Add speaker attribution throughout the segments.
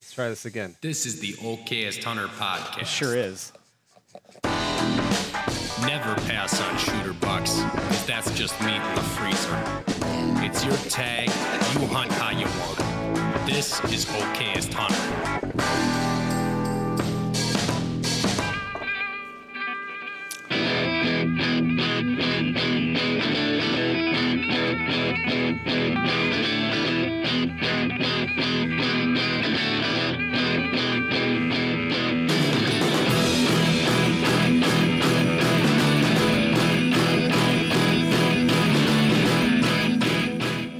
Speaker 1: Let's try this again.
Speaker 2: This is the OKest Hunter podcast.
Speaker 1: Sure is.
Speaker 2: Never pass on shooter bucks, 'cause that's just meat in the freezer. It's your tag. You hunt how you want. This is OKest Hunter.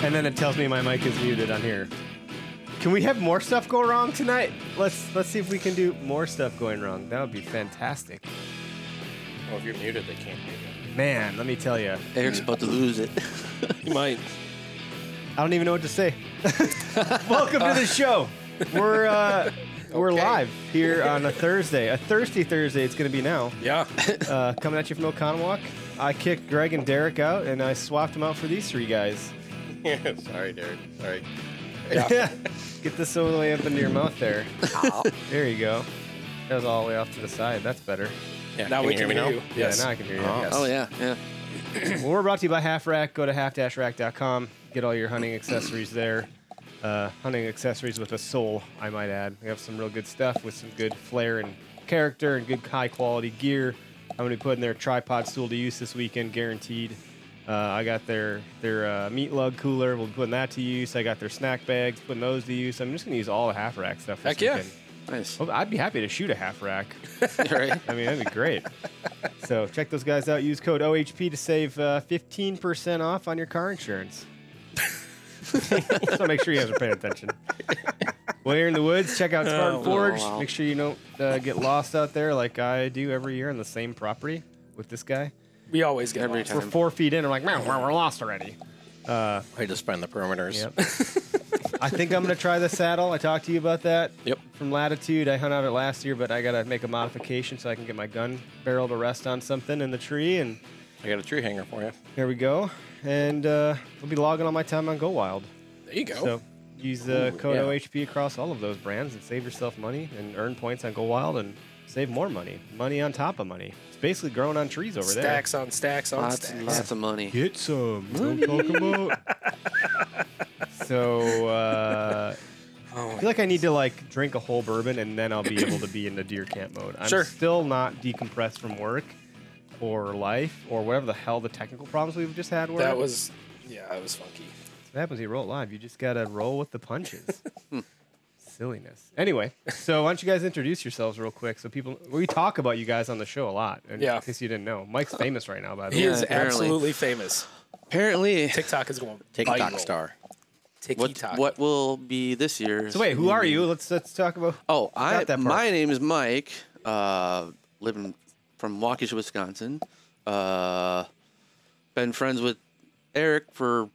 Speaker 1: And then it tells me my mic is muted on here. Can we have more stuff go wrong tonight? Let's let's see if we can do more stuff going wrong. That would be fantastic.
Speaker 3: Well, if you're muted, they can't hear you.
Speaker 1: Man, let me tell you.
Speaker 4: Eric's about to lose it.
Speaker 3: You might.
Speaker 1: I don't even know what to say. Welcome to the show. We're uh, we're live here on a Thursday, a thirsty Thursday. It's going to be now.
Speaker 3: Yeah.
Speaker 1: Uh, coming at you from Oconomowoc. I kicked Greg and Derek out, and I swapped them out for these three guys.
Speaker 3: Sorry, Derek. Sorry.
Speaker 1: Get this all the way up into your mouth there. there you go. That was all the way off to the side. That's better.
Speaker 3: Yeah, now
Speaker 5: we
Speaker 3: you
Speaker 5: can
Speaker 3: hear
Speaker 5: hear
Speaker 3: me
Speaker 5: you.
Speaker 3: now?
Speaker 1: Yeah, now I can hear you.
Speaker 3: Yes.
Speaker 4: Oh yeah, yeah.
Speaker 1: Well, we're brought to you by Half Rack. Go to half-rack.com. Get all your hunting accessories there. Uh, hunting accessories with a soul, I might add. We have some real good stuff with some good flair and character and good high-quality gear. I'm going to be putting their tripod stool to use this weekend, guaranteed. Uh, I got their their uh, meat lug cooler. We'll be putting that to use. I got their snack bags, putting those to use. I'm just going to use all the Half Rack stuff this
Speaker 3: Heck yeah.
Speaker 1: weekend.
Speaker 4: Nice.
Speaker 1: Well, I'd be happy to shoot a Half Rack.
Speaker 4: Right.
Speaker 1: I mean, that'd be great. so check those guys out. Use code OHP to save uh, fifteen percent off on your car insurance. so make sure you guys are paying attention. While you're in the woods, check out Spartan Forge.
Speaker 4: Oh, wow.
Speaker 1: Make sure you don't uh, get lost out there like I do every year on the same property with this guy.
Speaker 5: We always get
Speaker 4: Every
Speaker 5: lost.
Speaker 4: time.
Speaker 1: We're four feet in. I'm like, man, we're lost already.
Speaker 3: Uh, I just find the perimeters.
Speaker 1: Yep. I think I'm gonna try the saddle. I talked to you about that.
Speaker 3: Yep.
Speaker 1: From Latitude, I hung out it last year, but I gotta make a modification so I can get my gun barrel to rest on something in the tree, and
Speaker 3: I got a tree hanger for you.
Speaker 1: there we go. And uh, we'll be logging all my time on Go Wild.
Speaker 3: There you go.
Speaker 1: So use the
Speaker 3: Ooh,
Speaker 1: code
Speaker 3: yeah.
Speaker 1: OHP across all of those brands and save yourself money and earn points on Go Wild and save more money. Money on top of money. It's basically growing on trees over there.
Speaker 5: Stacks on stacks on
Speaker 4: Lots and
Speaker 5: stacks.
Speaker 4: lots of money.
Speaker 1: Get some. Don't talk about. so uh,
Speaker 5: Oh,
Speaker 1: I feel like I need to like drink a whole bourbon and then I'll be able to be in the deer camp mode. I'm
Speaker 5: Sure.
Speaker 1: still not decompressed from work or life or whatever the hell the technical problems we've just had were.
Speaker 5: That was, yeah, that was funky.
Speaker 1: What happens when you roll live? You just gotta roll with the punches.
Speaker 5: Hmm.
Speaker 1: Silliness. Anyway, so why don't you guys introduce yourselves real quick so people we talk about you guys on the show a lot. And
Speaker 5: Yeah.
Speaker 1: in case you didn't know. Mike's famous right now, by the
Speaker 5: He
Speaker 1: way.
Speaker 5: is
Speaker 4: apparently.
Speaker 5: absolutely famous.
Speaker 4: Apparently,
Speaker 5: TikTok is going
Speaker 3: TikTok
Speaker 5: viral.
Speaker 3: star.
Speaker 4: what
Speaker 5: TikTok.
Speaker 4: what will be this year's?
Speaker 1: So wait, who are you? Let's let's talk about
Speaker 4: Oh, I.
Speaker 1: Got that part.
Speaker 4: My name is Mike. Uh, living from Waukesha, Wisconsin. Uh, been friends with Eric for,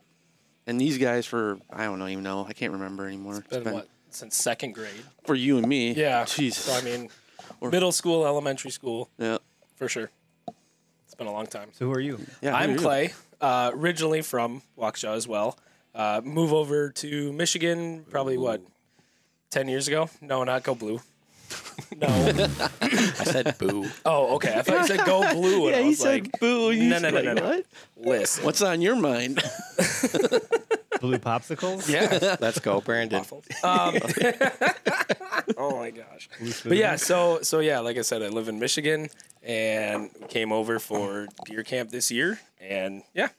Speaker 4: and these guys for I don't know even know. I can't remember anymore. It's
Speaker 5: Been what since second grade?
Speaker 4: for you and me.
Speaker 5: Yeah.
Speaker 4: Jeez.
Speaker 5: So I mean, middle school, elementary school,
Speaker 4: yeah.
Speaker 5: for sure. It's been a long time.
Speaker 1: So who are you?
Speaker 4: Yeah, who are
Speaker 5: I'm
Speaker 4: you?
Speaker 5: Clay, uh, originally from Waukesha as well. Uh, move over to Michigan probably what, 10 years ago? No, not go blue. no.
Speaker 3: I said boo.
Speaker 5: Oh, okay. I thought you said go blue. And I was like,
Speaker 4: "Boo." you
Speaker 5: no,
Speaker 4: just
Speaker 5: no, no,
Speaker 4: like,
Speaker 5: no, no.
Speaker 4: What?
Speaker 5: listen.
Speaker 4: What's on your mind?
Speaker 1: Blue popsicles?
Speaker 5: Yeah.
Speaker 3: Let's go, Brandon.
Speaker 5: Um, oh my gosh. But yeah, so so yeah, like I said, I live in Michigan and came over for deer camp this year, and yeah,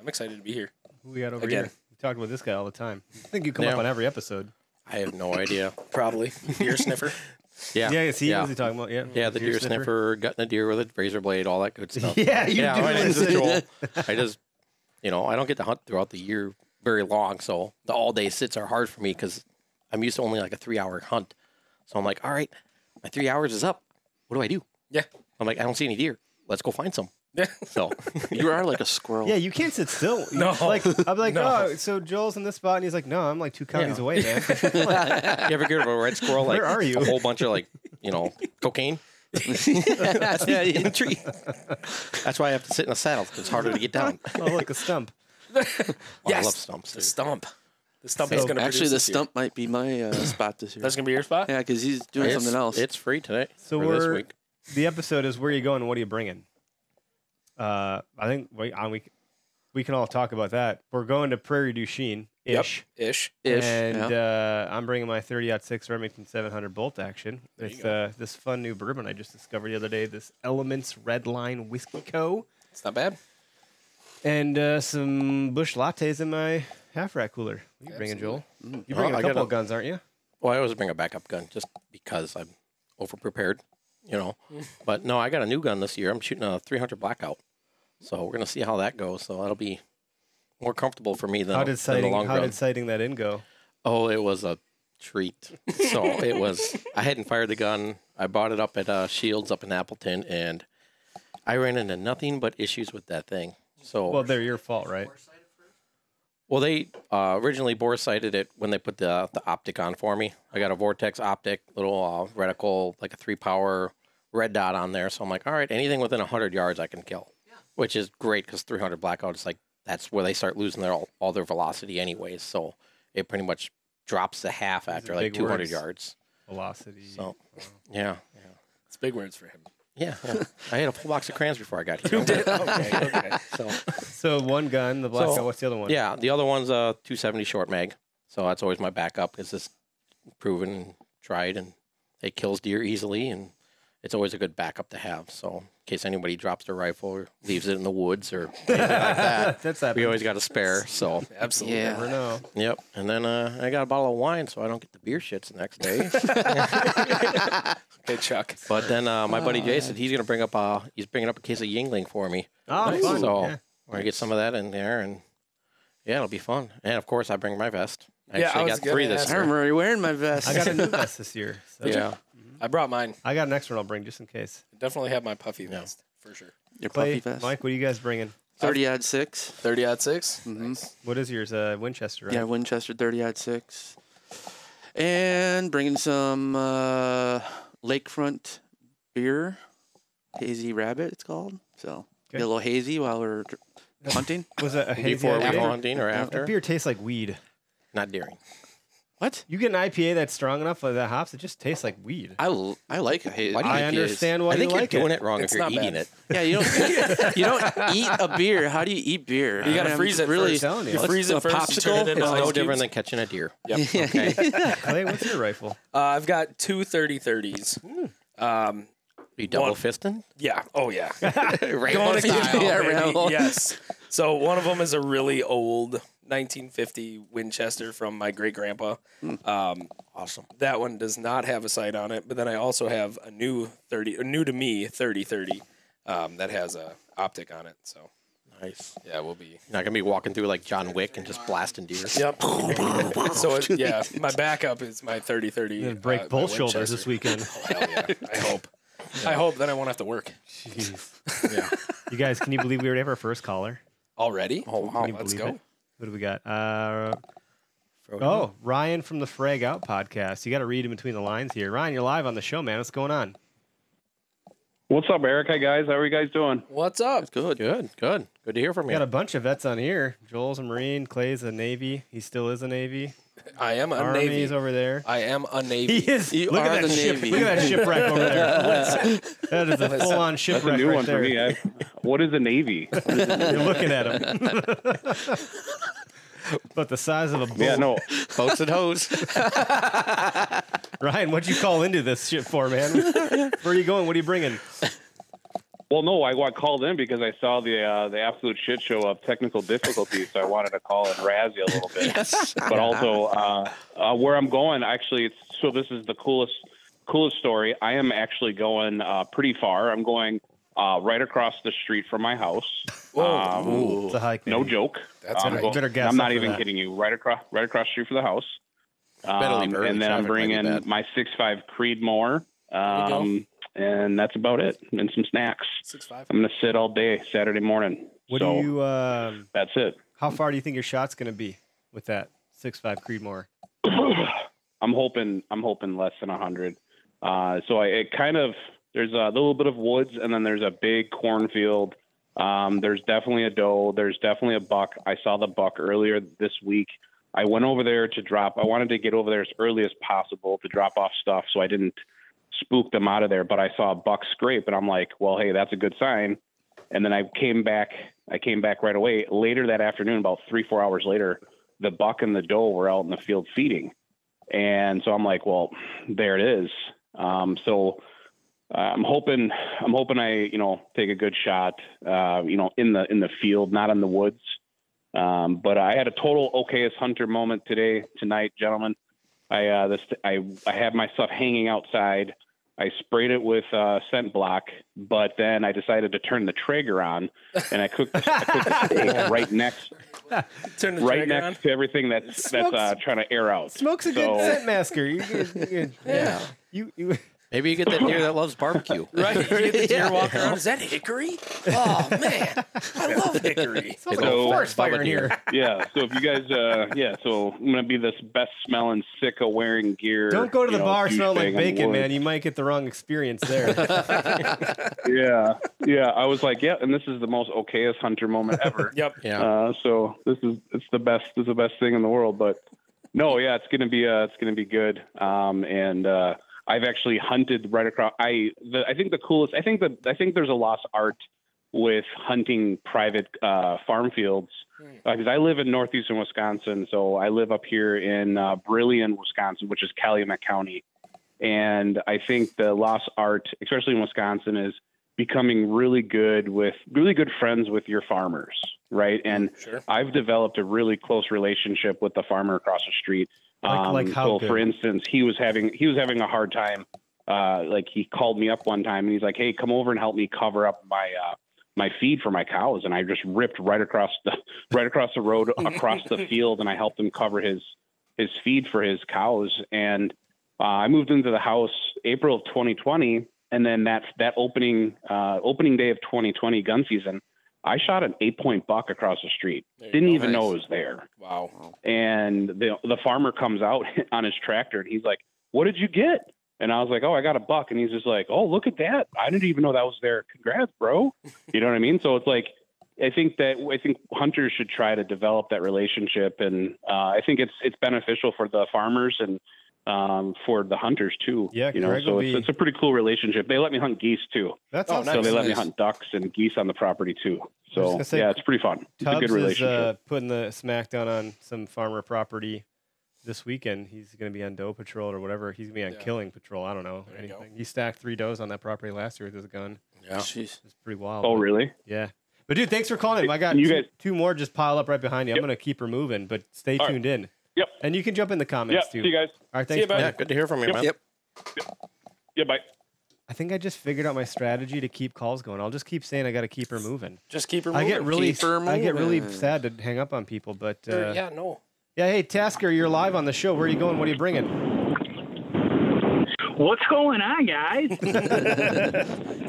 Speaker 5: I'm excited to be here.
Speaker 1: Who we got over
Speaker 5: Again.
Speaker 1: here? We talk about this guy all the time. I think you come
Speaker 3: Yeah.
Speaker 1: up on every episode.
Speaker 3: I have no idea.
Speaker 5: Probably deer sniffer.
Speaker 3: Yeah.
Speaker 1: Yeah, is he
Speaker 3: yeah.
Speaker 1: was he talking about? Yeah.
Speaker 3: Yeah, the deer, sniffer, gutting a deer with a razor blade, all that good stuff.
Speaker 1: Yeah, you do
Speaker 3: I just
Speaker 1: listen.
Speaker 3: troll. I just, you know, I don't get to hunt throughout the year very long, so the all day sits are hard for me because I'm used to only like a three hour hunt. So I'm like, all right, my three hours is up. What do I do?
Speaker 5: Yeah.
Speaker 3: I'm like, I don't see any deer. Let's go find some.
Speaker 5: Yeah.
Speaker 3: So
Speaker 4: You are like a squirrel.
Speaker 1: Yeah, you can't sit still.
Speaker 5: No.
Speaker 1: like I'm like,
Speaker 5: No.
Speaker 1: oh, so Joel's in this spot, and he's like, no, I'm like two counties away, man.
Speaker 3: you ever hear of a red squirrel? Like
Speaker 1: Where are you?
Speaker 3: A whole bunch of like, you know, cocaine. That's in the tree. That's why I have to sit in a saddle. 'cause It's harder to get down. Oh,
Speaker 1: oh, look, a stump.
Speaker 3: I
Speaker 5: Yes.
Speaker 3: love stumps.
Speaker 5: The
Speaker 3: dude.
Speaker 5: stump. The stump
Speaker 1: So
Speaker 5: is going to
Speaker 4: Actually, the stump might be my uh, spot this year.
Speaker 5: That's going to be your spot?
Speaker 4: yeah, because he's doing
Speaker 3: It's-
Speaker 4: something else.
Speaker 3: It's free today.
Speaker 1: So
Speaker 3: for this
Speaker 1: we're-
Speaker 3: week.
Speaker 1: The episode is where you going, what are you bringing? Uh, I think we on we we can all talk about that. We're going to Prairie du Chien ish.
Speaker 5: Ish.
Speaker 4: Ish,
Speaker 1: And
Speaker 4: yeah.
Speaker 1: uh, I'm bringing my 30 six Remington 700 bolt action. It's uh, this fun new bourbon I just discovered the other day. This Elements Red Line Whiskey Co.
Speaker 5: It's not bad.
Speaker 1: and uh, some bush lattes in my half rack cooler. What you bringing, Joel?
Speaker 5: Mm.
Speaker 1: You're bringing
Speaker 3: Oh,
Speaker 1: a
Speaker 3: I
Speaker 1: couple
Speaker 3: got
Speaker 1: of
Speaker 3: a-
Speaker 1: guns, aren't you?
Speaker 3: Well, I always bring a backup gun just because I'm over prepared, you know. but no, I got a new gun this year. I'm shooting a 300 blackout, so we're gonna see how that goes. So that'll be more comfortable for me than,
Speaker 1: How
Speaker 3: than
Speaker 1: did sighting?
Speaker 3: the long
Speaker 1: How
Speaker 3: gun.
Speaker 1: did sighting that in go?
Speaker 3: Oh, it was a treat. So it was. I hadn't fired the gun. I bought it up at uh, Shields up in Appleton, and I ran into nothing but issues with that thing. So
Speaker 1: Well, they're your fault, right?
Speaker 3: Well, they uh, originally bore sighted it when they put the the optic on for me. I got a Vortex optic, little uh, reticle, like a three power red dot on there. So I'm like, all right, anything within 100 yards I can kill, which is great because 300 blackout is like, that's where they start losing their all, all their velocity anyways. So it pretty much drops to half after like
Speaker 1: big
Speaker 3: 200
Speaker 1: words.
Speaker 3: yards.
Speaker 1: Velocity.
Speaker 3: So, yeah.
Speaker 5: It's big words for him.
Speaker 3: Yeah. yeah. I had a full box of crayons before I got here.
Speaker 5: okay, okay.
Speaker 3: So.
Speaker 1: So one gun, the black
Speaker 3: So-
Speaker 1: gun. What's the other one?
Speaker 3: Yeah, the other one's a 270 short mag. So that's always my backup. It's just proven and tried, and it kills deer easily, and it's always a good backup to have. So in case anybody drops their rifle or leaves it in the woods or anything like that,
Speaker 1: that's that.
Speaker 3: we always got a spare. So
Speaker 5: Absolutely.
Speaker 4: Yeah.
Speaker 1: never know.
Speaker 3: yep. And then uh, I got a bottle of wine, so I don't get the beer shits the next day.
Speaker 5: Okay, Chuck.
Speaker 3: but then uh, my buddy Jason, he's gonna bring up uh, he's bringing up a case of Yingling for me.
Speaker 1: Oh, fun.
Speaker 3: So
Speaker 1: Yeah.
Speaker 3: we're gonna get some of that in there, and yeah, it'll be fun. And of course, I bring my vest. I
Speaker 5: Yeah, I
Speaker 3: actually
Speaker 5: was
Speaker 3: got three
Speaker 5: gonna
Speaker 3: this
Speaker 5: ask-
Speaker 4: I
Speaker 3: year.
Speaker 4: remember you wearing my vest.
Speaker 1: I got a new vest this year. So
Speaker 3: Yeah.
Speaker 5: I brought mine.
Speaker 1: I got an extra one I'll bring just in case.
Speaker 5: Definitely have my puffy vest for sure.
Speaker 4: Your
Speaker 1: Clay,
Speaker 4: puppy vest.
Speaker 1: Mike, what are you guys bringing?
Speaker 4: 30 odd 6.
Speaker 5: Thirty odd 6 Nice.
Speaker 1: What is yours? Uh, Winchester, right?
Speaker 4: Yeah, Winchester 30 odd 6. And bringing some uh, lakefront beer, Hazy Rabbit, it's called. So get a little hazy while we're dr- hunting.
Speaker 1: Was it a hazy
Speaker 3: Before we
Speaker 1: IPA?
Speaker 3: go hunting or
Speaker 1: That
Speaker 3: after?
Speaker 1: beer tastes like weed.
Speaker 3: Not during.
Speaker 4: What?
Speaker 1: You get an IPA that's strong enough with that hops, it just tastes like weed.
Speaker 4: I, l- I like a hazy.
Speaker 3: Why do you
Speaker 1: I
Speaker 3: IPAs.
Speaker 1: understand why
Speaker 3: I think
Speaker 1: you
Speaker 3: you're
Speaker 1: like
Speaker 3: doing
Speaker 1: it.
Speaker 3: it, wrong
Speaker 5: It's
Speaker 3: if you're
Speaker 5: not
Speaker 3: eating
Speaker 5: bad.
Speaker 3: it.
Speaker 4: Yeah, you don't you don't eat a beer. How do you eat beer?
Speaker 5: You gotta
Speaker 3: Um,
Speaker 4: I'm
Speaker 5: freeze it
Speaker 4: really.
Speaker 5: first.
Speaker 1: telling you.
Speaker 5: You
Speaker 1: Let's
Speaker 5: freeze
Speaker 4: do a
Speaker 5: it first. you turn
Speaker 4: popsicle.
Speaker 5: it into
Speaker 4: It's
Speaker 5: ice
Speaker 3: No
Speaker 5: cubes.
Speaker 3: different than catching a deer.
Speaker 5: Yep.
Speaker 1: Clay, what's your rifle?
Speaker 5: Uh, I've got two 30 30s. Um,
Speaker 3: Hmm. You double
Speaker 5: One.
Speaker 3: fisting?
Speaker 5: yeah. Oh, yeah.
Speaker 3: right.
Speaker 5: Going
Speaker 4: style,
Speaker 5: against- yeah,
Speaker 4: baby.
Speaker 5: Rambo. Yes. So one of them is a really old 1950 Winchester from my great grandpa. Um,
Speaker 3: Awesome.
Speaker 5: that one does not have a sight on it, but then I also have a new 30, a new to me 30 30 um, that has a optic on it. So
Speaker 3: Nice.
Speaker 5: yeah, we'll be.
Speaker 3: You're not going to be walking through like John Wick and just blasting deer.
Speaker 5: Yep. so it, yeah, my backup is my 30 30.
Speaker 1: Gonna break both shoulders this weekend.
Speaker 5: Hell yeah. I hope. I hope that I won't have to work
Speaker 1: Jeez. You guys, can you believe we already have our first caller?
Speaker 5: already.
Speaker 3: Oh, wow.
Speaker 1: Can you
Speaker 5: Let's
Speaker 1: believe
Speaker 5: go.
Speaker 1: it? What do we got? Uh, oh, Ryan from the Frag Out podcast. You got to read in between the lines here. Ryan, you're live on the show, man. What's going on?
Speaker 6: What's up, Eric? Hi, guys. How are you guys doing?
Speaker 5: What's up?
Speaker 4: Good.
Speaker 3: Good, good. Good to hear from
Speaker 1: We got
Speaker 3: you.
Speaker 1: a bunch of vets on here. Joel's a Marine. Clay's a Navy. He still is a Navy.
Speaker 5: I am a
Speaker 1: Army's
Speaker 5: Navy.
Speaker 1: over there.
Speaker 5: I am a
Speaker 1: He
Speaker 5: Navy.
Speaker 1: is.
Speaker 4: You
Speaker 1: look
Speaker 4: are
Speaker 1: at that
Speaker 4: the
Speaker 1: ship.
Speaker 4: Navy.
Speaker 1: Look at that shipwreck over there. that is a full-on
Speaker 6: It's
Speaker 1: shipwreck
Speaker 6: a new
Speaker 1: right
Speaker 6: one
Speaker 1: there.
Speaker 6: for me. I, what is the Navy?
Speaker 1: You're looking at him. but the size of a boat.
Speaker 6: yeah, no.
Speaker 3: Boats and hose.
Speaker 1: Ryan, what'd you call into this ship for, man? Where are you going? What are you bringing?
Speaker 6: Well, no, I got called in because I saw the uh, the absolute shit show of technical difficulties, so I wanted to call and razz you a little bit. But also, uh, uh, where I'm going, actually, it's so this is the coolest coolest story. I am actually going uh, pretty far. I'm going uh, right across the street from my house. Um,
Speaker 1: It's a hike.
Speaker 6: No
Speaker 1: maybe.
Speaker 6: joke.
Speaker 5: That's
Speaker 6: I'm
Speaker 5: right.
Speaker 6: go-
Speaker 1: Better gas
Speaker 6: I'm
Speaker 1: up
Speaker 6: not
Speaker 1: for
Speaker 6: even
Speaker 1: that.
Speaker 6: kidding you. Right across, right across the street from the house.
Speaker 3: Better leave
Speaker 6: Um,
Speaker 3: early.
Speaker 6: and then I'm
Speaker 3: Traffic might be
Speaker 6: bringing
Speaker 3: bad.
Speaker 6: my six five Creedmoor.
Speaker 5: you go.
Speaker 6: Um, and that's about it. And some snacks.
Speaker 5: Six five.
Speaker 6: I'm gonna sit all day Saturday morning.
Speaker 1: What
Speaker 6: so
Speaker 1: do you? Um,
Speaker 6: that's it.
Speaker 1: how far do you think your shot's going to be with that six five Creedmoor?
Speaker 6: I'm hoping I'm hoping less than hundred. Uh, so I it kind of there's a little bit of woods and then there's a big cornfield. Um, there's definitely a doe. There's definitely a buck. I saw the buck earlier this week. I went over there to drop. I wanted to get over there as early as possible to drop off stuff, so I didn't spook them out of there. But I saw a buck scrape, and I'm like, well, hey, that's a good sign. And then I came back. I came back right away. Later that afternoon, about three four hours later, the buck and the doe were out in the field feeding. And so I'm like, well, there it is. Um, so uh, I'm hoping, I'm hoping I, you know, take a good shot, uh, you know, in the in the field, not in the woods. Um, but I had a total okayest hunter moment today, tonight, gentlemen. I uh, this I I had my stuff hanging outside. I sprayed it with uh, scent block, but then I decided to turn the Traeger on, and I cooked, I cooked the steak right next
Speaker 5: Turn the
Speaker 6: right
Speaker 5: right
Speaker 6: next
Speaker 5: on.
Speaker 6: to everything that's that's uh, trying to air out.
Speaker 1: Smoke's a good
Speaker 6: So-
Speaker 1: scent masker. You, could- you, could-
Speaker 3: Yeah.
Speaker 1: you, you
Speaker 3: Maybe you get that deer that loves barbecue.
Speaker 5: Right, you get the deer
Speaker 3: Yeah.
Speaker 5: walking around. Is that hickory? Oh man, I love hickory.
Speaker 1: smells
Speaker 3: Big
Speaker 1: like a
Speaker 6: old
Speaker 1: forest
Speaker 3: Bubba
Speaker 1: fire in
Speaker 3: deer.
Speaker 1: here.
Speaker 6: yeah. So if you guys, uh, yeah. So I'm gonna be this best smelling sicko wearing gear.
Speaker 1: Don't go to
Speaker 6: you
Speaker 1: the
Speaker 6: know,
Speaker 1: bar smelling
Speaker 6: douchebag in
Speaker 1: like
Speaker 6: the
Speaker 1: bacon, man.
Speaker 6: woods.
Speaker 1: You might get the wrong experience there.
Speaker 6: Yeah, yeah. I was like, yeah, and this is the most okayest hunter moment ever.
Speaker 5: Yep.
Speaker 3: Yeah.
Speaker 6: Uh, so this is it's the best. It's the best thing in the world. But no, yeah, it's gonna be uh, it's gonna be good. Um, and uh, I've actually hunted right across. I the, I think the coolest. I think that I think there's a lost art with hunting private uh, farm fields because I live in northeastern Wisconsin. So I live up here in uh, Brilliant, Wisconsin, which is Calumet County. And I think the lost art, especially in Wisconsin, is becoming really good with really good friends with your farmers, right? And
Speaker 5: Sure.
Speaker 6: I've developed a really close relationship with the farmer across the street.
Speaker 1: Like- like how
Speaker 6: so Um, for
Speaker 1: good?
Speaker 6: instance, he was having he was having a hard time. Uh, like he called me up one time and he's like, "Hey, come over and help me cover up my uh, my feed for my cows." And I just ripped right across the right across the road across the field and I helped him cover his his feed for his cows. And uh, I moved into the house April of 2020, and then that that opening uh, opening day of 2020 gun season, I shot an eight point buck across the street.
Speaker 5: There you
Speaker 6: Didn't
Speaker 5: go.
Speaker 6: even
Speaker 4: Nice.
Speaker 6: know it was there.
Speaker 5: Wow.
Speaker 6: And the the farmer comes out on his tractor, and he's like, "What did you get?" And I was like, "Oh, I got a buck." And he's just like, "Oh, look at that! I didn't even know that was there. Congrats, bro." You know what I mean? So it's like. I think that I think hunters should try to develop that relationship, and uh, I think it's it's beneficial for the farmers and um, for the hunters too.
Speaker 1: Yeah,
Speaker 6: you know,
Speaker 1: Greg will
Speaker 6: so it's,
Speaker 1: be-
Speaker 6: it's a pretty cool relationship. They let me hunt geese too,
Speaker 1: That's
Speaker 5: Oh,
Speaker 1: awesome.
Speaker 5: nice.
Speaker 6: so they let me
Speaker 4: nice.
Speaker 6: hunt ducks and geese on the property too.
Speaker 1: I was
Speaker 6: So
Speaker 1: gonna say,
Speaker 6: yeah, it's pretty fun. It's a
Speaker 1: Tubbs
Speaker 6: good
Speaker 1: is
Speaker 6: relationship.
Speaker 1: uh, putting the smackdown on some farmer property this weekend. He's going to be on doe patrol or whatever. He's going to be on
Speaker 5: Yeah.
Speaker 1: killing patrol. I don't know.
Speaker 5: There you go.
Speaker 1: Anything. He stacked three does on that property last year with his gun.
Speaker 3: Yeah.
Speaker 4: Jeez.
Speaker 1: It's pretty wild.
Speaker 6: oh
Speaker 1: but-
Speaker 6: really?
Speaker 1: Yeah. But dude, thanks for calling. I got
Speaker 6: And you
Speaker 1: two,
Speaker 6: guys-
Speaker 1: two more just pile up right behind you. I'm
Speaker 6: Yep.
Speaker 1: going to keep her moving, but stay
Speaker 6: All right.
Speaker 1: tuned in.
Speaker 6: Yep.
Speaker 1: And you can jump in the
Speaker 6: Yeah.
Speaker 1: comments
Speaker 6: See
Speaker 1: too.
Speaker 6: you guys.
Speaker 1: All right,
Speaker 5: See
Speaker 1: thanks.
Speaker 5: you, bud.
Speaker 1: buddy.
Speaker 3: Yeah, good to hear from you,
Speaker 6: Yep.
Speaker 3: man.
Speaker 4: Yep.
Speaker 6: Yeah. Bye.
Speaker 1: I think I just figured out my strategy to keep calls going. I'll just keep saying I got to keep her moving.
Speaker 5: Just keep her
Speaker 1: I
Speaker 5: moving.
Speaker 1: get really
Speaker 4: Keep her
Speaker 1: I get really
Speaker 4: moving.
Speaker 1: sad to hang up on people, but uh,
Speaker 5: Sure,
Speaker 1: yeah.
Speaker 5: yeah, no.
Speaker 1: Hey, Tasker, you're live on the show. Where are you going? What are you bringing?
Speaker 7: What's going on, guys?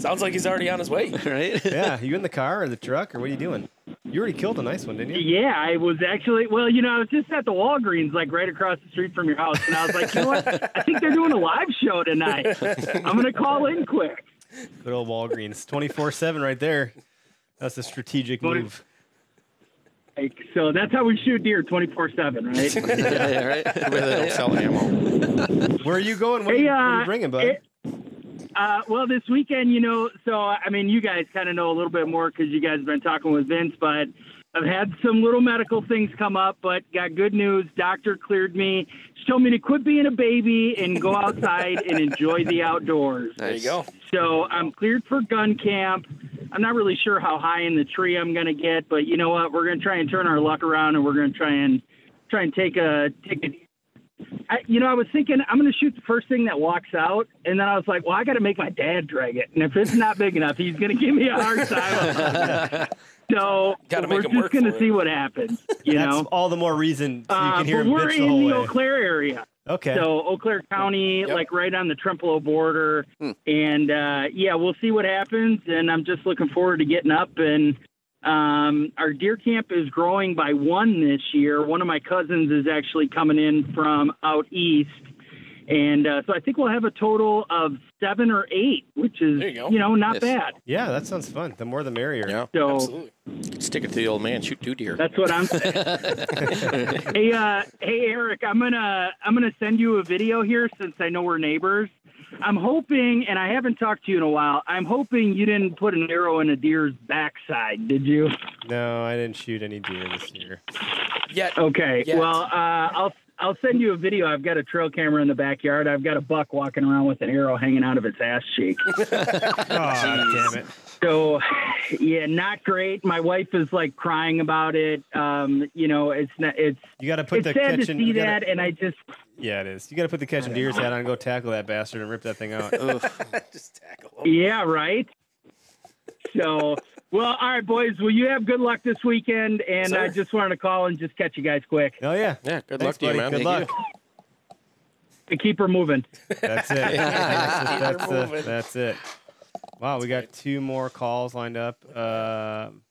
Speaker 5: Sounds like he's already on his way.
Speaker 4: Right?
Speaker 1: yeah, you in the car or the truck or what are you doing? You already killed a nice one, didn't you?
Speaker 7: yeah, I was actually, well, you know, I was just at the Walgreens, like right across the street from your house, and I was like, you know what? I think they're doing a live show tonight. I'm going to call in quick.
Speaker 1: Good old Walgreens, twenty four seven right there. That's a strategic
Speaker 7: Voted-
Speaker 1: move.
Speaker 7: Like, so that's how we shoot deer 24 7, right?
Speaker 4: yeah, yeah, right?
Speaker 3: Maybe they don't sell ammo.
Speaker 1: Where are you going? What, are,
Speaker 7: Hey,
Speaker 1: you, what are you
Speaker 7: uh,
Speaker 1: bringing, bud?
Speaker 7: it- Uh, well, this weekend, you know, so I mean, you guys kind of know a little bit more because you guys have been talking with Vince, but I've had some little medical things come up, but got good news. Doctor cleared me. She told me to quit being a baby and go outside and enjoy the outdoors.
Speaker 5: There you go.
Speaker 7: So I'm cleared for gun camp. I'm not really sure how high in the tree I'm going to get, but you know what? We're going to try and turn our luck around, and we're going to try and try and take a take a. I, you know, I was thinking I'm going to shoot the first thing that walks out, and then I was like, well, I got to make my dad drag it, and if it's not big enough, he's going to give me a hard time. so
Speaker 5: Gotta make
Speaker 7: we're
Speaker 5: him
Speaker 7: just
Speaker 5: work
Speaker 7: going
Speaker 5: for
Speaker 7: to
Speaker 5: it.
Speaker 7: see what happens. You
Speaker 1: That's
Speaker 7: know,
Speaker 1: all the more reason you
Speaker 7: Uh,
Speaker 1: can hear
Speaker 7: but
Speaker 1: him
Speaker 7: we're
Speaker 1: bitch the
Speaker 7: in
Speaker 1: whole
Speaker 7: the
Speaker 1: way.
Speaker 7: Eau Claire area.
Speaker 1: Okay.
Speaker 7: So Eau Claire County,
Speaker 5: Yep.
Speaker 7: like right on the Trempolo border,
Speaker 4: Hmm.
Speaker 7: and uh, yeah, we'll see what happens. And I'm just looking forward to getting up. And um, our deer camp is growing by one this year. One of my cousins is actually coming in from out east, and uh, so I think we'll have a total of seven or eight, which is
Speaker 5: There you go.
Speaker 7: know not
Speaker 4: Yes.
Speaker 7: bad.
Speaker 1: yeah, that sounds fun. The more the merrier.
Speaker 3: Yeah.
Speaker 7: So
Speaker 5: Absolutely.
Speaker 3: Stick it to the old man. Shoot two deer.
Speaker 7: That's what I'm saying. hey, uh, hey, Eric, I'm gonna I'm gonna send you a video here since I know we're neighbors. I'm hoping, and I haven't talked to you in a while. I'm hoping you didn't put an arrow in a deer's backside, did you?
Speaker 1: No, I didn't shoot any deer this year.
Speaker 5: Yeah.
Speaker 7: Okay.
Speaker 5: Yes.
Speaker 7: Well, uh, I'll I'll send you a video. I've got a trail camera in the backyard. I've got a buck walking around with an arrow hanging out of its ass cheek.
Speaker 1: Oh, damn it.
Speaker 7: So, yeah, not great. My wife is like crying about it. Um, you know, it's not. It's
Speaker 1: You got to put the
Speaker 7: it's sad
Speaker 1: catch in.
Speaker 7: to see
Speaker 1: you gotta-
Speaker 7: that, and I just
Speaker 1: Yeah, it is. You got to put the catch and deer's hat on and go tackle that bastard and rip that thing out.
Speaker 5: Just tackle.
Speaker 7: Yeah, right. So, well, all right, boys. Well, you have good luck this weekend, and I
Speaker 5: Sir.
Speaker 7: just wanted to call and just catch you guys quick
Speaker 1: oh yeah.
Speaker 3: Yeah, good
Speaker 1: Thanks,
Speaker 3: luck to
Speaker 1: buddy.
Speaker 3: you, man.
Speaker 1: Good
Speaker 3: Thank
Speaker 1: luck.
Speaker 7: to keep her moving.
Speaker 1: That's it. that's, it.
Speaker 5: Keep her
Speaker 1: that's,
Speaker 5: moving.
Speaker 1: it. that's it. Wow, we got two more calls lined up. Um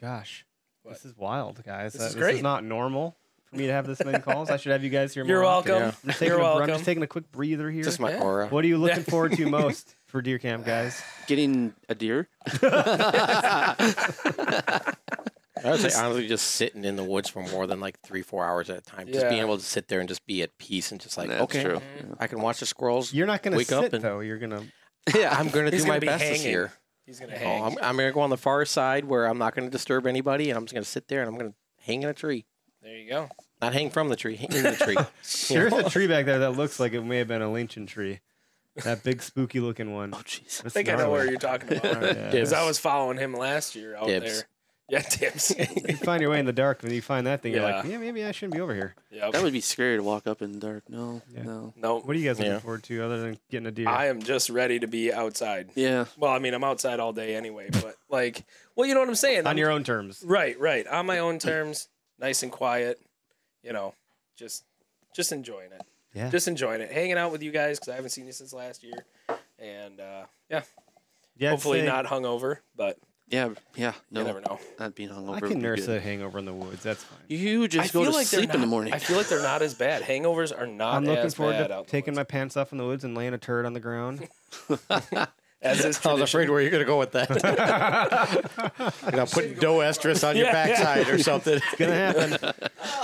Speaker 1: gosh, this is wild, guys.
Speaker 5: This
Speaker 1: Uh,
Speaker 5: is great.
Speaker 1: not normal for me to have this many calls. I should have you guys here.
Speaker 5: You're
Speaker 1: more often.
Speaker 5: welcome.
Speaker 1: I'm just taking
Speaker 5: You're
Speaker 1: a br-
Speaker 5: welcome.
Speaker 1: I'm just taking a quick breather here.
Speaker 3: Just my
Speaker 5: Yeah.
Speaker 3: aura.
Speaker 1: what are you looking
Speaker 5: Yeah.
Speaker 1: forward to most for deer camp, guys?
Speaker 4: Getting a deer?
Speaker 3: I would say honestly, just sitting in the woods for more than like three, four hours at a time. Just
Speaker 5: Yeah. Mm-hmm.
Speaker 3: being able to sit there and just be at peace and just like,
Speaker 4: That's
Speaker 3: okay,
Speaker 4: true.
Speaker 3: I can watch the squirrels.
Speaker 1: You're not gonna
Speaker 3: Wake up
Speaker 1: sit
Speaker 3: and-
Speaker 1: though. You're gonna.
Speaker 3: Yeah, I'm gonna do
Speaker 5: He's
Speaker 3: my
Speaker 5: gonna be
Speaker 3: best this
Speaker 5: hanging.
Speaker 3: year.
Speaker 5: He's gonna
Speaker 3: Oh,
Speaker 5: hang.
Speaker 3: I'm, I'm gonna go on the far side where I'm not gonna disturb anybody, and I'm just gonna sit there and I'm gonna hang in a tree.
Speaker 5: there you go.
Speaker 3: Not hang from the tree, hang in the tree.
Speaker 1: There's a tree back there that looks like it may have been a lynching tree. That big spooky looking one.
Speaker 4: Oh, jeez.
Speaker 5: I think I know where you're talking about.
Speaker 1: Oh, Yeah.
Speaker 5: Because I
Speaker 3: Dibs.
Speaker 5: was following him last year out
Speaker 3: Dibs.
Speaker 5: there. Yeah, tips.
Speaker 1: you find your way in the dark when you find that thing. You're like,
Speaker 5: Yeah.
Speaker 1: yeah, maybe I shouldn't be over here.
Speaker 5: yep.
Speaker 4: That would be scary to walk up in the dark. No,
Speaker 1: Yeah.
Speaker 4: no.
Speaker 5: no.
Speaker 1: What are you guys looking
Speaker 3: Yeah.
Speaker 1: forward to other than getting a deer?
Speaker 5: I am just ready to be outside.
Speaker 4: Yeah.
Speaker 5: Well, I mean, I'm outside all day anyway, but like, well, you know what I'm saying.
Speaker 1: on
Speaker 5: I'm-
Speaker 1: your own terms.
Speaker 5: right, right, on my own terms, nice and quiet. You know, just just enjoying it.
Speaker 1: Yeah.
Speaker 5: Just enjoying it, hanging out with you guys because I haven't seen you since last year, and uh, yeah,
Speaker 1: Yeah, I'd
Speaker 5: hopefully
Speaker 1: say
Speaker 5: not hungover, but
Speaker 4: Yeah. Yeah. No.
Speaker 5: you never know.
Speaker 4: Not being hungover.
Speaker 1: I
Speaker 4: would be
Speaker 1: can nurse
Speaker 4: good.
Speaker 1: a hangover in the woods. That's fine.
Speaker 4: You just go to
Speaker 5: they're
Speaker 4: sleep in the
Speaker 5: not-
Speaker 4: morning.
Speaker 5: I feel like they're not as bad. Hangovers are not.
Speaker 1: I'm looking
Speaker 5: as
Speaker 1: forward
Speaker 5: bad
Speaker 1: to
Speaker 5: out in the
Speaker 1: taking my
Speaker 5: woods.
Speaker 1: pants off in the woods and laying a turd on the ground.
Speaker 5: As is
Speaker 3: I was afraid
Speaker 5: tradition.
Speaker 3: where you're gonna go with that. you know, putting dough estrus on your
Speaker 5: Yeah.
Speaker 3: backside or something.
Speaker 1: Gonna happen.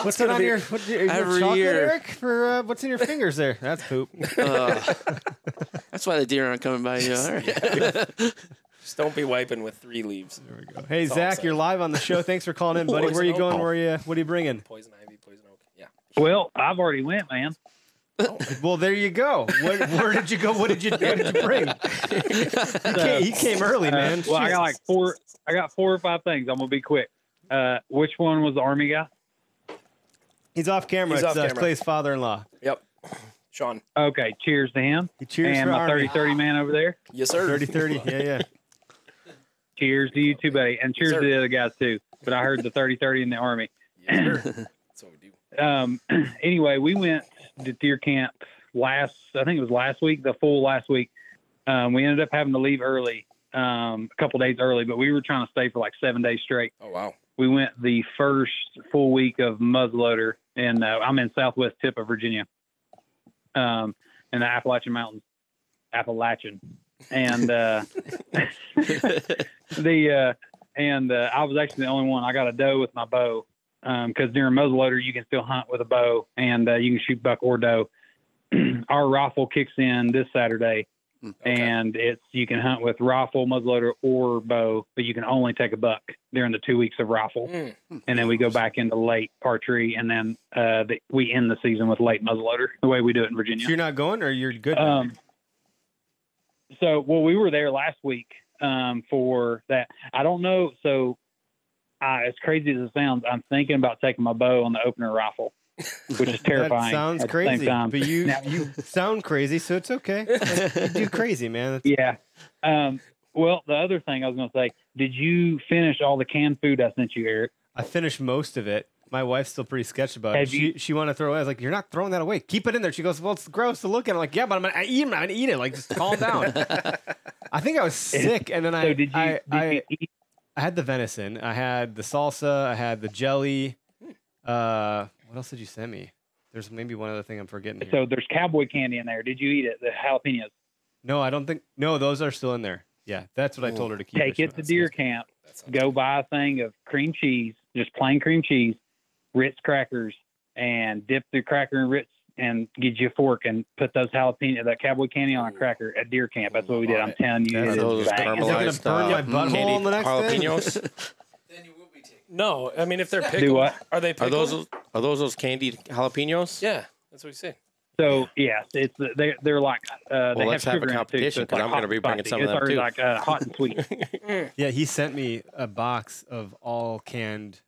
Speaker 1: what's that on your? What, you- you have
Speaker 4: every
Speaker 1: chocolate,
Speaker 4: year.
Speaker 1: Eric? For uh, what's in your fingers there? That's poop.
Speaker 4: Uh, that's why the deer aren't coming by you. All right.
Speaker 5: Just don't be wiping with three leaves.
Speaker 1: There we go. Hey
Speaker 5: That's all I'm
Speaker 1: Zach, you're
Speaker 5: saying.
Speaker 1: live on the show. Thanks for calling in, buddy.
Speaker 5: Poison
Speaker 1: Where are you
Speaker 5: oak.
Speaker 1: going? Where are you? What are you bringing?
Speaker 5: Poison ivy, poison oak. Yeah.
Speaker 7: Well, I've already went, man.
Speaker 1: Well, there you go. What, where did you go? What did you? What did you bring? he, came, he came early, man.
Speaker 8: uh, well, I got like
Speaker 1: Jesus.
Speaker 8: four. I got four or five things. I'm gonna be quick. Uh, which one was the army guy?
Speaker 1: He's off camera.
Speaker 5: He's
Speaker 1: it's
Speaker 5: off
Speaker 1: uh,
Speaker 5: camera.
Speaker 1: Clay's father-in-law.
Speaker 5: Yep. Sean.
Speaker 8: Okay, cheers to him.
Speaker 1: He cheers
Speaker 8: and
Speaker 1: for
Speaker 8: my
Speaker 1: Army.
Speaker 8: 30 30 man over there.
Speaker 5: Yes, sir.
Speaker 1: 30 30. Yeah, yeah.
Speaker 8: Cheers to you too, buddy, and cheers
Speaker 5: Sir.
Speaker 8: to the other guys too. But I heard the 30 30 in the army.
Speaker 5: Yes, sir. That's what we do.
Speaker 8: Um, anyway, we went to deer camp last. I think it was last week, the full last week. Um, we ended up having to leave early, um, a couple days early, but we were trying to stay for like seven days straight.
Speaker 5: Oh, wow.
Speaker 8: we went the first full week of muzzleloader, and uh, I'm in southwest tip of Virginia, um, in the Appalachian Mountains, Appalachian, and uh, the uh, and uh, I was actually the only one. I got a doe with my bow because during muzzleloader you can still hunt with a bow and uh, you can shoot buck or doe. Our rifle kicks in this Saturday,
Speaker 5: Okay.
Speaker 8: and it's you can hunt with rifle, muzzleloader, or bow, but you can only take a buck during the two weeks of rifle
Speaker 5: Mm,
Speaker 8: and then we go back into late partridge, and then uh, the, we end the season with late muzzleloader, the way we do it in
Speaker 1: So
Speaker 8: Virginia.
Speaker 1: you're not going or you're good? now?
Speaker 8: Um, so, well, we were there last week um, for that. I don't know. So, I, as crazy as it sounds, I'm thinking about taking my bow on the opener rifle, which is
Speaker 1: that
Speaker 8: terrifying.
Speaker 1: sounds
Speaker 8: at the same
Speaker 1: crazy.
Speaker 8: time.
Speaker 1: But you
Speaker 8: Now-
Speaker 1: you sound crazy, so it's okay. You do crazy, man.
Speaker 8: yeah. Um, well, the other thing I was going to say, did you finish all the canned food I sent you, Eric?
Speaker 1: I finished most of it. My wife's still pretty sketched about it.
Speaker 8: Have
Speaker 1: She she want to throw it. I was like, "You're not throwing that away. Keep it in there." She goes, "Well, it's gross to look at." I'm like, "Yeah, but I'm gonna I eat. it. I'm gonna eat it. Like, just calm down." I think I was sick, and then I
Speaker 8: so did you?
Speaker 1: I,
Speaker 8: did
Speaker 1: I,
Speaker 8: you eat?
Speaker 1: I had the venison. I had the salsa. I had the jelly. Uh, what else did you send me? There's maybe one other thing I'm forgetting. Here.
Speaker 8: So there's cowboy candy in there. Did you eat it? The jalapenos.
Speaker 1: no, I don't think. No, those are still in there. Yeah, that's what I told her to keep.
Speaker 8: Take
Speaker 1: her.
Speaker 8: it to deer camp. Go buy a thing of cream cheese, just plain cream cheese, Ritz crackers, and dip the cracker in Ritz and get you a fork and put those jalapeno, that cowboy candy
Speaker 3: Mm.
Speaker 8: on a cracker at deer camp. That's what we did. I'm telling you,
Speaker 1: That's
Speaker 8: it
Speaker 3: those
Speaker 8: is banging.
Speaker 1: Is it gonna
Speaker 3: caramelized
Speaker 1: burn
Speaker 3: uh,
Speaker 1: my butthole
Speaker 3: candied
Speaker 1: on the next day?
Speaker 3: jalapenos.
Speaker 5: No, I mean if they're pickled,
Speaker 8: Do what?
Speaker 5: are they
Speaker 3: are
Speaker 5: pickled?
Speaker 3: those are those those candied jalapenos?
Speaker 5: Yeah, that's what he said.
Speaker 8: So yes, it's they're they're like uh, they
Speaker 3: Well, let's
Speaker 8: have
Speaker 3: have a
Speaker 8: sugar in it too. So
Speaker 3: competition,
Speaker 8: it's like
Speaker 3: 'cause I'm
Speaker 8: hot
Speaker 3: gonna be
Speaker 8: and
Speaker 3: bringing
Speaker 8: spicy.
Speaker 3: some of
Speaker 8: It's
Speaker 3: them,
Speaker 8: already
Speaker 3: too.
Speaker 8: Like uh, hot and sweet.
Speaker 1: Yeah, he sent me a box of all canned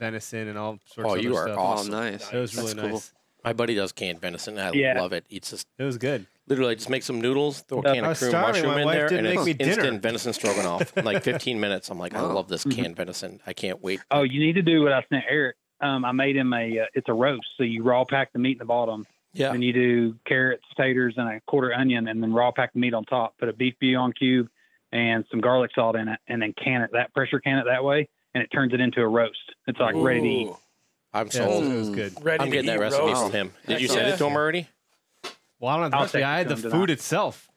Speaker 1: venison and all sorts
Speaker 3: Oh,
Speaker 1: of
Speaker 3: you
Speaker 1: other
Speaker 3: are
Speaker 1: stuff.
Speaker 3: awesome.
Speaker 4: Oh, nice.
Speaker 1: It was really
Speaker 4: That's cool.
Speaker 1: nice.
Speaker 3: My buddy does canned venison. and I
Speaker 8: Yeah.
Speaker 3: love it. Eats just
Speaker 1: It was good.
Speaker 3: literally just make some noodles, throw a
Speaker 8: I
Speaker 3: can of
Speaker 1: was
Speaker 3: cream
Speaker 1: starving.
Speaker 3: mushroom
Speaker 1: My
Speaker 3: in
Speaker 1: wife
Speaker 3: there,
Speaker 1: didn't
Speaker 3: and
Speaker 1: make
Speaker 3: it's
Speaker 1: me dinner.
Speaker 3: instant venison stroganoff in like 15 minutes. I'm like, I
Speaker 4: Wow.
Speaker 3: love this
Speaker 8: Mm-hmm.
Speaker 3: canned venison. I can't wait.
Speaker 8: Oh, you need to do what I sent Eric. Um, I made him a. Uh, it's a roast, so you raw pack the meat in the bottom,
Speaker 3: Yeah.
Speaker 8: and you do carrots, taters, and a quarter onion, and then raw pack the meat on top. Put a beef bouillon cube and some garlic salt in it, and then can it that pressure can it that way, and it turns it into a roast. It's like ready to eat.
Speaker 5: Ooat.
Speaker 3: I'm
Speaker 1: Yeah, it was-
Speaker 3: sold.
Speaker 1: it was good.
Speaker 5: Ready
Speaker 3: I'm
Speaker 5: to
Speaker 3: getting that
Speaker 5: eat
Speaker 3: recipe
Speaker 5: roast.
Speaker 3: from him. Did you
Speaker 5: Heck
Speaker 3: send
Speaker 5: yeah.
Speaker 3: it to him already?
Speaker 1: Well, I don't have the
Speaker 8: I'll
Speaker 1: recipe.
Speaker 8: take
Speaker 1: I
Speaker 8: it
Speaker 1: had
Speaker 8: to
Speaker 1: the
Speaker 8: him tonight.
Speaker 1: food itself.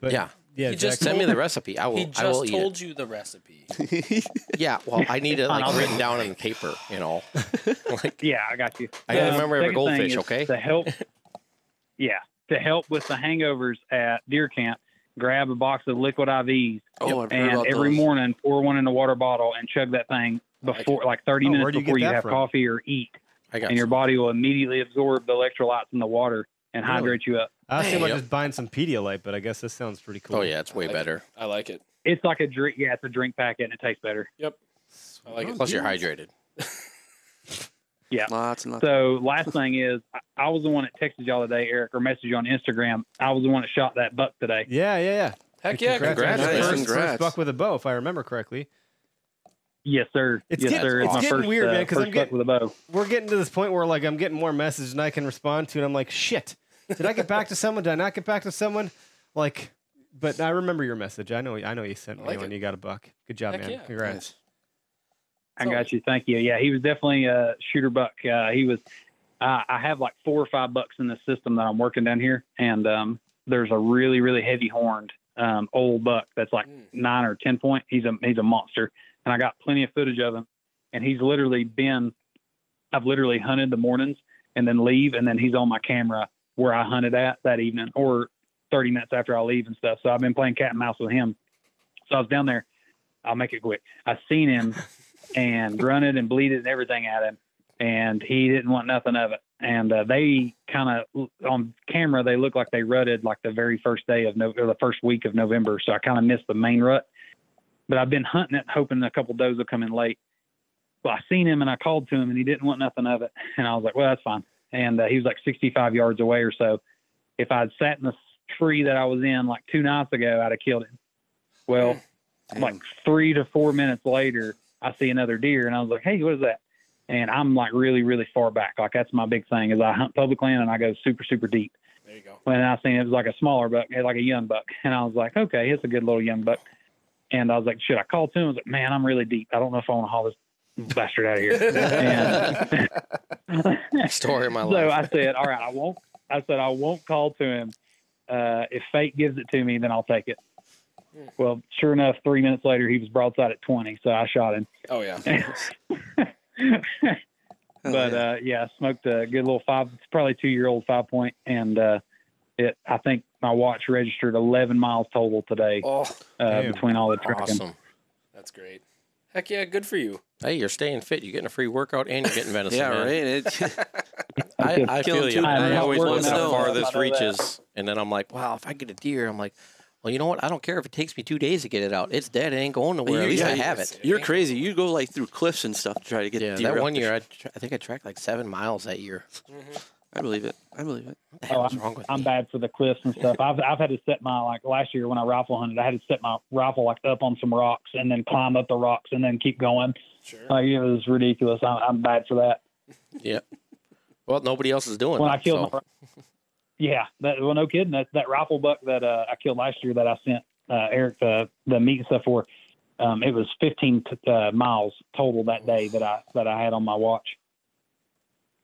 Speaker 1: But
Speaker 3: Yeah.
Speaker 1: yeah,
Speaker 5: He just
Speaker 1: Jack-
Speaker 3: Send me the recipe. I will.
Speaker 5: He
Speaker 3: I will
Speaker 5: just
Speaker 3: eat
Speaker 5: told you the recipe.
Speaker 3: it. Yeah. Well, I need it
Speaker 8: Fine,
Speaker 3: like
Speaker 8: I'll-
Speaker 3: written down on paper. You know. like,
Speaker 8: Yeah, I got you.
Speaker 3: I gotta
Speaker 8: Um,
Speaker 3: remember I
Speaker 8: second
Speaker 3: have a
Speaker 8: thing
Speaker 3: goldfish,
Speaker 8: is
Speaker 3: okay?
Speaker 8: To help, yeah, to help with the hangovers at deer camp, grab a box of liquid IVs
Speaker 4: Oh, I've heard
Speaker 8: and
Speaker 4: about
Speaker 8: every
Speaker 4: those.
Speaker 8: morning pour one in a water bottle and chug that thing before like 30
Speaker 1: Oh, where
Speaker 8: minutes
Speaker 1: do you get
Speaker 8: before you
Speaker 1: that
Speaker 8: have
Speaker 1: from?
Speaker 8: coffee or eat,
Speaker 3: I got.
Speaker 8: and your body will immediately absorb the electrolytes in the water and
Speaker 1: Really?
Speaker 8: hydrate you up.
Speaker 1: I was thinking about
Speaker 3: Yep.
Speaker 1: just buying some Pedialyte, but I guess this sounds pretty cool.
Speaker 3: Oh yeah, it's way better.
Speaker 5: I like it.
Speaker 8: It's like a drink. Yeah, it's a drink packet, and it tastes better.
Speaker 5: I like it.
Speaker 3: Plus, you're hydrated.
Speaker 4: Lots and lots.
Speaker 8: So last thing is, I, I was the one that texted y'all today, Eric, or messaged you on Instagram. I was the one that shot that buck today.
Speaker 1: Yeah, yeah, yeah.
Speaker 5: Heck yeah,
Speaker 1: Congrats.
Speaker 5: congrats.
Speaker 1: First-
Speaker 4: Nice,
Speaker 1: First,
Speaker 4: congrats.
Speaker 1: buck with a bow, if I remember correctly.
Speaker 8: Yes, sir.
Speaker 1: It's
Speaker 8: yes,
Speaker 1: getting-
Speaker 8: sir.
Speaker 1: it's
Speaker 8: my
Speaker 1: getting
Speaker 8: first,
Speaker 1: weird,
Speaker 8: uh,
Speaker 1: man, 'cause I'm
Speaker 8: first buck
Speaker 1: getting-
Speaker 8: with a bow.
Speaker 1: We're getting to this point where like I'm getting more messages than I can respond to, and I'm like, shit, did I get back to someone? Did I not get back to someone? Like, but I remember your message. I know, I know you sent
Speaker 5: I
Speaker 1: me
Speaker 5: like
Speaker 1: when
Speaker 5: it.
Speaker 1: you got a buck. Good job,
Speaker 5: Heck
Speaker 1: man.
Speaker 5: yeah.
Speaker 1: Congrats.
Speaker 4: Nice.
Speaker 8: I got you. Thank you. Yeah, he was definitely a shooter buck. Uh, he was. Uh, I have like four or five bucks in the system that I'm working down here, and um, there's a really, really heavy horned um, old buck that's like
Speaker 5: Mm.
Speaker 8: nine or ten point. He's a he's a monster, and I got plenty of footage of him. And he's literally been, I've literally hunted the mornings and then leave, and then he's on my camera where I hunted at that evening or 30 minutes after I leave and stuff. So I've been playing cat and mouse with him. So I was down there. I'll make it quick. I seen him and grunted and bleated and everything at him, and he didn't want nothing of it. And uh, they kind of on camera they look like they rutted like the very first day of no, or the first week of November. So I kind of missed the main rut. But I've been hunting it, hoping a couple does will come in late. Well, I seen him and I called to him, and he didn't want nothing of it. And I was like, well, that's fine. And uh, he was like 65 yards away or so. If I had sat in the tree that I was in like two nights ago, I'd have killed him. Well,
Speaker 4: Damn.
Speaker 8: like three to four minutes later, I see another deer and I was like, Hey, what is that? And I'm like really, really far back. Like that's my big thing is I hunt public land and I go super, super deep.
Speaker 5: There you go.
Speaker 8: When I seen it was like a smaller buck, eh, like a young buck. And I was like, Okay, it's a good little young buck. And I was like, should I call to him? I was like, man, I'm really deep. I don't know if I want to haul this bastard out of here. And-
Speaker 3: Story of my
Speaker 8: so
Speaker 3: life.
Speaker 8: I said, all right, I won't. I said I won't call to him. Uh, if fate gives it to me, then I'll take it. Well, sure enough, three minutes later, he was broadside at twenty, so I shot him.
Speaker 5: Oh yeah.
Speaker 4: Hell
Speaker 8: but
Speaker 4: yeah.
Speaker 8: uh, yeah, I smoked a good little five, it's probably two year old five point, and uh, it. I think my watch registered eleven miles total today
Speaker 5: Oh,
Speaker 8: uh,
Speaker 1: damn.
Speaker 8: between all the tracking.
Speaker 3: awesome.
Speaker 5: that's great. Heck yeah, good for you.
Speaker 3: Hey, you're staying fit. You're getting a free workout and you're getting venison.
Speaker 4: yeah,
Speaker 3: man.
Speaker 4: right. It,
Speaker 3: I, I
Speaker 4: Killing
Speaker 3: feel
Speaker 4: two
Speaker 3: you.
Speaker 8: birds
Speaker 3: I
Speaker 8: with
Speaker 3: always
Speaker 8: one
Speaker 3: wonder how
Speaker 4: stone.
Speaker 3: far
Speaker 8: I
Speaker 3: this
Speaker 8: know that.
Speaker 3: reaches, and then I'm like, wow, if I get a deer, I'm like, well, you know what? I don't care if it takes me two days to get it out. It's dead. It ain't going nowhere. At least I
Speaker 4: yeah,
Speaker 3: have it.
Speaker 4: you're crazy. You go like through cliffs and stuff to try to get
Speaker 3: Yeah,
Speaker 4: deer
Speaker 3: that
Speaker 4: up
Speaker 3: one
Speaker 4: the-
Speaker 3: year, I, tra- I think I tracked like seven miles that year.
Speaker 4: I believe it. I believe it.
Speaker 3: What the
Speaker 8: Oh,
Speaker 3: hell's wrong with
Speaker 8: I'm
Speaker 3: me?
Speaker 8: bad for the cliffs and stuff. I've I've had to set my like last year when I rifle hunted, I had to set my rifle like up on some rocks and then climb up the rocks and then keep going.
Speaker 5: Sure.
Speaker 8: Like it was ridiculous. I'm, I'm bad for that.
Speaker 3: Yeah. Well, nobody else is doing
Speaker 8: When
Speaker 3: it.
Speaker 8: I killed,
Speaker 3: so-
Speaker 8: my, yeah, that well, no kidding. That that rifle buck that uh, I killed last year that I sent uh, Eric the the meat and stuff for, um, it was 15 t- uh, miles total that day that I that I had on my watch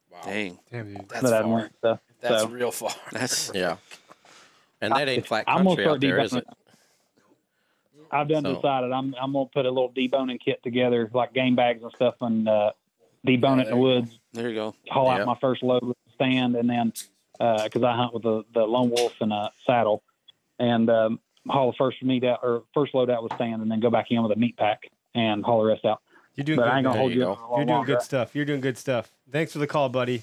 Speaker 5: Wow.
Speaker 4: Dang.
Speaker 1: Damn, dude.
Speaker 5: That's
Speaker 8: that I
Speaker 5: far.
Speaker 8: went. So
Speaker 5: That's
Speaker 8: so-
Speaker 5: real far.
Speaker 4: That's
Speaker 3: yeah. And that ain't flat
Speaker 8: I'm gonna
Speaker 3: country
Speaker 8: start
Speaker 3: out there, is
Speaker 8: deboning.
Speaker 3: it?
Speaker 8: I've done
Speaker 3: So-
Speaker 8: decided I'm I'm gonna put a little deboning kit together, like game bags and stuff, and uh, debone it in
Speaker 5: Yeah, there
Speaker 8: the
Speaker 5: you
Speaker 8: woods.
Speaker 4: there you go.
Speaker 8: haul
Speaker 3: Yep.
Speaker 8: out my first load with the stand, and then because I hunt with the, the lone wolf and a saddle, and um, haul the first meat out or first load out with stand, and then go back in with a meat pack and haul the rest out.
Speaker 1: You're doing
Speaker 8: but I
Speaker 1: good. man.
Speaker 8: ain't gonna hold
Speaker 3: There
Speaker 8: you.
Speaker 3: you
Speaker 8: up
Speaker 3: go.
Speaker 8: for a lot
Speaker 1: You're doing
Speaker 8: longer.
Speaker 1: good stuff. You're doing good stuff. Thanks for the call, buddy.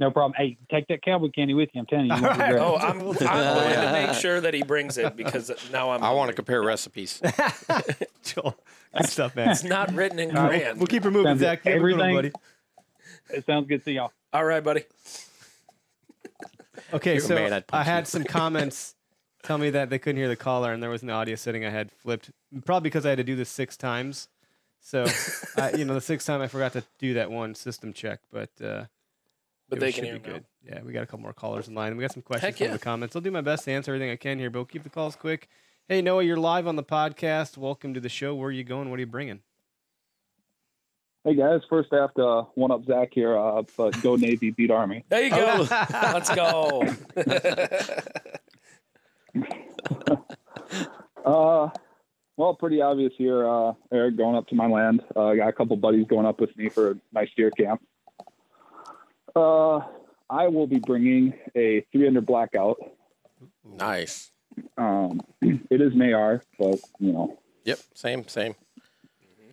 Speaker 8: No problem. Hey, take that cowboy candy with you. I'm telling you, you
Speaker 1: All
Speaker 8: won't
Speaker 1: right.
Speaker 8: regret it.
Speaker 5: Oh, I'm, I'm going to make sure that he brings it because now I'm.
Speaker 3: I want to
Speaker 5: hungry.
Speaker 3: compare recipes.
Speaker 1: Joel, good stuff, man.
Speaker 5: It's not written in
Speaker 1: All right,
Speaker 5: grand.
Speaker 1: we'll keep her moving,
Speaker 8: Sounds good.
Speaker 1: Zach. You have a good one,
Speaker 8: Everything-
Speaker 1: buddy.
Speaker 8: It sounds good to y'all.
Speaker 5: All right, buddy.
Speaker 1: Okay,
Speaker 3: You're a
Speaker 1: so
Speaker 3: man, I'd
Speaker 1: I
Speaker 3: punch
Speaker 1: had
Speaker 3: you.
Speaker 1: some comments tell me that they couldn't hear the caller and there was an audio setting I had flipped, probably because I had to do this six times. So, I, you know, the sixth time I forgot to do that one system check, but uh,
Speaker 5: But
Speaker 1: it
Speaker 5: they
Speaker 1: should
Speaker 5: can hear
Speaker 1: be
Speaker 5: me.
Speaker 1: good. Yeah, we got a couple more callers in line. We got some questions
Speaker 5: Heck
Speaker 1: from
Speaker 5: yeah.
Speaker 1: the comments. I'll do my best to answer everything I can here, but we'll keep the calls quick. Hey, Noah, you're live on the podcast. Welcome to the show. Where are you going? What are you bringing?
Speaker 9: Hey guys, first I have to one up Zach here, uh, but go Navy, beat Army.
Speaker 5: There you go.
Speaker 1: Oh.
Speaker 5: Let's go.
Speaker 9: Uh, well, pretty obvious here, uh, Eric going up to my land. Uh, I got a couple buddies going up with me for a nice deer camp. Uh, I will be bringing a 300 blackout.
Speaker 3: nice.
Speaker 9: Um, it is an AR, but you know,
Speaker 3: Yep. Same. Same.
Speaker 4: Mm-hmm.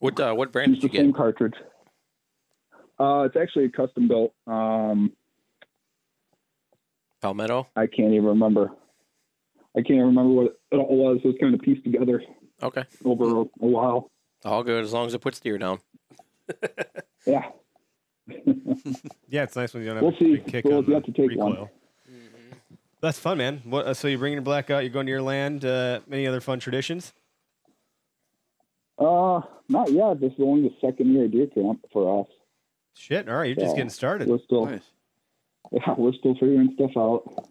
Speaker 3: What uh, what brand
Speaker 9: it's
Speaker 3: did you
Speaker 9: the
Speaker 3: get?
Speaker 9: same cartridge. Uh, it's actually a custom built. Um,
Speaker 3: Palmetto.
Speaker 9: I can't even remember. I can't remember what it all was. It was kind of pieced together
Speaker 3: Okay.
Speaker 9: over a while.
Speaker 3: All good as long as it puts deer down.
Speaker 9: Yeah.
Speaker 1: Yeah, it's nice when you don't have
Speaker 9: We'll
Speaker 1: a
Speaker 9: see.
Speaker 1: big kick
Speaker 9: We'll
Speaker 1: on
Speaker 9: have
Speaker 1: the
Speaker 9: to take
Speaker 1: recoil.
Speaker 9: one.
Speaker 1: That's fun, man. What, uh, so you're bringing your black out. You're going to your land. Uh, any other fun traditions?
Speaker 9: Uh, not yet. This is only the second year of deer camp for us.
Speaker 1: Shit. All right, you're just
Speaker 9: Yeah.
Speaker 1: getting started.
Speaker 9: We're still,
Speaker 4: nice.
Speaker 9: yeah, we're still figuring stuff out.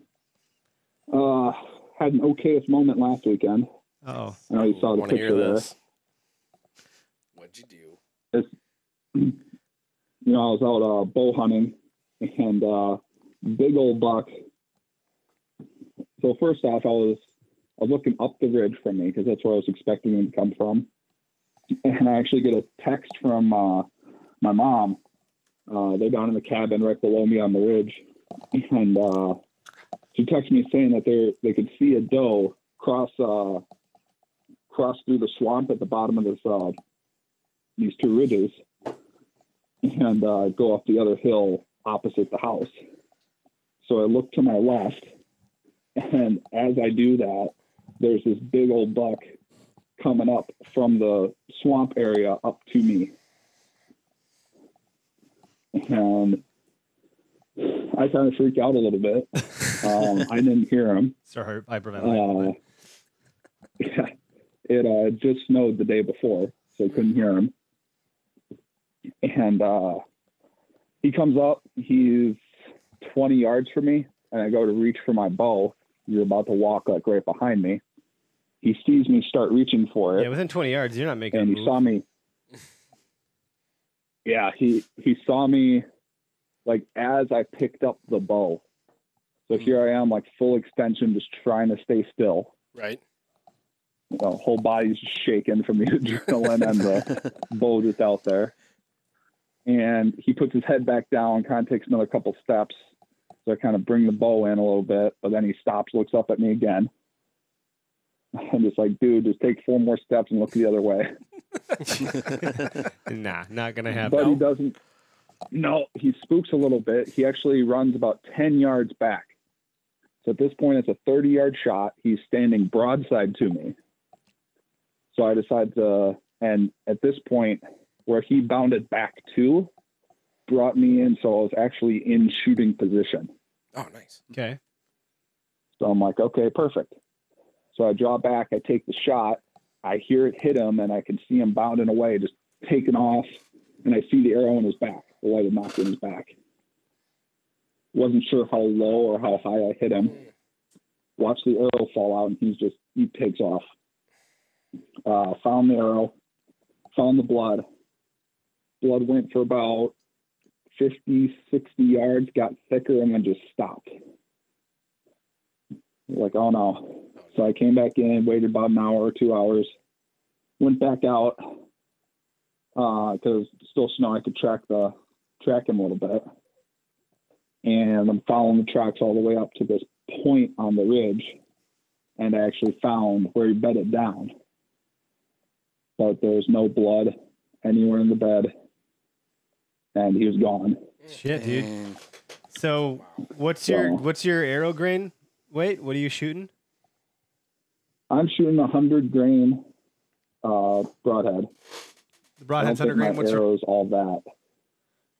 Speaker 9: Uh, had an okayest moment last weekend.
Speaker 1: Oh,
Speaker 9: I know you saw the
Speaker 3: Want to hear
Speaker 9: picture there.
Speaker 3: this?
Speaker 5: What'd you do?
Speaker 9: You know, I was out uh, bow hunting and uh, big old buck. So first off, I was I was looking up the ridge from me because that's where I was expecting him to come from, and I actually get a text from uh, my mom. Uh, they're down in the cabin right below me on the ridge, and uh, she texted me saying that they they could see a doe cross uh, cross through the swamp at the bottom of this uh, these two ridges, and uh, go up the other hill opposite the house. So I look to my left, and as I do that, there's this big old buck coming up from the swamp area up to me. And I kind of freaked out a little bit. Um, I didn't hear him.
Speaker 1: sorry,
Speaker 9: Uh,
Speaker 1: hyperventilating.
Speaker 9: yeah, it uh, just snowed the day before, so I couldn't hear him. And uh, he comes up, he's 20 yards from me, and I go to reach for my bow. He's about to walk like right behind me. He sees me start reaching for it,
Speaker 1: yeah, within 20 yards, you're not making a
Speaker 9: and
Speaker 1: move.
Speaker 9: he saw me. Yeah, he he saw me, like as I picked up the bow.
Speaker 1: Hmm.
Speaker 9: So here I am, like full extension, just trying to stay still
Speaker 5: Right.
Speaker 9: the whole body's just shaking from the adrenaline and the bow that's out there. And he puts his head back down, kind of takes another couple steps. So I kind of bring the bow in a little bit, but then he stops, looks up at me again. I'm just like, dude, just take four more steps and look the other way.
Speaker 1: Nah, not gonna happen.
Speaker 9: But he doesn't. No, he spooks a little bit. He actually runs about 10 yards back. So at this point, it's a 30 yard shot. He's standing broadside to me. So I decide to, and at this point, where he bounded back to, brought me in, so I was actually in shooting position.
Speaker 5: Oh, nice.
Speaker 1: Okay.
Speaker 9: So I'm like, okay, perfect. So I draw back, I take the shot, I hear it hit him, and I can see him bounding away, just taking off, and I see the arrow in his back. The light had knocked in his back. Wasn't sure how low or how high I hit him. Watch the arrow fall out, and he's just he takes off. Uh, found the arrow, found the blood. Blood went for about 50, 60 yards, got thicker, and then just stopped like, oh no. So I came back in, waited about an hour or two hours, went back out because still snow. I could track the track him a little bit, and I'm following the tracks all the way up to this point on the ridge, and I actually found where he bedded down. But there's no blood anywhere in the bed, and he was gone.
Speaker 1: Shit, dude. So what's your
Speaker 9: Wow.
Speaker 1: what's your arrow grain? Wait, what are you shooting?
Speaker 9: I'm shooting a hundred grain uh,
Speaker 1: The
Speaker 9: broadhead. I don't
Speaker 1: broadhead's
Speaker 9: think
Speaker 1: hundred grain.
Speaker 9: my
Speaker 1: What's your?
Speaker 9: arrows all that?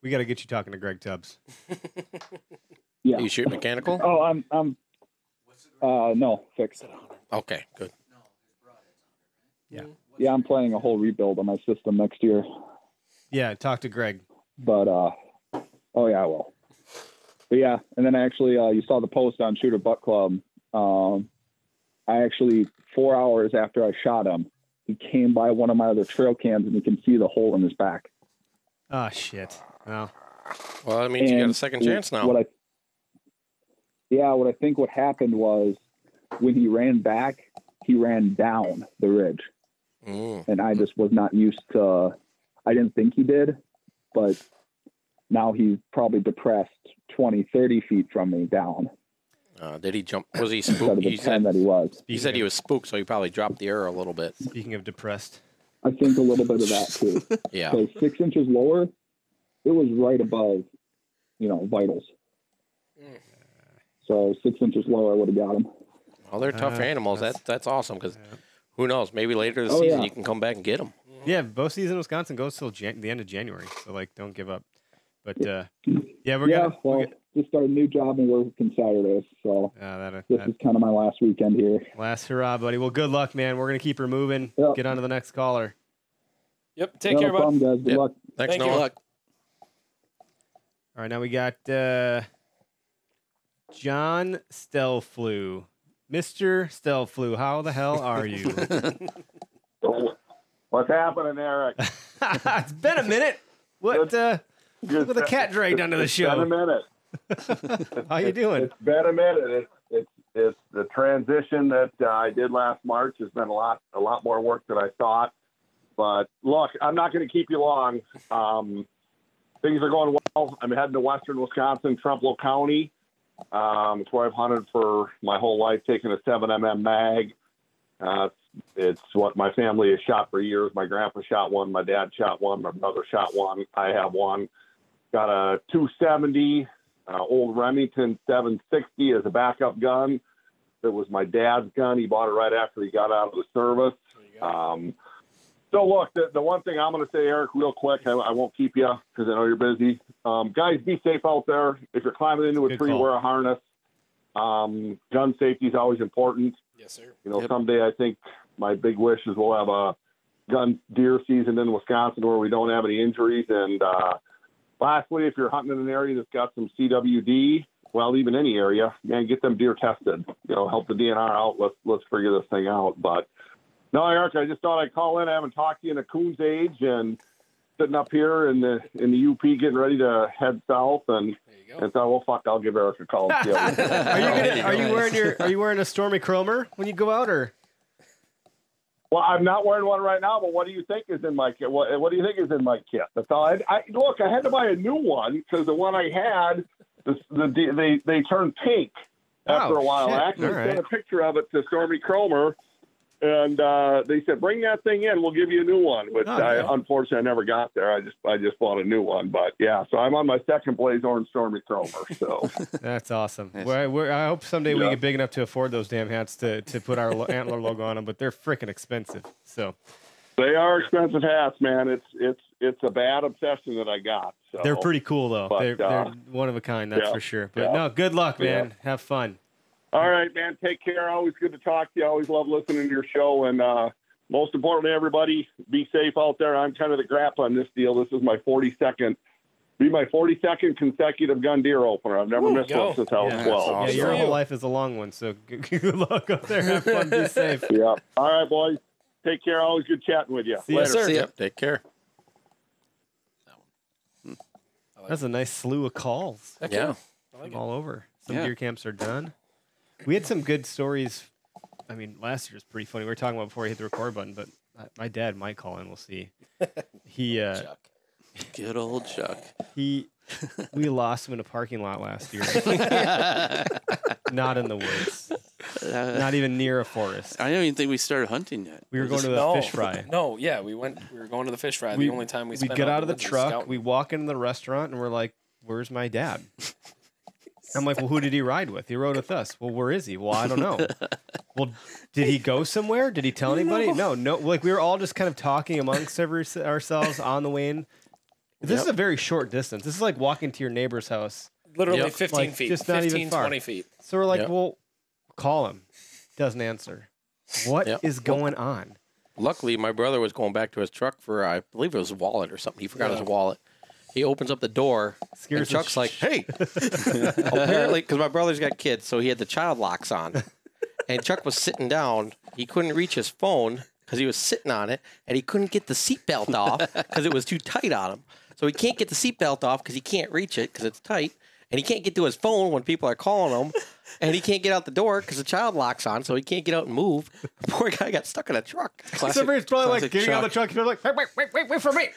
Speaker 1: We got to get you talking to Greg Tubbs.
Speaker 9: Yeah.
Speaker 3: Are you shoot mechanical?
Speaker 9: Oh, I'm I'm. Uh, no, fix.
Speaker 3: Okay, good. Mm-hmm.
Speaker 9: Yeah, I'm planning a whole rebuild on my system next year.
Speaker 1: Yeah, talk to Greg.
Speaker 9: But uh, oh yeah, I will. But yeah, and then I actually, uh, you saw the post on Shooter Butt Club. Um, I actually four hours after I shot him, he came by one of my other trail cams, and you can see the hole in his back.
Speaker 1: Oh shit. Well,
Speaker 3: Well, that means you got a
Speaker 9: And
Speaker 3: second
Speaker 9: w-
Speaker 3: chance now.
Speaker 9: What I, yeah, what I think what happened was when he ran back, he ran down the ridge.
Speaker 3: Mm.
Speaker 9: and I just was not used to. I didn't think he did, but now he's probably depressed 20, 30 feet from me down
Speaker 3: Uh, did he jump? Was he
Speaker 9: instead
Speaker 3: spooked?
Speaker 9: of the 10
Speaker 3: He said,
Speaker 9: that he was.
Speaker 3: he said he was spooked, so he probably dropped the arrow a little bit.
Speaker 1: Speaking of depressed,
Speaker 9: I think a little bit of that too.
Speaker 3: Yeah.
Speaker 9: So six inches lower, it was right above, you know, vitals.
Speaker 3: Hmm.
Speaker 9: So six inches lower, I would have got him.
Speaker 3: Well, they're tough
Speaker 1: Uh,
Speaker 3: animals. That's
Speaker 1: that's-
Speaker 3: that's awesome because who knows? Maybe later this
Speaker 9: Oh,
Speaker 3: season
Speaker 9: yeah.
Speaker 3: you can come back and get them.
Speaker 1: Mm-hmm. yeah, bow season in Wisconsin goes till Jan- the end of January, so like, don't give up. But uh, yeah, we're
Speaker 9: yeah,
Speaker 1: gonna.
Speaker 9: well,
Speaker 1: we're gonna-
Speaker 9: just started a new job and working Saturdays, so
Speaker 1: Ah, that,
Speaker 9: this
Speaker 1: that-
Speaker 9: is kind of my last weekend here.
Speaker 1: last hurrah, buddy. Well, good luck, man. We're gonna keep her moving.
Speaker 9: Yeah.
Speaker 1: Get on to the next caller.
Speaker 5: Yep. Take
Speaker 9: No
Speaker 5: care, bud.
Speaker 9: problem, guys. Good
Speaker 3: Yep.
Speaker 9: luck.
Speaker 3: Thanks,
Speaker 5: Thank you.
Speaker 3: Noah.
Speaker 1: All right, now we got uh, John Stelflu. Mr. Stelflu, how the hell are you?
Speaker 10: What's happening, Eric?
Speaker 1: it's been a minute. What uh,
Speaker 10: Look
Speaker 1: what the cat dragged onto the
Speaker 10: It's been
Speaker 1: show?
Speaker 10: a minute.
Speaker 1: How you doing?
Speaker 10: It's been a minute. It's it's it's the transition that uh, I did last March has been a lot a lot more work than I thought. But look, I'm not going to keep you long. Um, things are going well. I'm heading to Western Wisconsin, Trumbull County. Um, it's where I've hunted for my whole life, taking a 7mm mag. Uh, it's what my family has shot for years. My grandpa shot one, my dad shot one, my brother shot one. I have one. Got a 270 uh, old Remington 760 as a backup gun. That was my dad's gun. He bought it right after he got out of the service. Um, so look, the, the one thing I'm going to say, Eric, real quick, I, I won't keep you because I know you're busy. Um, guys, be safe out there. If you're climbing into a
Speaker 1: Good
Speaker 10: tree,
Speaker 1: call.
Speaker 10: wear a harness. Um, gun safety is always important.
Speaker 5: Yes, sir.
Speaker 10: You know,
Speaker 4: Yep.
Speaker 10: someday I think my big wish is we'll have a gun deer season in Wisconsin where we don't have any injuries. And uh, lastly, if you're hunting in an area that's got some CWD, well, even any area, man, get them deer tested. You know, help the DNR out. Let's let's figure this thing out. But no, Eric, I just thought I'd call in. I haven't talked to you in a coon's age, and sitting up here in the in the UP getting ready to head south, and
Speaker 5: There you go.
Speaker 10: and thought, well, fuck, I'll give Eric a call. And see how he-
Speaker 1: Are you, gonna,
Speaker 4: There you
Speaker 1: are
Speaker 4: go.
Speaker 1: you wearing your Are you wearing a Stormy Cromer when you go out, or
Speaker 10: Well, I'm not wearing one right now, but what do you think is in my kit? What, what do you think is in my kit? That's all. I, I look. I had to buy a new one because the one I had, the, the, they they turned pink after
Speaker 1: Oh,
Speaker 10: a while.
Speaker 1: shit.
Speaker 10: I actually
Speaker 1: All right.
Speaker 10: sent a picture of it to Stormy Cromer, and uh, they said, "Bring that thing in. We'll give you a new one." Which
Speaker 1: Oh,
Speaker 10: I
Speaker 1: good.
Speaker 10: unfortunately I never got there. I just I just bought a new one, but yeah. So I'm on my second Blaze Orange Stormy Cromer. So
Speaker 1: That's awesome.
Speaker 4: Nice.
Speaker 1: We're, we're, I hope someday we
Speaker 10: Yeah.
Speaker 1: get big enough to afford those damn hats to, to put our lo- antler logo on them, but they're freaking expensive. So
Speaker 10: they are expensive hats, man. It's it's it's a bad obsession that I got. So
Speaker 1: They're pretty cool though.
Speaker 10: but,
Speaker 1: they're,
Speaker 10: uh,
Speaker 1: they're one of a kind, that's
Speaker 10: yeah,
Speaker 1: for sure. But
Speaker 10: yeah,
Speaker 1: no, good luck,
Speaker 10: yeah.
Speaker 1: man. Have fun.
Speaker 10: All right, man. Take care. Always good to talk to you. Always love listening to your show. And uh, most importantly, everybody, be safe out there. I'm kind of the grap on this deal. This is my 42nd, be my 42nd consecutive gun deer opener. I've never
Speaker 5: Woo,
Speaker 10: missed
Speaker 5: go.
Speaker 10: one since I was
Speaker 1: yeah,
Speaker 10: 12.
Speaker 1: yeah, your
Speaker 5: Good for
Speaker 1: whole
Speaker 5: you.
Speaker 1: life is a long one, so good, good luck up there. Have fun. Be safe.
Speaker 10: Yeah. All right, boys. Take care. Always good chatting with you.
Speaker 1: See ya.
Speaker 10: Later.
Speaker 5: sir.
Speaker 3: Yep. Take care.
Speaker 1: Hmm. That's a nice slew of calls
Speaker 5: Heck
Speaker 3: Yeah.
Speaker 5: I like
Speaker 1: from
Speaker 5: it.
Speaker 1: all over. Some
Speaker 4: Yeah.
Speaker 1: deer camps are done. We had some good stories. I mean, last year was pretty funny. We were talking about before I hit the record button, but my- my dad might call in. We'll see. He uh,
Speaker 3: Chuck.
Speaker 4: Good old Chuck.
Speaker 1: he. We lost him in a parking lot last year. Not in the woods.
Speaker 4: Uh,
Speaker 1: Not even near a forest.
Speaker 4: I don't even think we started hunting yet.
Speaker 1: We were going to the
Speaker 5: No.
Speaker 1: fish fry.
Speaker 5: No, yeah, we went. We were going to the fish fry.
Speaker 1: We-
Speaker 5: the only time we
Speaker 1: We
Speaker 5: spent
Speaker 1: get
Speaker 5: on
Speaker 1: out of the
Speaker 5: woods is
Speaker 1: truck.
Speaker 5: scouting.
Speaker 1: We walk into the restaurant and we're like, "Where's my dad?" I'm like, "Well, who did he ride with? He rode with us. Well, where is he? Well, I don't know. well, did he go somewhere? Did he tell anybody? No, no. Like we were all just kind of talking amongst every, ourselves on the way in. This is a very short distance. This is like walking to your neighbor's house.
Speaker 5: literally
Speaker 3: Yep.
Speaker 5: 15
Speaker 1: Like,
Speaker 5: feet,
Speaker 1: just not even
Speaker 5: 15,
Speaker 1: far.
Speaker 5: 20 feet.
Speaker 1: So we're like,
Speaker 3: Yep.
Speaker 1: "Well, call him." Doesn't answer. What is
Speaker 3: Yep.
Speaker 1: going on?
Speaker 3: Luckily, my brother was going back to his truck for, I believe it was a wallet or something. He forgot
Speaker 5: Yeah.
Speaker 3: his wallet. He opens up the door.
Speaker 1: Scares
Speaker 3: and
Speaker 1: the
Speaker 3: Chuck's
Speaker 1: sh-
Speaker 3: like, hey. Apparently, because my brother's got kids, so he had the child locks on. And Chuck was sitting down. He couldn't reach his phone because he was sitting on it, and he couldn't get the seatbelt off because it was too tight on him. So he can't get the seatbelt off because he can't reach it because it's tight. And he can't get to his phone when people are calling him. And he can't get out the door because the child locks on, so he can't get out and move. The poor guy got stuck in a truck.
Speaker 1: Somebody's probably like
Speaker 4: classic
Speaker 1: getting out of the truck. And they're like, "Hey, wait, wait, wait, wait for me.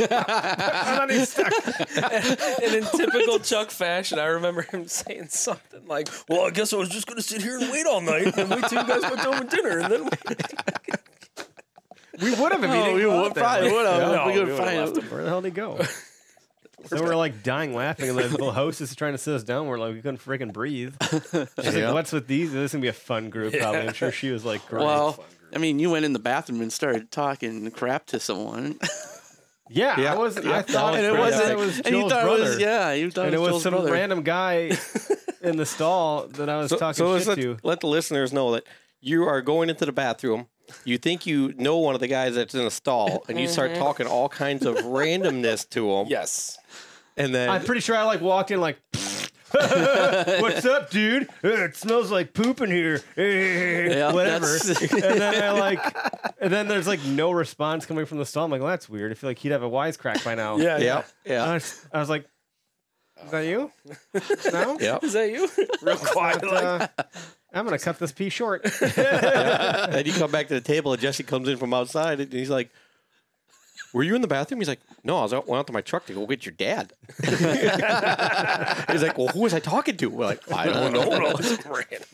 Speaker 1: I'm not even stuck.
Speaker 5: And in typical Chuck fashion, I remember him saying something like, "Well, I guess I was just going to sit here and wait all night and wait till you guys went home with dinner, and then Oh,
Speaker 1: We would have if he didn't go out there. Like,
Speaker 4: would have.
Speaker 5: No,
Speaker 4: we
Speaker 5: we
Speaker 4: could
Speaker 5: would've
Speaker 4: find
Speaker 5: left
Speaker 4: him.
Speaker 1: Where the hell did he go? so we're like dying laughing, and the little hostess is trying to sit us down. We're like, we couldn't freaking breathe. She's like, "What's with these? This is gonna be a fun group." Probably. I'm sure she was like, Great.
Speaker 4: Well, I mean, you went in the bathroom and started talking crap to someone.
Speaker 1: yeah, I was. I thought
Speaker 4: and it
Speaker 1: I thought
Speaker 4: wasn't.
Speaker 1: It was
Speaker 4: and you
Speaker 1: Joel's
Speaker 4: thought
Speaker 1: brother.
Speaker 4: it was, yeah, you thought
Speaker 1: and it was
Speaker 4: Joel's
Speaker 1: some
Speaker 4: brother.
Speaker 1: random guy in the stall that I was talking shit
Speaker 3: let's let,
Speaker 1: to.
Speaker 3: let the listeners know that you are going into the bathroom. You think you know one of the guys that's in a stall, and you start talking all kinds of randomness to him.
Speaker 5: yes,
Speaker 3: and then
Speaker 1: I'm pretty sure I like walked in like. What's up, dude? Uh, It smells like poop in here.
Speaker 4: Yeah,
Speaker 1: Whatever.
Speaker 4: that's-
Speaker 1: And then I like, and then there's like no response coming from the stall. I'm like, well, that's weird. I feel like he'd have a wisecrack by now.
Speaker 5: yeah,
Speaker 3: yeah,
Speaker 1: And I
Speaker 3: yeah,
Speaker 1: was, I was like, is that you? No.
Speaker 3: yeah.
Speaker 5: Is that you? Real quiet, like,
Speaker 1: Uh, I'm gonna cut this piece short.
Speaker 3: and you come back to the table, and Jesse comes in from outside, and he's like, "Were you in the bathroom?" He's like, "No, I was out, went out to my truck to go get your dad." he's like, "Well, who was I talking to?" We're like, "I don't know."
Speaker 11: Oh,
Speaker 5: no, no, it's random.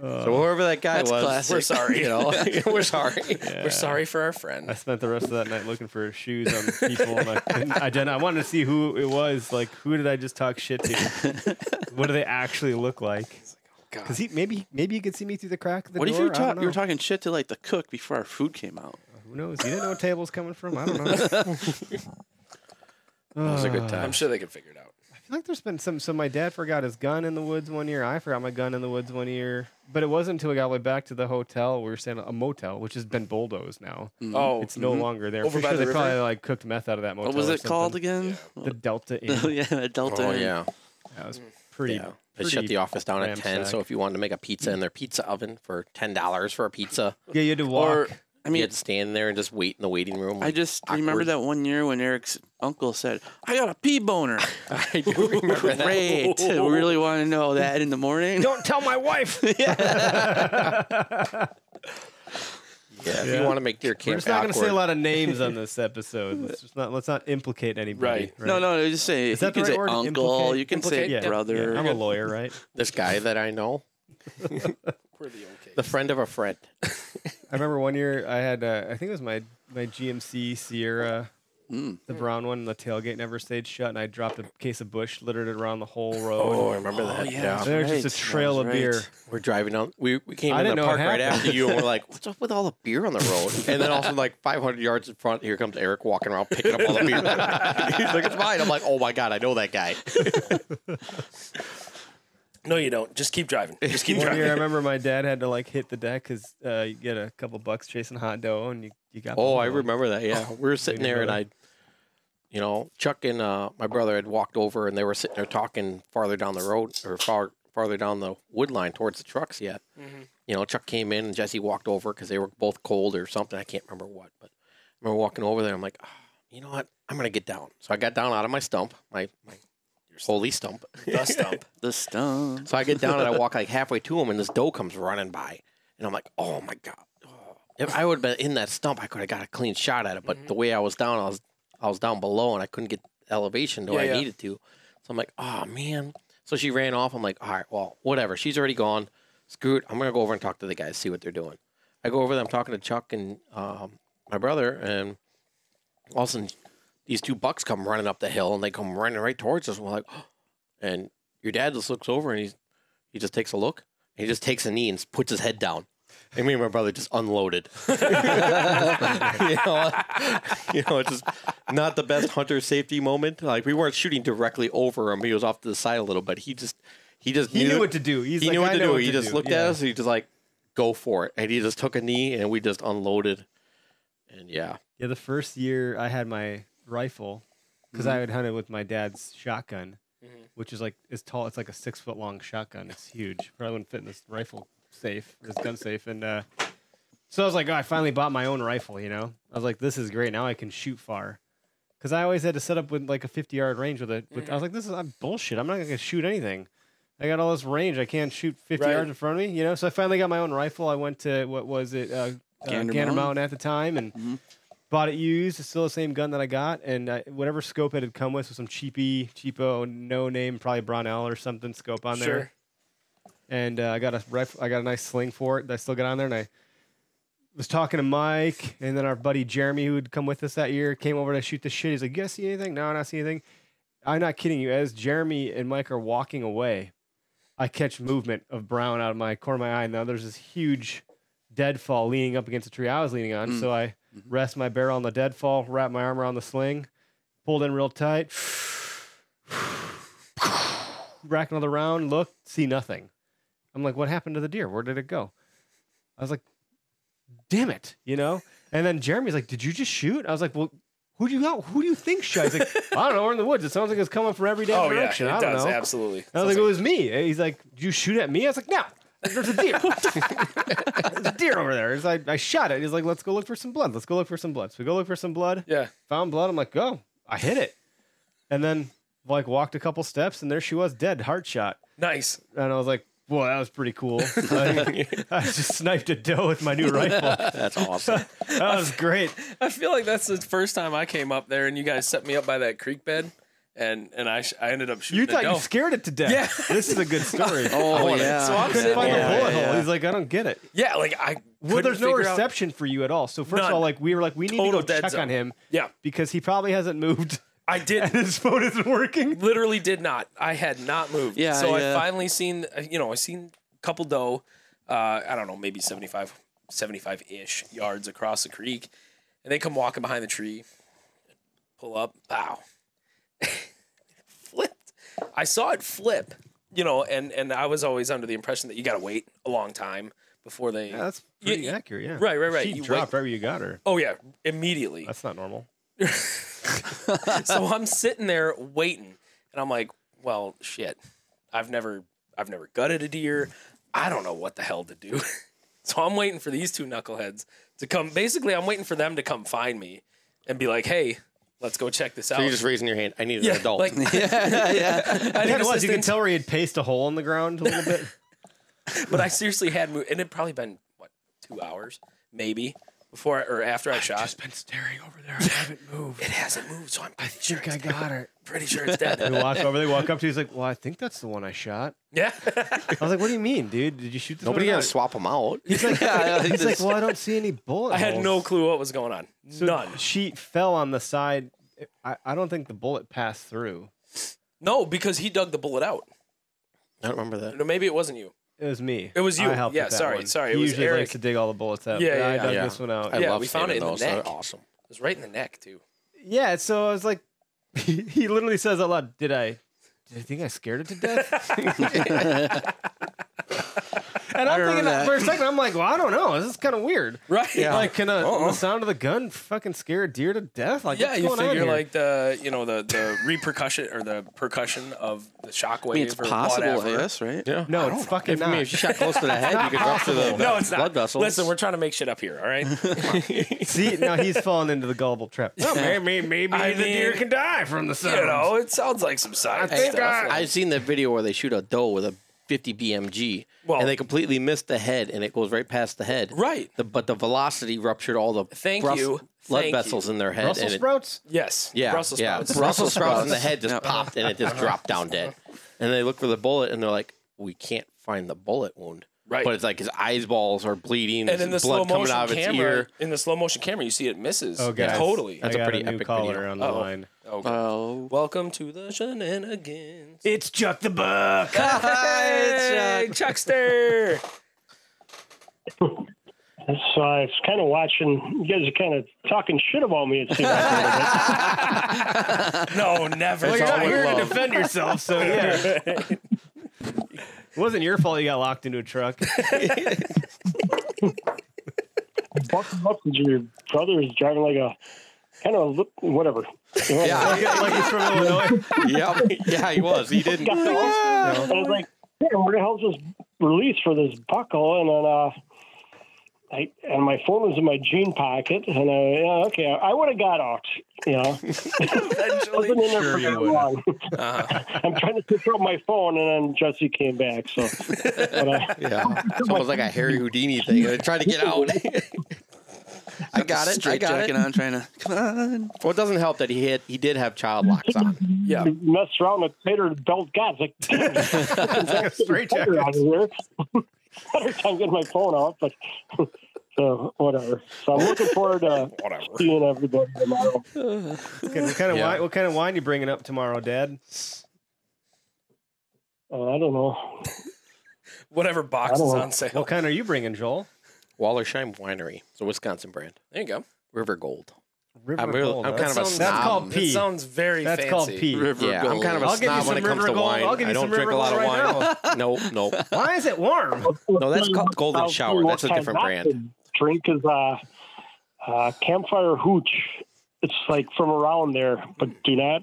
Speaker 3: So whoever that guy
Speaker 4: That's
Speaker 3: was,
Speaker 4: classic.
Speaker 5: We're sorry.
Speaker 3: you know, we're sorry.
Speaker 5: We're sorry for our
Speaker 1: I
Speaker 5: friend.
Speaker 1: spent the rest of that night looking for shoes on people, and I couldn't identify. I wanted to see who it was. Like, who did I just talk shit to? what do they actually look like? Because he maybe maybe he could see me through the crack of the
Speaker 4: What if
Speaker 1: door.
Speaker 4: you were,
Speaker 1: I don't
Speaker 4: talk, you were
Speaker 1: know.
Speaker 4: talking shit to like the cook before our food came out?
Speaker 1: Who knows? He didn't know what table was coming from. I don't know. that was a good time.
Speaker 5: I'm sure they could figure it out.
Speaker 1: I feel like there's been some. So my dad forgot his gun in the woods one year. I forgot my gun in the woods one year. But it wasn't until we got all the way back to the hotel. We were staying at a motel, which has been bulldozed now.
Speaker 5: Oh,
Speaker 1: It's
Speaker 3: mm-hmm.
Speaker 1: no longer there. I'm
Speaker 5: Over
Speaker 1: pretty
Speaker 5: by
Speaker 1: sure
Speaker 5: the
Speaker 1: they
Speaker 5: river?
Speaker 1: probably like cooked meth out of that motel.
Speaker 4: What was
Speaker 1: or
Speaker 4: it called
Speaker 1: something.
Speaker 4: again?
Speaker 1: The Delta Inn.
Speaker 4: yeah, the Delta.
Speaker 3: Oh
Speaker 4: Inn.
Speaker 3: yeah.
Speaker 1: That was pretty.
Speaker 3: Yeah. They shut the office down at 10. So
Speaker 1: ramsack.
Speaker 3: if you wanted to make a pizza in their pizza oven for $10 for a pizza,
Speaker 1: Yeah, you had to walk.
Speaker 4: Or I
Speaker 3: you
Speaker 4: mean,
Speaker 3: had to stand there and just wait in the waiting room.
Speaker 4: I just remember
Speaker 3: awkward.
Speaker 4: that one year when Eric's uncle said, "I got a pee boner."
Speaker 3: I do remember that.
Speaker 4: Great. we really want to know that in the morning.
Speaker 1: Don't tell my wife.
Speaker 3: Yeah, if
Speaker 1: Yeah.
Speaker 3: you want to make your
Speaker 1: We're
Speaker 3: camp
Speaker 1: just not going
Speaker 3: awkward.
Speaker 1: to say a lot of names on this episode. Let's just not. Let's not implicate anybody.
Speaker 5: Right.
Speaker 4: No, no, no, just say
Speaker 1: Is
Speaker 4: you
Speaker 1: that the
Speaker 4: can
Speaker 1: right
Speaker 4: say
Speaker 1: word?
Speaker 4: uncle,
Speaker 1: Implicate?
Speaker 4: you can
Speaker 5: Implicate?
Speaker 4: say
Speaker 5: Yeah.
Speaker 4: brother.
Speaker 1: I'm a lawyer, right?
Speaker 3: This guy that I know,
Speaker 5: We're the okay.
Speaker 3: the friend of a friend.
Speaker 1: I remember one year I had, uh, I think it was my my GMC Sierra
Speaker 4: Mm.
Speaker 1: The brown one, the tailgate never stayed shut, and I dropped a case of Bush, littered it around the whole road.
Speaker 3: Oh, I remember that.
Speaker 4: yeah,
Speaker 3: yeah.
Speaker 4: that's
Speaker 1: There's
Speaker 4: right.
Speaker 1: just a trail
Speaker 4: That
Speaker 1: of
Speaker 4: was
Speaker 1: beer.
Speaker 4: right.
Speaker 3: We're driving on. We, we came
Speaker 1: I
Speaker 3: in
Speaker 1: didn't
Speaker 3: the
Speaker 1: know it
Speaker 3: park right
Speaker 1: happened.
Speaker 3: after you, and we're like, "What's up with all the beer on the road?" And then also like 500 yards in front, here comes Eric walking around picking up all the beer. He's like, "It's mine." I'm like, "Oh my god, I know that guy."
Speaker 5: No, you don't. Just keep driving. Just keep
Speaker 1: One
Speaker 5: driving.
Speaker 1: year, I remember my dad had to like hit the deck because uh, you get a couple bucks chasing hot dough, and you, you got.
Speaker 3: Oh,
Speaker 1: the
Speaker 3: I
Speaker 1: whole-
Speaker 3: remember that. Yeah, we were sitting there, and I,
Speaker 1: remember
Speaker 3: you know, Chuck and uh, my brother had walked over, and they were sitting there talking farther down the road or far farther down the wood line towards the trucks. Yet,
Speaker 4: Mm-hmm.
Speaker 3: you know, Chuck came in, and Jesse walked over because they were both cold or something. I can't remember what, but I remember walking over there. I'm like, "Ah, you know what? I'm gonna get down. So I got down out of my stump, my my holy stump.
Speaker 5: The stump.
Speaker 4: The stump.
Speaker 3: So I get down and I walk like halfway to him, and this doe comes running by, and I'm like, "Oh my god!" Oh. If I would have been in that stump, I could have got a clean shot at it. But
Speaker 5: Mm-hmm.
Speaker 3: the way I was down, I was I was down below, and I couldn't get the elevation to where
Speaker 5: Yeah,
Speaker 3: I
Speaker 5: yeah.
Speaker 3: needed to. So I'm like, "Oh man!" So she ran off. I'm like, "All right, well, whatever. She's already gone. Screw it. I'm gonna go over and talk to the guys, see what they're doing." I go over there. I'm talking to Chuck and um, my brother, and all of a sudden, these two bucks come running up the hill, and they come running right towards us. And we're like, and your dad just looks over and he's he just takes a look. And he just takes a knee and s- puts his head down. And me and my brother just unloaded. you, know, you know, it's just not the best hunter safety moment. Like we weren't shooting directly over him. He was off to the side a little, but he just he just
Speaker 1: He knew what to do. He's
Speaker 3: he
Speaker 1: like,
Speaker 3: knew what
Speaker 1: I
Speaker 3: to
Speaker 1: know
Speaker 3: do.
Speaker 1: what
Speaker 3: he
Speaker 1: to
Speaker 3: just
Speaker 1: do.
Speaker 3: looked at
Speaker 1: Yeah.
Speaker 3: us. And he just like, go for it. And he just took a knee and we just unloaded. And yeah,
Speaker 1: Yeah, the first year I had my rifle because
Speaker 4: Mm-hmm.
Speaker 1: I had hunted with my dad's shotgun, which is like as tall. It's like a six foot long shotgun. It's huge. Probably wouldn't fit in this rifle safe, this gun safe. And uh, so I was like, oh, I finally bought my own rifle. You know, I was like, this is great. Now I can shoot far. Because I always had to set up with like a fifty yard range with a. With,
Speaker 4: Mm-hmm.
Speaker 1: I was like, this is I'm bullshit. I'm not gonna shoot anything. I got all this range. I can't shoot fifty
Speaker 5: Right.
Speaker 1: yards in front of me. You know, so I finally got my own rifle. I went to what was it, uh,
Speaker 4: Gander
Speaker 1: uh, Gander
Speaker 4: Mountain?
Speaker 1: Mountain at the time, and bought it used. It's still the same gun that I got, and uh, whatever scope it had come with was some cheapy, cheapo, no name, probably Brownell or something scope on there.
Speaker 5: Sure.
Speaker 1: And uh, I got a rifle. I got a nice sling for it. That I still got on there, and I was talking to Mike, and then our buddy Jeremy, who had come with us that year, came over to shoot the shit. He's like, "You guys see anything? No, I not see anything." I'm not kidding you. As Jeremy and Mike are walking away, I catch movement of brown out of my corner of my eye, and now there's this huge deadfall leaning up against the tree I was leaning on. So I rest my barrel on the deadfall, wrap my arm around the sling, pulled in real tight, rack another round, look, see nothing. I'm like, what happened to the deer? Where did it go? I was like, damn it, you know? And then Jeremy's like, did you just shoot? I was like, well, who do you got? Who do you think shot? He's like, I don't know. We're in the woods. It sounds like it's coming from every damn
Speaker 5: Oh yeah, it
Speaker 1: direction. I
Speaker 5: does
Speaker 1: don't know.
Speaker 5: absolutely.
Speaker 1: I was like, it was me. And He's like, Did you shoot at me? I was like, No, there's a deer. there's a deer over there. He's like, I shot it. He's like, Let's go look for some blood. Let's go look for some blood. So we go look for some blood.
Speaker 5: yeah.
Speaker 1: Found blood. I'm like, Oh, I hit it. And then, like, walked a couple steps, and there she was, dead, heart shot.
Speaker 5: Nice.
Speaker 1: And I was like, Well, that was pretty cool. I, I just sniped a doe with my new rifle.
Speaker 3: that's awesome.
Speaker 1: That was great.
Speaker 5: I feel like that's the first time I came up there, and you guys set me up by that creek bed, and and I, sh- I ended up shooting.
Speaker 1: You thought
Speaker 5: a doe.
Speaker 1: you scared it to death.
Speaker 5: Yeah.
Speaker 1: This is a good story.
Speaker 4: Oh,
Speaker 5: wanna-
Speaker 4: yeah.
Speaker 5: so I'm
Speaker 1: I couldn't
Speaker 5: Yeah,
Speaker 1: find
Speaker 5: yeah,
Speaker 1: a bullet
Speaker 4: yeah.
Speaker 1: hole. He's like, I don't get it.
Speaker 5: yeah, like I.
Speaker 1: Well,
Speaker 5: couldn't
Speaker 1: there's no
Speaker 5: figure out-
Speaker 1: reception for you at all. So first
Speaker 5: None.
Speaker 1: of all, like we were like, we need
Speaker 5: Total
Speaker 1: to go
Speaker 5: dead
Speaker 1: check
Speaker 5: zone.
Speaker 1: on him
Speaker 5: Yeah,
Speaker 1: because he probably hasn't moved
Speaker 5: I
Speaker 1: and
Speaker 5: did.
Speaker 1: his phone isn't working.
Speaker 5: literally did not. I had not moved.
Speaker 4: Yeah,
Speaker 5: So
Speaker 4: yeah.
Speaker 5: I finally seen. uh, You know, I seen a couple doe. Uh, I don't know, maybe 75, 75 ish yards across the creek, and they come walking behind the tree. Pull up. Bow. Flipped. I saw it flip. You know, and and I was always under the impression that you got to wait a long time before they.
Speaker 1: Yeah, that's
Speaker 5: Yeah,
Speaker 1: pretty
Speaker 5: yeah.
Speaker 1: accurate. Yeah,
Speaker 5: Right, right, right.
Speaker 1: She
Speaker 5: You
Speaker 1: dropped
Speaker 5: wait-
Speaker 1: right where you got her.
Speaker 5: Oh yeah, immediately.
Speaker 1: That's not normal.
Speaker 5: so I'm sitting there waiting, and I'm like, "Well, shit, I've never, I've never gutted a deer. I don't know what the hell to do." so I'm waiting for these two knuckleheads to come. Basically, I'm waiting for them to come find me and be like, "Hey, let's go check this out."
Speaker 3: You're just raising your hand. I need an
Speaker 5: yeah,
Speaker 3: adult.
Speaker 5: like,
Speaker 4: yeah, yeah.
Speaker 5: I
Speaker 1: Yeah, it
Speaker 5: need
Speaker 1: was. You could
Speaker 5: assistance,
Speaker 1: tell where he had paced a hole in the ground a little bit.
Speaker 5: but I seriously had, mo- and it probably been what two hours, maybe. Before I, or after I shot,
Speaker 1: been staring over there. I haven't moved.
Speaker 5: it hasn't moved, so I'm pretty sure,
Speaker 1: I got her.
Speaker 5: pretty sure it's dead.
Speaker 1: We walk over. They walk up to. you. He's like, "Well, I think that's the one I shot."
Speaker 5: yeah,
Speaker 1: I was like, "What do you mean, dude? Did you shoot this?"
Speaker 3: Nobody
Speaker 1: one or
Speaker 3: gonna
Speaker 1: not?"
Speaker 3: swap them out.
Speaker 4: yeah,
Speaker 1: He's like,
Speaker 4: just-
Speaker 1: "Well, I don't see any bullet."
Speaker 5: I had
Speaker 1: holes."
Speaker 5: no clue what was going on.
Speaker 1: So
Speaker 5: None.
Speaker 1: She fell on the side I, I don't think the bullet passed through.
Speaker 5: No, because he dug the bullet out.
Speaker 3: I don't remember that.
Speaker 5: No, maybe it wasn't you.
Speaker 1: It was me.
Speaker 5: It was you.
Speaker 1: I helped
Speaker 5: Yeah,
Speaker 1: with that
Speaker 5: sorry,
Speaker 1: one.
Speaker 5: sorry, it
Speaker 1: He
Speaker 5: was
Speaker 1: usually
Speaker 5: Eric.
Speaker 1: likes to dig all the bullets out.
Speaker 5: Yeah,
Speaker 1: but
Speaker 5: yeah,
Speaker 1: I dug
Speaker 3: yeah.
Speaker 1: this one out.
Speaker 3: I
Speaker 5: Yeah,
Speaker 3: love
Speaker 5: we found it
Speaker 3: saving
Speaker 5: in
Speaker 3: those.
Speaker 5: the
Speaker 3: They're
Speaker 5: neck.
Speaker 3: awesome.
Speaker 5: It was right in the neck too.
Speaker 1: Yeah, so I was like, he literally says out loud, "Did I? Did I think I scared it to death?" and I'm thinking that.
Speaker 4: remember that.
Speaker 1: for a second, I'm like, "Well, I don't know. This is kind of weird."
Speaker 5: Right.
Speaker 1: Like, can a,
Speaker 5: Uh-uh.
Speaker 1: the sound of the gun fucking scare a deer to death? Like,
Speaker 5: yeah,
Speaker 1: what's
Speaker 5: you
Speaker 1: going on
Speaker 5: figure
Speaker 1: here?
Speaker 5: like the you know the the repercussion or the percussion of the shockwave.
Speaker 4: I mean, it's
Speaker 5: or
Speaker 4: possible, I
Speaker 5: Whatever.
Speaker 4: guess, right?
Speaker 3: Yeah.
Speaker 1: no, it's fucking
Speaker 3: If, I
Speaker 1: not.
Speaker 3: mean, if you shot close to the head, you could rupture the
Speaker 5: No, it's not.
Speaker 3: blood vessels.
Speaker 5: Listen, we're trying to make shit up here. All right.
Speaker 1: See, now he's falling into the gullible trap. Oh, Well, maybe maybe
Speaker 5: I
Speaker 1: the deer
Speaker 5: mean,
Speaker 1: can die from the sound.
Speaker 5: you know, it sounds like some science
Speaker 1: think
Speaker 5: stuff.
Speaker 1: I-
Speaker 3: I've seen the video where they shoot a doe with a 50 BMG,
Speaker 5: Well-
Speaker 3: and they completely miss the head, and it goes right past the head.
Speaker 5: Right.
Speaker 3: The, but the velocity ruptured all the
Speaker 5: Thank
Speaker 3: brus-
Speaker 5: you.
Speaker 3: blood
Speaker 5: Thank
Speaker 3: vessels in their head.
Speaker 1: Brussels
Speaker 3: and it,
Speaker 1: sprouts.
Speaker 5: yes.
Speaker 3: Yeah,
Speaker 5: Brussels
Speaker 3: yeah.
Speaker 5: sprouts.
Speaker 3: Brussels sprouts in the head just
Speaker 4: No.
Speaker 3: popped, and it just dropped down dead. And they look for the bullet, and they're like, "We can't find the bullet wound."
Speaker 5: Right.
Speaker 3: But it's like his eyeballs are bleeding,
Speaker 5: and in the
Speaker 3: there's
Speaker 5: slow
Speaker 3: blood coming
Speaker 5: motion
Speaker 3: out of its
Speaker 5: camera,
Speaker 3: ear.
Speaker 5: in the slow motion camera, you see it misses.
Speaker 1: Oh, guys.
Speaker 5: totally.
Speaker 3: That's
Speaker 1: I
Speaker 3: a
Speaker 1: got
Speaker 3: pretty
Speaker 1: new
Speaker 3: epic
Speaker 1: caller
Speaker 3: video.
Speaker 1: on the
Speaker 5: Uh-oh.
Speaker 1: line.
Speaker 5: Okay.
Speaker 4: Oh,
Speaker 5: Welcome to the shenanigans.
Speaker 1: It's Chuck the Buck.
Speaker 5: Hey, Chuckster.
Speaker 11: It's, uh, it's kind of watching. You guys are kind of talking shit about me. It seems.
Speaker 5: no, never.
Speaker 1: Well, you're
Speaker 5: It's
Speaker 1: not
Speaker 5: always
Speaker 1: here
Speaker 5: love.
Speaker 1: to defend yourself, so yeah. it wasn't your fault you got locked into a truck.
Speaker 11: Buckle up, 'cause your brother is driving like a kind of look whatever. You know,
Speaker 3: Yeah.
Speaker 1: like he's from Illinois.
Speaker 3: yep. Yeah, he was. He didn't.
Speaker 11: And I was like, hey, where the hell's this release for this buckle? And then uh, I and my phone was in my jean pocket, and I yeah, okay, I, would have got out. You know,
Speaker 5: Eventually.
Speaker 11: Wasn't in there for
Speaker 1: you
Speaker 11: that
Speaker 1: would've.
Speaker 11: long.
Speaker 3: Uh-huh.
Speaker 11: I'm trying to pick up my phone, and then Jesse came back. So, but, uh,
Speaker 3: Yeah. It's almost like a Harry Houdini thing. They tried to get out. I got it. I
Speaker 4: straight
Speaker 3: got
Speaker 4: jacket
Speaker 3: it.
Speaker 4: on, trying to come on.
Speaker 3: Well, it doesn't help that he had he did have child locks on.
Speaker 5: Yeah.
Speaker 11: mess around with Peter Belt God. It's like, damn,
Speaker 1: Straight
Speaker 11: Peter out of
Speaker 1: jacket.
Speaker 11: here. Better time getting my phone out, but so whatever. So I'm looking forward to seeing everybody tomorrow.
Speaker 1: Okay, What kind of
Speaker 3: Yeah.
Speaker 1: wine? What kind of wine you bringing up tomorrow, Dad?
Speaker 11: Uh, I don't know.
Speaker 5: Whatever
Speaker 11: I
Speaker 5: box is
Speaker 11: don't know.
Speaker 5: on sale.
Speaker 1: What kind are you bringing, Joel?
Speaker 3: Wallersheim Winery. It's a Wisconsin brand.
Speaker 5: There you go.
Speaker 3: River Gold.
Speaker 1: River
Speaker 3: I'm really-
Speaker 1: Gold.
Speaker 3: I'm
Speaker 1: That
Speaker 3: kind of a
Speaker 1: sounds-
Speaker 3: snob.
Speaker 1: That's called
Speaker 5: That
Speaker 1: pee.
Speaker 5: sounds very
Speaker 1: That's
Speaker 5: fancy.
Speaker 1: called pee.
Speaker 4: River
Speaker 3: Yeah, I'm
Speaker 4: Gold.
Speaker 3: kind of a
Speaker 1: I'll give you
Speaker 3: snob
Speaker 1: some
Speaker 3: when it comes
Speaker 1: River
Speaker 3: to
Speaker 1: Gold.
Speaker 3: wine.
Speaker 1: I'll give you
Speaker 3: I don't
Speaker 1: some
Speaker 3: drink
Speaker 1: River
Speaker 3: a lot of
Speaker 1: Gold right
Speaker 3: wine. No, no.
Speaker 1: Why is it warm?
Speaker 3: No, that's called Golden
Speaker 11: I'll
Speaker 3: Shower.
Speaker 11: tell you
Speaker 3: That's
Speaker 11: what
Speaker 3: a
Speaker 11: kind
Speaker 3: different
Speaker 11: not
Speaker 3: brand.
Speaker 11: to Drink is uh, uh, campfire hooch. It's like from around there, but do not.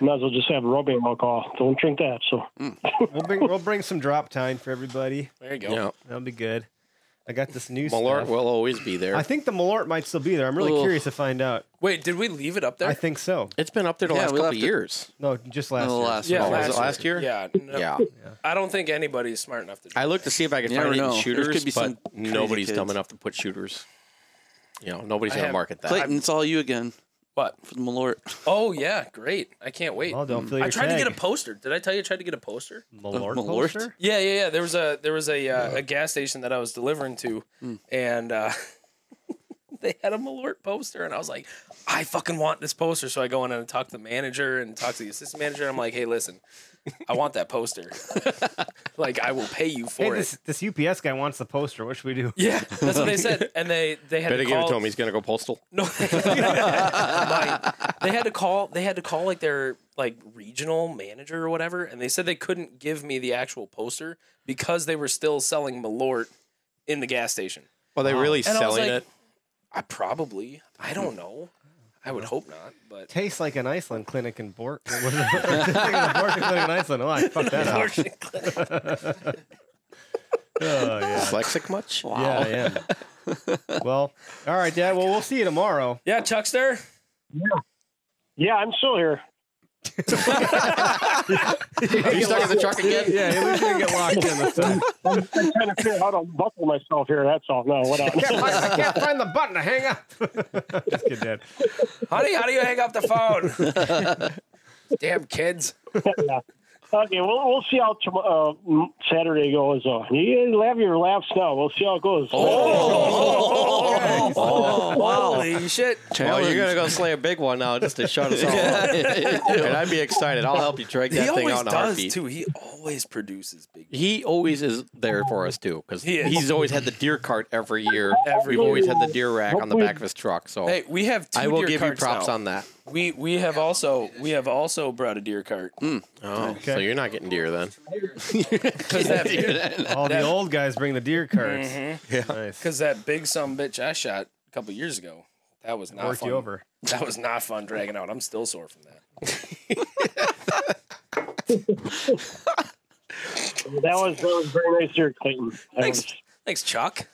Speaker 11: Might as well just have rubbing alcohol. Don't drink that. So
Speaker 3: Hmm.
Speaker 1: we'll bring we'll bring some drop time for everybody.
Speaker 5: There you go.
Speaker 3: Yeah.
Speaker 1: That'll be good. I got this new
Speaker 3: Malort
Speaker 1: stuff.
Speaker 3: will always be there.
Speaker 1: I think the Malort might still be there. I'm really
Speaker 4: Ugh.
Speaker 1: curious to find out.
Speaker 5: Wait, did we leave it up there?
Speaker 1: I think so.
Speaker 3: it's been up there the
Speaker 4: Yeah,
Speaker 3: last
Speaker 4: we
Speaker 3: couple
Speaker 4: left it-
Speaker 3: years.
Speaker 1: No, just last
Speaker 4: Oh,
Speaker 1: year.
Speaker 4: last
Speaker 5: yeah,
Speaker 3: Oh,
Speaker 4: one.
Speaker 3: was it last year?
Speaker 5: Yeah. no.
Speaker 3: Yeah.
Speaker 5: I don't think anybody's smart enough to do
Speaker 3: I looked to see if I could
Speaker 4: You
Speaker 3: find
Speaker 4: never
Speaker 3: it in
Speaker 4: know. There
Speaker 3: shooters,
Speaker 4: could be
Speaker 3: but
Speaker 4: some crazy
Speaker 3: nobody's dumb
Speaker 4: kids.
Speaker 3: enough to put shooters. You know, nobody's
Speaker 5: I
Speaker 3: going to
Speaker 5: have-
Speaker 3: market that.
Speaker 4: Clayton, it's all you again
Speaker 5: what.
Speaker 4: for the Malort.
Speaker 5: Oh yeah, great. I can't wait.
Speaker 1: Well, don't fill your
Speaker 5: I tried to
Speaker 1: tag.
Speaker 5: get a poster. Did I tell you I tried to get a poster?
Speaker 1: Malort,
Speaker 4: Malort?
Speaker 1: poster?
Speaker 5: Yeah, yeah, yeah. There was a there was a uh, a gas station that I was delivering to,
Speaker 3: Hmm.
Speaker 5: and uh, they had a Malort poster, and I was like, I fucking want this poster. So I go in and I talk to the manager and talk to the assistant manager. And I'm like, Hey, listen, I want that poster. like, I will pay you for
Speaker 1: Hey,
Speaker 5: it.
Speaker 1: this, this UPS guy wants the poster. What should we do?
Speaker 5: yeah, that's what they said, and they they had
Speaker 3: Better
Speaker 5: to
Speaker 3: give
Speaker 5: call,
Speaker 3: it to him. He's going to go postal.
Speaker 5: No, Mike, they had to call. They had to call like their like regional manager or whatever, and they said they couldn't give me the actual poster because they were still selling Malort in the gas station.
Speaker 3: Well, they really
Speaker 5: And I was
Speaker 3: selling
Speaker 5: like,
Speaker 3: it.
Speaker 5: I probably. I don't know. I would hope not, but
Speaker 1: Tastes like an Iceland clinic in Bork. What is it? Abortion clinic in Iceland. Oh, I fucked that up. Oh, yeah.
Speaker 3: Dyslexic much?
Speaker 1: Yeah, yeah. Well, all right, Dad. Well, we'll see you tomorrow.
Speaker 5: yeah, Chuckster.
Speaker 11: yeah, I'm still here.
Speaker 3: Are you stuck in the truck again?
Speaker 1: Yeah, at least you didn't get locked in this time.
Speaker 11: I'm trying to figure out how to buckle myself here. That's all. No, what else?
Speaker 1: Can't find- I can't find the button to hang up. Just kidding, Dad.
Speaker 5: Honey, how do you hang up the phone? Damn kids.
Speaker 11: yeah. Okay, well, we'll see how tomorrow, uh, Saturday goes. Uh, you guys have your laughs now. We'll see how it goes.
Speaker 5: Oh, Oh,
Speaker 3: Oh, wow.
Speaker 5: Holy shit.
Speaker 3: Well, you're gonna go slay a big one now just to shut us all up. and I'd be excited. I'll help you drag that
Speaker 5: He
Speaker 3: thing
Speaker 5: always
Speaker 3: out in a
Speaker 5: does
Speaker 3: heartbeat.
Speaker 5: too. He always produces big.
Speaker 3: He always is there for us too, because
Speaker 5: He is.
Speaker 3: he's always had the deer cart every year.
Speaker 5: Every
Speaker 3: We've always
Speaker 5: year.
Speaker 3: had the deer rack on the
Speaker 5: Hopefully-
Speaker 3: back of his truck. So
Speaker 5: Hey, we have. Two
Speaker 3: I will
Speaker 5: deer
Speaker 3: give you
Speaker 5: carts
Speaker 3: props
Speaker 5: now.
Speaker 3: on that.
Speaker 5: We we have also we have also brought a deer cart.
Speaker 3: Oh, so you're not getting deer then?
Speaker 5: Because that,
Speaker 1: All the
Speaker 5: that-
Speaker 1: old guys bring the deer carts.
Speaker 5: Mhm.
Speaker 3: Yeah.
Speaker 1: Nice.
Speaker 5: 'cause that big some bitch I shot a couple years ago. That was not
Speaker 1: Worked
Speaker 5: fun.
Speaker 1: you over.
Speaker 5: That was not fun dragging out. I'm still sore from that.
Speaker 11: That was that was very nice here, Clayton. That
Speaker 5: Thanks.
Speaker 11: was-
Speaker 5: Thanks, Chuck.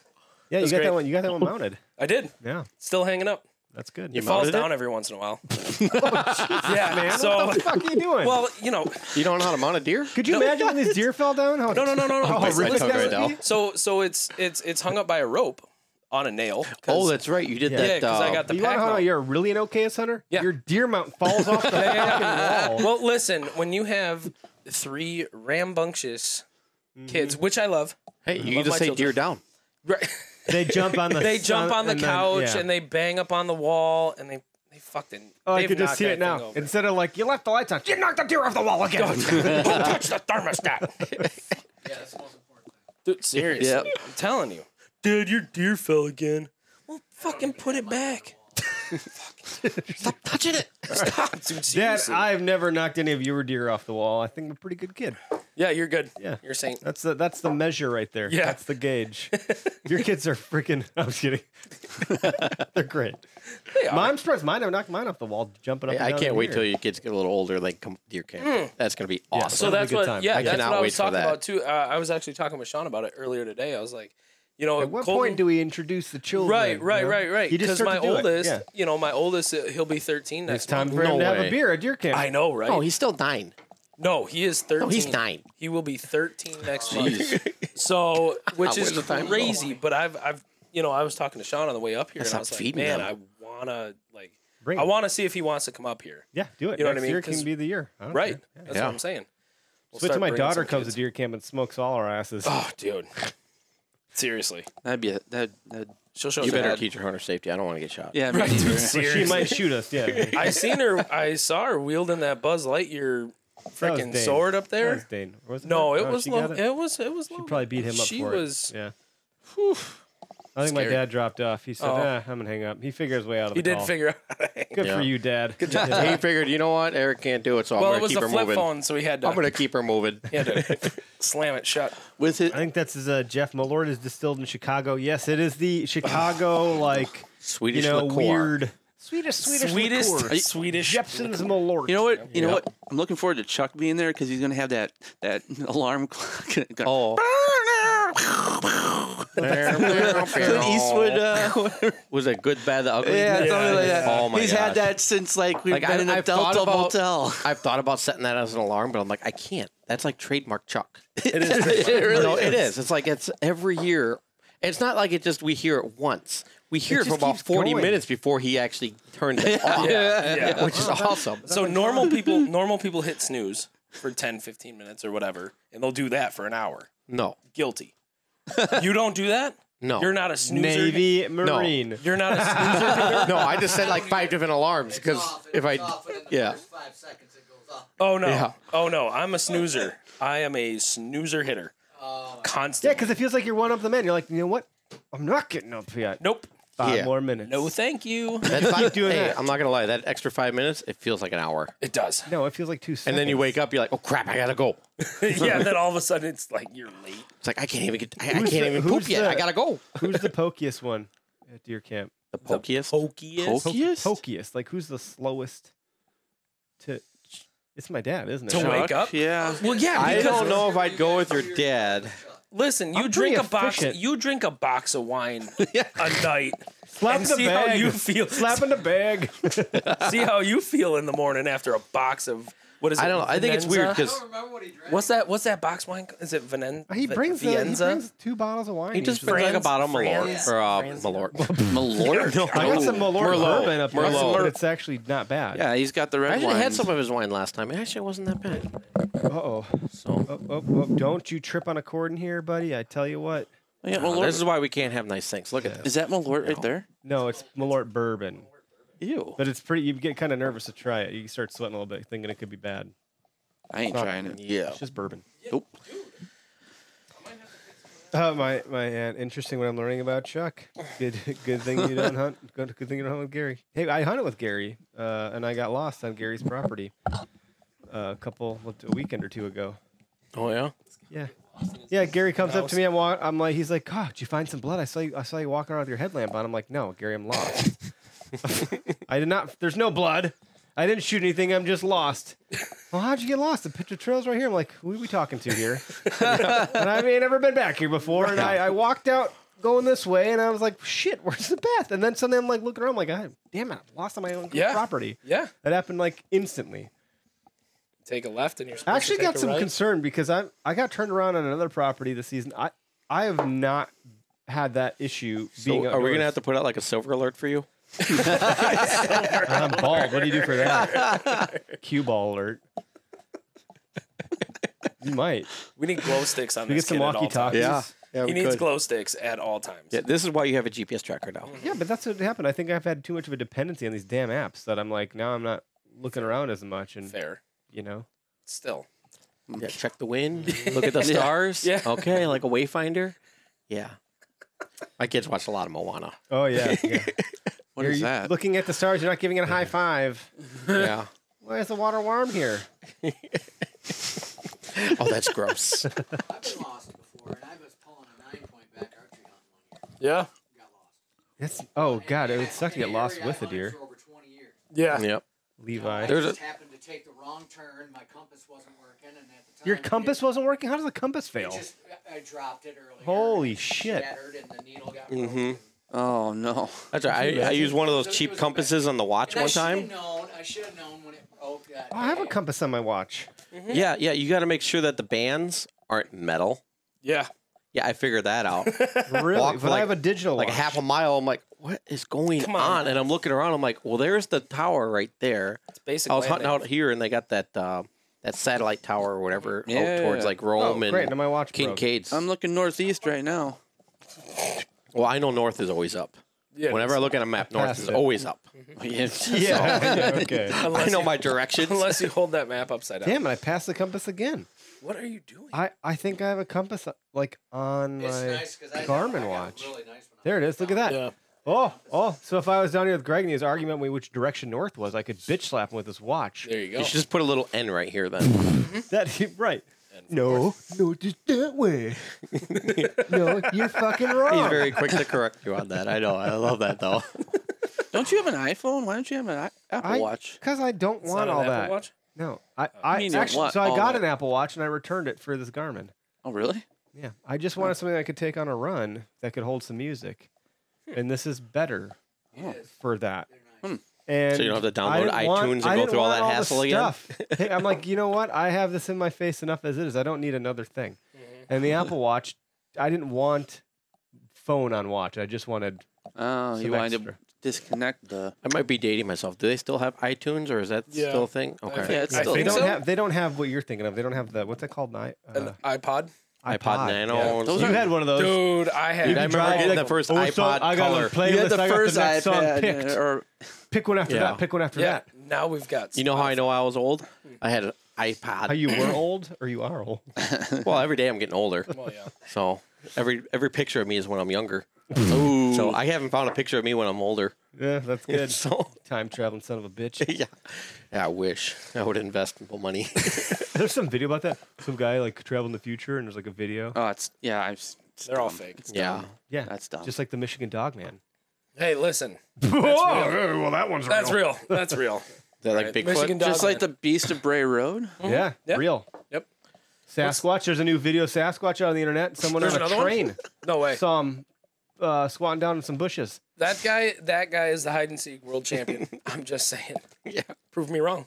Speaker 1: Yeah, you
Speaker 5: That's
Speaker 1: got
Speaker 5: great.
Speaker 1: that one. You got that one mounted.
Speaker 5: I did.
Speaker 1: Yeah,
Speaker 5: Still hanging up.
Speaker 1: that's good.
Speaker 5: It falls
Speaker 3: mounted it?
Speaker 5: down every once in a while. yeah,
Speaker 1: Oh, Man,
Speaker 5: So,
Speaker 1: what the fuck are you doing?
Speaker 5: well, you know,
Speaker 3: You don't know how to mount a deer?
Speaker 1: could you imagine when this deer fell down? How
Speaker 5: no, no, no, no, no.
Speaker 1: how
Speaker 3: bite my
Speaker 1: horrific
Speaker 3: tongue
Speaker 1: that
Speaker 3: right
Speaker 1: would
Speaker 3: now.
Speaker 1: be?
Speaker 5: So, so it's it's it's hung up by a rope on a nail. 'cause-
Speaker 3: Oh, that's right. You did
Speaker 5: yeah,
Speaker 3: that.
Speaker 5: because
Speaker 3: uh,
Speaker 5: I got the
Speaker 1: You want
Speaker 5: pack
Speaker 1: to know
Speaker 5: mount.
Speaker 1: you're really an OKS hunter?
Speaker 5: Yeah.
Speaker 1: Your deer mount falls off the fucking wall.
Speaker 5: Well, listen, when you have three rambunctious
Speaker 1: Mm-hmm.
Speaker 5: kids, which I love,
Speaker 3: hey, you
Speaker 5: love
Speaker 3: can just
Speaker 5: my
Speaker 3: say
Speaker 5: children.
Speaker 3: deer down.
Speaker 5: right?
Speaker 1: They jump on the
Speaker 5: they jump on the couch and they bang up on the wall and they they fucking.
Speaker 1: Oh, I
Speaker 5: they've
Speaker 1: could just
Speaker 5: knocked
Speaker 1: see
Speaker 5: that
Speaker 1: it now.
Speaker 5: thing over.
Speaker 1: Instead of like you left the lights on, you knocked the deer off the wall again.
Speaker 5: Don't touch the thermostat. Dude, seriously,
Speaker 4: Yep.
Speaker 5: I'm telling you, dude, your deer fell again. Well, fucking put it back.
Speaker 3: Stop touching it.
Speaker 5: Stop, dude.
Speaker 1: Dad,
Speaker 5: Seriously.
Speaker 1: I've never knocked any of your deer off the wall. I think I'm a pretty good kid.
Speaker 5: yeah, you're good.
Speaker 1: Yeah.
Speaker 5: you're saying
Speaker 1: That's the that's the measure right there.
Speaker 5: Yeah.
Speaker 1: That's the gauge. Your kids are freaking I'm just kidding. They're great.
Speaker 5: they are.
Speaker 1: Mine, I'm surprised mine I knocked mine off the wall jumping up.
Speaker 3: Hey,
Speaker 1: and
Speaker 3: I
Speaker 1: down
Speaker 3: can't
Speaker 1: in
Speaker 3: wait
Speaker 1: the
Speaker 3: till
Speaker 1: air.
Speaker 3: your kids get a little older. Like come deer camp. That's gonna be
Speaker 5: Hmm.
Speaker 3: awesome.
Speaker 1: That'll
Speaker 5: So
Speaker 1: be a
Speaker 5: that's
Speaker 1: good
Speaker 5: what,
Speaker 1: time.
Speaker 5: yeah,
Speaker 1: I
Speaker 5: that's
Speaker 3: cannot
Speaker 5: what I
Speaker 3: wait
Speaker 5: was
Speaker 3: for
Speaker 5: talking
Speaker 3: that.
Speaker 5: about too. Uh, I was actually talking with Sean about it earlier today. I was like, you know,
Speaker 1: At what
Speaker 5: Colton-
Speaker 1: point do we introduce the children?
Speaker 5: Oh, Right, right,
Speaker 1: you know?
Speaker 5: right, right.
Speaker 1: You just
Speaker 5: Because
Speaker 1: start
Speaker 5: my
Speaker 1: to do it.
Speaker 5: oldest,
Speaker 1: Yeah.
Speaker 5: you know, my oldest, uh, he'll be 13 next
Speaker 1: It's time
Speaker 5: month.
Speaker 1: for him
Speaker 3: No
Speaker 1: to have
Speaker 3: way.
Speaker 1: a beer at deer camp.
Speaker 5: I know, right?
Speaker 3: oh, he's still nine.
Speaker 5: no, he is 13.
Speaker 3: No, he's nine.
Speaker 5: He will be 13 next month. So, which is
Speaker 3: Where's the time
Speaker 5: crazy. But I've, I've, you know, I was talking to Sean on the way up here,
Speaker 3: That's
Speaker 5: and I
Speaker 3: not
Speaker 5: was like,
Speaker 3: feeding
Speaker 5: man,
Speaker 3: them.
Speaker 5: I wanna like,
Speaker 1: Bring
Speaker 5: I
Speaker 1: it.
Speaker 5: want to see if he wants to come up here.
Speaker 1: Yeah, do it.
Speaker 5: You know what I
Speaker 1: Next
Speaker 5: mean?
Speaker 1: year can
Speaker 5: 'Cause-
Speaker 1: be the year. I don't
Speaker 5: Right.
Speaker 1: care. Yeah.
Speaker 5: That's
Speaker 3: Yeah.
Speaker 5: what I'm saying.
Speaker 1: Wait
Speaker 5: We'll start
Speaker 1: till my
Speaker 5: bringing some
Speaker 1: daughter comes
Speaker 5: kids.
Speaker 1: to deer camp and smokes all our asses.
Speaker 5: Oh, dude. Seriously.
Speaker 4: That'd be a, that. that
Speaker 5: She'll show
Speaker 3: You
Speaker 5: us
Speaker 3: better
Speaker 5: that.
Speaker 3: teach her hunter safety. I don't want to get shot.
Speaker 4: yeah, me neither.
Speaker 1: But she might shoot us. Yeah,
Speaker 5: I seen her. I saw her wielding that Buzz Lightyear
Speaker 1: Dane.
Speaker 5: freaking sword up
Speaker 1: That
Speaker 5: there.
Speaker 1: was Dane. Or was Oh,
Speaker 5: No,
Speaker 1: her?
Speaker 5: it was
Speaker 1: she
Speaker 5: low.
Speaker 1: got
Speaker 5: It?
Speaker 1: it.
Speaker 5: was it was
Speaker 1: She
Speaker 5: low.
Speaker 1: probably beat him up
Speaker 5: She
Speaker 1: for
Speaker 5: was.
Speaker 1: it. Yeah. I think my
Speaker 5: Scary.
Speaker 1: dad dropped off. He said,
Speaker 5: Oh.
Speaker 1: "Ah, I'm gonna hang up." He figured his way out of
Speaker 5: He
Speaker 1: the
Speaker 5: did
Speaker 1: call.
Speaker 5: figure out.
Speaker 1: Good for
Speaker 3: Yeah.
Speaker 1: you, Dad. Good job.
Speaker 3: he figured, you know what, Eric can't do it, so
Speaker 5: well,
Speaker 3: I'm
Speaker 5: it
Speaker 3: gonna
Speaker 5: was
Speaker 3: keep
Speaker 5: a
Speaker 3: her
Speaker 5: flip
Speaker 3: moving.
Speaker 5: phone, so he had to,
Speaker 3: I'm gonna keep her moving.
Speaker 5: he had to slam it shut.
Speaker 4: With it,
Speaker 1: I think that's his, uh, Jeff Malord is distilled in Chicago. Yes, it is the Chicago like
Speaker 3: Swedish
Speaker 1: you know
Speaker 3: liqueur.
Speaker 1: weird Swedish Swedish
Speaker 5: Sweetest,
Speaker 1: liqueur.
Speaker 5: Swedish.
Speaker 1: Jepson's Malort.
Speaker 4: you know what? You know what? I'm looking forward to Chuck being there because he's gonna have that that alarm clock.
Speaker 3: Oh.
Speaker 4: Clint Eastwood. Uh,
Speaker 3: was it good, bad, the ugly?
Speaker 4: yeah, something like that.
Speaker 3: Oh my
Speaker 4: he's
Speaker 3: gosh.
Speaker 4: had that since like we've
Speaker 3: Like,
Speaker 4: been
Speaker 3: I-
Speaker 4: in a
Speaker 3: I've thought
Speaker 4: Delta
Speaker 3: about-
Speaker 4: motel.
Speaker 3: I've thought about setting that as an alarm, but I'm like, I can't. That's like trademark Chuck.
Speaker 4: It is. really
Speaker 3: no, it is. It's like it's every year. It's not like it just we hear it once. We hear it,
Speaker 1: just
Speaker 3: for about
Speaker 1: keeps
Speaker 3: 40
Speaker 1: going.
Speaker 3: minutes before he actually turns it off,
Speaker 5: Yeah.
Speaker 3: which is awesome.
Speaker 5: So normal people, normal people hit snooze for 10, 15 minutes or whatever, and they'll do that for an hour.
Speaker 3: No,
Speaker 5: Guilty. you don't do that.
Speaker 3: no,
Speaker 5: You're not a snoozer.
Speaker 1: Navy Marine.
Speaker 5: You're not a snoozer.
Speaker 3: no. I just set like five different alarms because if I, yeah,
Speaker 5: Oh no.
Speaker 3: Yeah.
Speaker 5: Oh no. I'm a snoozer. I am a snoozer hitter.
Speaker 1: Oh, Yeah,
Speaker 5: Constant.
Speaker 1: because it feels like you're one up the man. You're like, you know what? I'm not getting up yet.
Speaker 5: nope.
Speaker 1: Five
Speaker 3: Yeah.
Speaker 1: more minutes.
Speaker 5: No, thank you.
Speaker 3: that's not,
Speaker 1: doing
Speaker 3: hey,
Speaker 1: that.
Speaker 3: I'm not gonna lie. That extra five minutes, it feels like an hour.
Speaker 5: It does.
Speaker 1: no, it feels like two seconds.
Speaker 3: And then you wake up, you're like, oh crap, I gotta go.
Speaker 5: yeah. Then all of a sudden it's like you're late.
Speaker 3: It's like I can't even get, I, I
Speaker 1: Who's
Speaker 3: can't
Speaker 1: the-
Speaker 3: even
Speaker 1: who's
Speaker 3: poop yet.
Speaker 1: the-
Speaker 3: I gotta go.
Speaker 1: Who's the pokiest one at deer camp?
Speaker 3: The pokiest.
Speaker 5: Pokiest.
Speaker 4: Pokiest?
Speaker 1: Pokiest. Like, who's the slowest to. It's my dad, isn't it?
Speaker 5: To wake up.
Speaker 4: Yeah.
Speaker 5: Well, yeah.
Speaker 3: I
Speaker 5: Because
Speaker 3: don't know if I'd go with your dad.
Speaker 5: Listen, you
Speaker 1: I'm pretty
Speaker 5: drink a box.
Speaker 1: efficient.
Speaker 5: You drink a box of wine a night.
Speaker 1: Slap
Speaker 5: and
Speaker 1: in the
Speaker 5: see
Speaker 1: bag.
Speaker 5: how you feel.
Speaker 1: Slap in the bag.
Speaker 5: See how you feel in the morning after a box of what is it?
Speaker 3: I don't know. I think it's weird
Speaker 5: Venenza?
Speaker 3: because
Speaker 5: what's that? What's that box wine? Is it Venen?
Speaker 1: he
Speaker 5: Vi-
Speaker 1: brings the, he
Speaker 5: Vienza?
Speaker 1: brings two bottles of wine.
Speaker 3: he just
Speaker 1: usually.
Speaker 3: brings like a
Speaker 5: Franz-
Speaker 3: bottle of Malort
Speaker 5: Franz-
Speaker 3: or uh,
Speaker 5: Franz-
Speaker 3: Malort.
Speaker 4: Malort.
Speaker 1: I got some Malort
Speaker 3: Merlot.
Speaker 1: bourbon up there,
Speaker 3: Merlot.
Speaker 1: but it's actually not bad.
Speaker 4: Yeah, he's got the
Speaker 3: I
Speaker 4: red
Speaker 3: actually
Speaker 4: wine.
Speaker 3: had some of his wine last time. It actually wasn't that bad.
Speaker 1: Uh-oh.
Speaker 3: So
Speaker 1: Oh, oh, oh, don't you trip on a cord in here, buddy. I tell you what.
Speaker 4: Yeah,
Speaker 3: Oh,
Speaker 4: Malort.
Speaker 3: this is why we can't have nice things. Look at this.
Speaker 4: Is that Malort right there?
Speaker 1: No, it's Malort bourbon.
Speaker 4: Ew.
Speaker 1: But it's pretty. You get kind of nervous to try it. You start sweating a little bit, thinking it could be bad.
Speaker 4: I ain't
Speaker 1: It's not-
Speaker 4: trying it. Yeah.
Speaker 1: It's just bourbon.
Speaker 4: Nope.
Speaker 1: Uh, my my aunt. Interesting what I'm learning about Chuck. Good good thing you don't hunt. Good, good thing you don't hunt with Gary. Hey, I hunted with Gary, uh, and I got lost on Gary's property uh, a couple what, a weekend or two ago.
Speaker 3: Oh yeah.
Speaker 1: Yeah. Yeah, Gary comes up to me. I'm, walk, I'm like, he's like, God, did you find some blood? I saw you. I saw you walking around with your headlamp on. I'm like, No, Gary, I'm lost. I did not. There's no blood. I didn't shoot anything. I'm just lost. Well, how'd you get lost? The picture trail's right here. I'm like, who are we talking to here? and I mean, never been back here before. And I, I walked out going this way, and I was like, shit, where's the path? And then suddenly I'm like looking around, I'm like, God, damn it, I'm lost on my own
Speaker 5: Yeah.
Speaker 1: property.
Speaker 5: Yeah.
Speaker 1: That happened like instantly.
Speaker 5: Take a left and you're supposed
Speaker 1: I actually
Speaker 5: to take
Speaker 1: got
Speaker 5: a
Speaker 1: some
Speaker 5: right.
Speaker 1: concern because I I got turned around on another property this season. I I have not had that issue being.
Speaker 3: So are we gonna have
Speaker 1: outdoors.
Speaker 3: to put out like a silver alert for you?
Speaker 1: I'm bald. What do you do for that? Cue ball alert. You might.
Speaker 5: We need glow sticks on
Speaker 1: We
Speaker 5: this
Speaker 1: get some
Speaker 5: kid at all
Speaker 1: walkie-talkies.
Speaker 5: times.
Speaker 3: Yeah. Yeah,
Speaker 5: he
Speaker 3: we
Speaker 5: needs
Speaker 3: could.
Speaker 5: glow sticks at all times.
Speaker 3: Yeah. This is why you have a GPS tracker now.
Speaker 1: Yeah, but that's what happened. I think I've had too much of a dependency on these damn apps that I'm like now I'm not looking around as much and
Speaker 5: Fair.
Speaker 1: you know.
Speaker 5: Still.
Speaker 3: Yeah. Check the wind. Mm. Look at the stars.
Speaker 5: Yeah.
Speaker 3: Okay. Like a wayfinder. Yeah. My kids watched a lot of Moana.
Speaker 1: Oh yeah.
Speaker 4: What
Speaker 1: you're
Speaker 4: is that?
Speaker 1: looking at the stars. You're not giving it a high five.
Speaker 3: Yeah.
Speaker 1: Why is the water warm here?
Speaker 3: Oh, that's gross.
Speaker 5: Yeah.
Speaker 1: It's, oh god, it would suck to get lost with a deer.
Speaker 5: Yeah.
Speaker 3: yep.
Speaker 1: Levi.
Speaker 3: There's a
Speaker 12: happened to take the wrong turn. My compass wasn't working, and at the time
Speaker 1: Your compass wasn't working. How does the compass fail?
Speaker 12: it just I dropped it earlier.
Speaker 1: Holy
Speaker 12: and it
Speaker 1: shit.
Speaker 12: Shattered, and the needle got broke.
Speaker 3: Mm-hmm.
Speaker 4: Oh no.
Speaker 3: That's right. I, I used one of those cheap compasses on the watch
Speaker 12: And I
Speaker 3: one
Speaker 12: should have
Speaker 3: time.
Speaker 12: known. I should have known when it broke. That
Speaker 1: Oh, I have a
Speaker 12: day.
Speaker 1: compass on my watch.
Speaker 3: Mm-hmm. Yeah, yeah. You got to make sure that the bands aren't metal.
Speaker 5: Yeah.
Speaker 3: Yeah, I figured that out.
Speaker 1: Really?
Speaker 3: Walk
Speaker 1: but
Speaker 3: for
Speaker 1: I
Speaker 3: like-
Speaker 1: have a digital
Speaker 3: like
Speaker 1: watch.
Speaker 3: half a mile, I'm like, what is going
Speaker 5: Come
Speaker 3: on?
Speaker 5: on.
Speaker 3: And I'm looking around. I'm like, well, there's the tower right there.
Speaker 5: It's basic.
Speaker 3: I was
Speaker 5: landing.
Speaker 3: hunting out here, and they got that uh, that satellite tower or whatever out
Speaker 4: Yeah.
Speaker 3: towards like Rome
Speaker 1: oh,
Speaker 3: and
Speaker 1: great. Now my watch broke.
Speaker 3: Kincaid's.
Speaker 4: I'm looking northeast right now.
Speaker 3: well, I know north is always up.
Speaker 5: Yeah. Mm-hmm.
Speaker 3: Whenever I look at a map, north
Speaker 1: Past
Speaker 3: is
Speaker 1: it.
Speaker 3: always up.
Speaker 1: Yeah. okay.
Speaker 3: I
Speaker 5: Unless
Speaker 3: know
Speaker 5: you-
Speaker 3: my directions.
Speaker 5: Unless you hold that map upside down.
Speaker 1: Damn it! I passed the compass again.
Speaker 5: What are you doing?
Speaker 1: I I think I have a compass uh, like on
Speaker 12: It's
Speaker 1: my
Speaker 12: nice 'cause I know I
Speaker 1: Garmin
Speaker 12: got
Speaker 1: watch.
Speaker 12: Really nice one.
Speaker 1: There it is. Look at that.
Speaker 5: Yeah.
Speaker 1: Oh, oh. So if I was down here with Greg and his argument with which direction north was, I could bitch slap him with his watch.
Speaker 5: There you go.
Speaker 3: You should just put a little N right here then.
Speaker 12: Mm-hmm.
Speaker 1: That right. No, no, just that way. no, you're fucking wrong.
Speaker 3: He's very quick to correct you on that. I know. I love that though.
Speaker 4: Don't you have an iPhone? Why don't you have an I- Apple
Speaker 1: I-
Speaker 4: Watch?
Speaker 1: Because I don't
Speaker 5: It's
Speaker 1: want
Speaker 5: not
Speaker 1: all
Speaker 5: an Apple
Speaker 1: that.
Speaker 5: Watch?
Speaker 1: No,
Speaker 5: Uh,
Speaker 1: I, I
Speaker 4: mean you
Speaker 1: actually,
Speaker 4: want
Speaker 1: so I
Speaker 4: all
Speaker 1: got
Speaker 4: that?
Speaker 1: an Apple Watch and I returned it for this Garmin.
Speaker 4: Oh really?
Speaker 1: Yeah, I just wanted something I could take on a run that could hold some music,
Speaker 5: Hmm.
Speaker 1: and this is better for that. And
Speaker 3: Hmm. So you don't have to
Speaker 1: I
Speaker 3: download
Speaker 1: didn't want-
Speaker 3: iTunes and
Speaker 1: I
Speaker 3: go
Speaker 1: didn't
Speaker 3: through all
Speaker 1: want
Speaker 3: that
Speaker 1: the
Speaker 3: hassle again?
Speaker 1: Hey, I'm like, you know what? I have this in my face enough as it is. I don't need another thing.
Speaker 5: Mm-hmm.
Speaker 1: And the Apple Watch, I didn't want phone on watch. I just wanted.
Speaker 4: Oh, you
Speaker 1: Some
Speaker 4: wanted to
Speaker 1: extra.
Speaker 4: disconnect the.
Speaker 3: I might be dating myself. Do they still have iTunes or is that
Speaker 5: Yeah.
Speaker 3: still a thing?
Speaker 5: I
Speaker 3: Okay.
Speaker 5: think-
Speaker 4: it's
Speaker 5: I
Speaker 4: still-
Speaker 1: They
Speaker 5: think
Speaker 1: don't
Speaker 5: so.
Speaker 1: have. They don't have what you're thinking of. They don't have the what's that called? Ni-
Speaker 5: an
Speaker 1: uh,
Speaker 5: iPod.
Speaker 3: iPod, Nano.
Speaker 1: Yeah.
Speaker 3: or
Speaker 1: You
Speaker 4: Those
Speaker 3: something.
Speaker 4: are-
Speaker 1: had one of those.
Speaker 5: Dude, I
Speaker 1: You
Speaker 5: had.
Speaker 3: I
Speaker 1: could
Speaker 3: remember
Speaker 1: drive,
Speaker 3: getting
Speaker 1: like,
Speaker 3: the first
Speaker 1: oh, so
Speaker 3: iPod
Speaker 1: I got
Speaker 3: color.
Speaker 1: a playlist.
Speaker 4: you had
Speaker 1: I
Speaker 4: the
Speaker 1: got
Speaker 4: first
Speaker 1: next song
Speaker 4: iPad,
Speaker 1: picked.
Speaker 4: or
Speaker 1: Pick one after
Speaker 3: Yeah.
Speaker 1: that. Pick one after
Speaker 5: Yeah.
Speaker 1: that.
Speaker 5: Now we've got.
Speaker 3: You know how I know I was old? I had an iPod.
Speaker 1: How you were old or you are old?
Speaker 3: well, every day I'm getting older.
Speaker 5: Well, yeah.
Speaker 3: So every every picture of me is when I'm younger. So I haven't found a picture of me when I'm older.
Speaker 1: Yeah, that's good.
Speaker 3: So
Speaker 1: Time traveling son of a bitch.
Speaker 3: yeah. yeah, I wish I would invest more money.
Speaker 1: There's some video about that. Some guy like traveled in the future and there's like a video.
Speaker 4: oh, it's yeah. I'm. s- it's
Speaker 5: They're all
Speaker 4: dumb.
Speaker 5: fake.
Speaker 3: yeah.
Speaker 1: yeah,
Speaker 4: that's dumb.
Speaker 1: Just like the Michigan Dog Man.
Speaker 5: Hey, listen.
Speaker 1: Whoa, well, that one's
Speaker 5: That's real. That's real.
Speaker 3: Is that like
Speaker 5: Right.
Speaker 3: Bigfoot?
Speaker 5: Michigan dog
Speaker 4: Just like
Speaker 5: man.
Speaker 4: the Beast of Bray Road.
Speaker 1: Yeah,
Speaker 5: Yep.
Speaker 1: real.
Speaker 5: Yep.
Speaker 1: Sasquatch. There's a new video of Sasquatch out on the internet. Someone
Speaker 5: There's
Speaker 1: on a
Speaker 5: another one?
Speaker 1: train
Speaker 5: No way.
Speaker 1: saw him uh, squatting down in some bushes.
Speaker 5: That guy. That guy is the hide and seek world champion. I'm just saying.
Speaker 3: Yeah.
Speaker 5: Prove me wrong.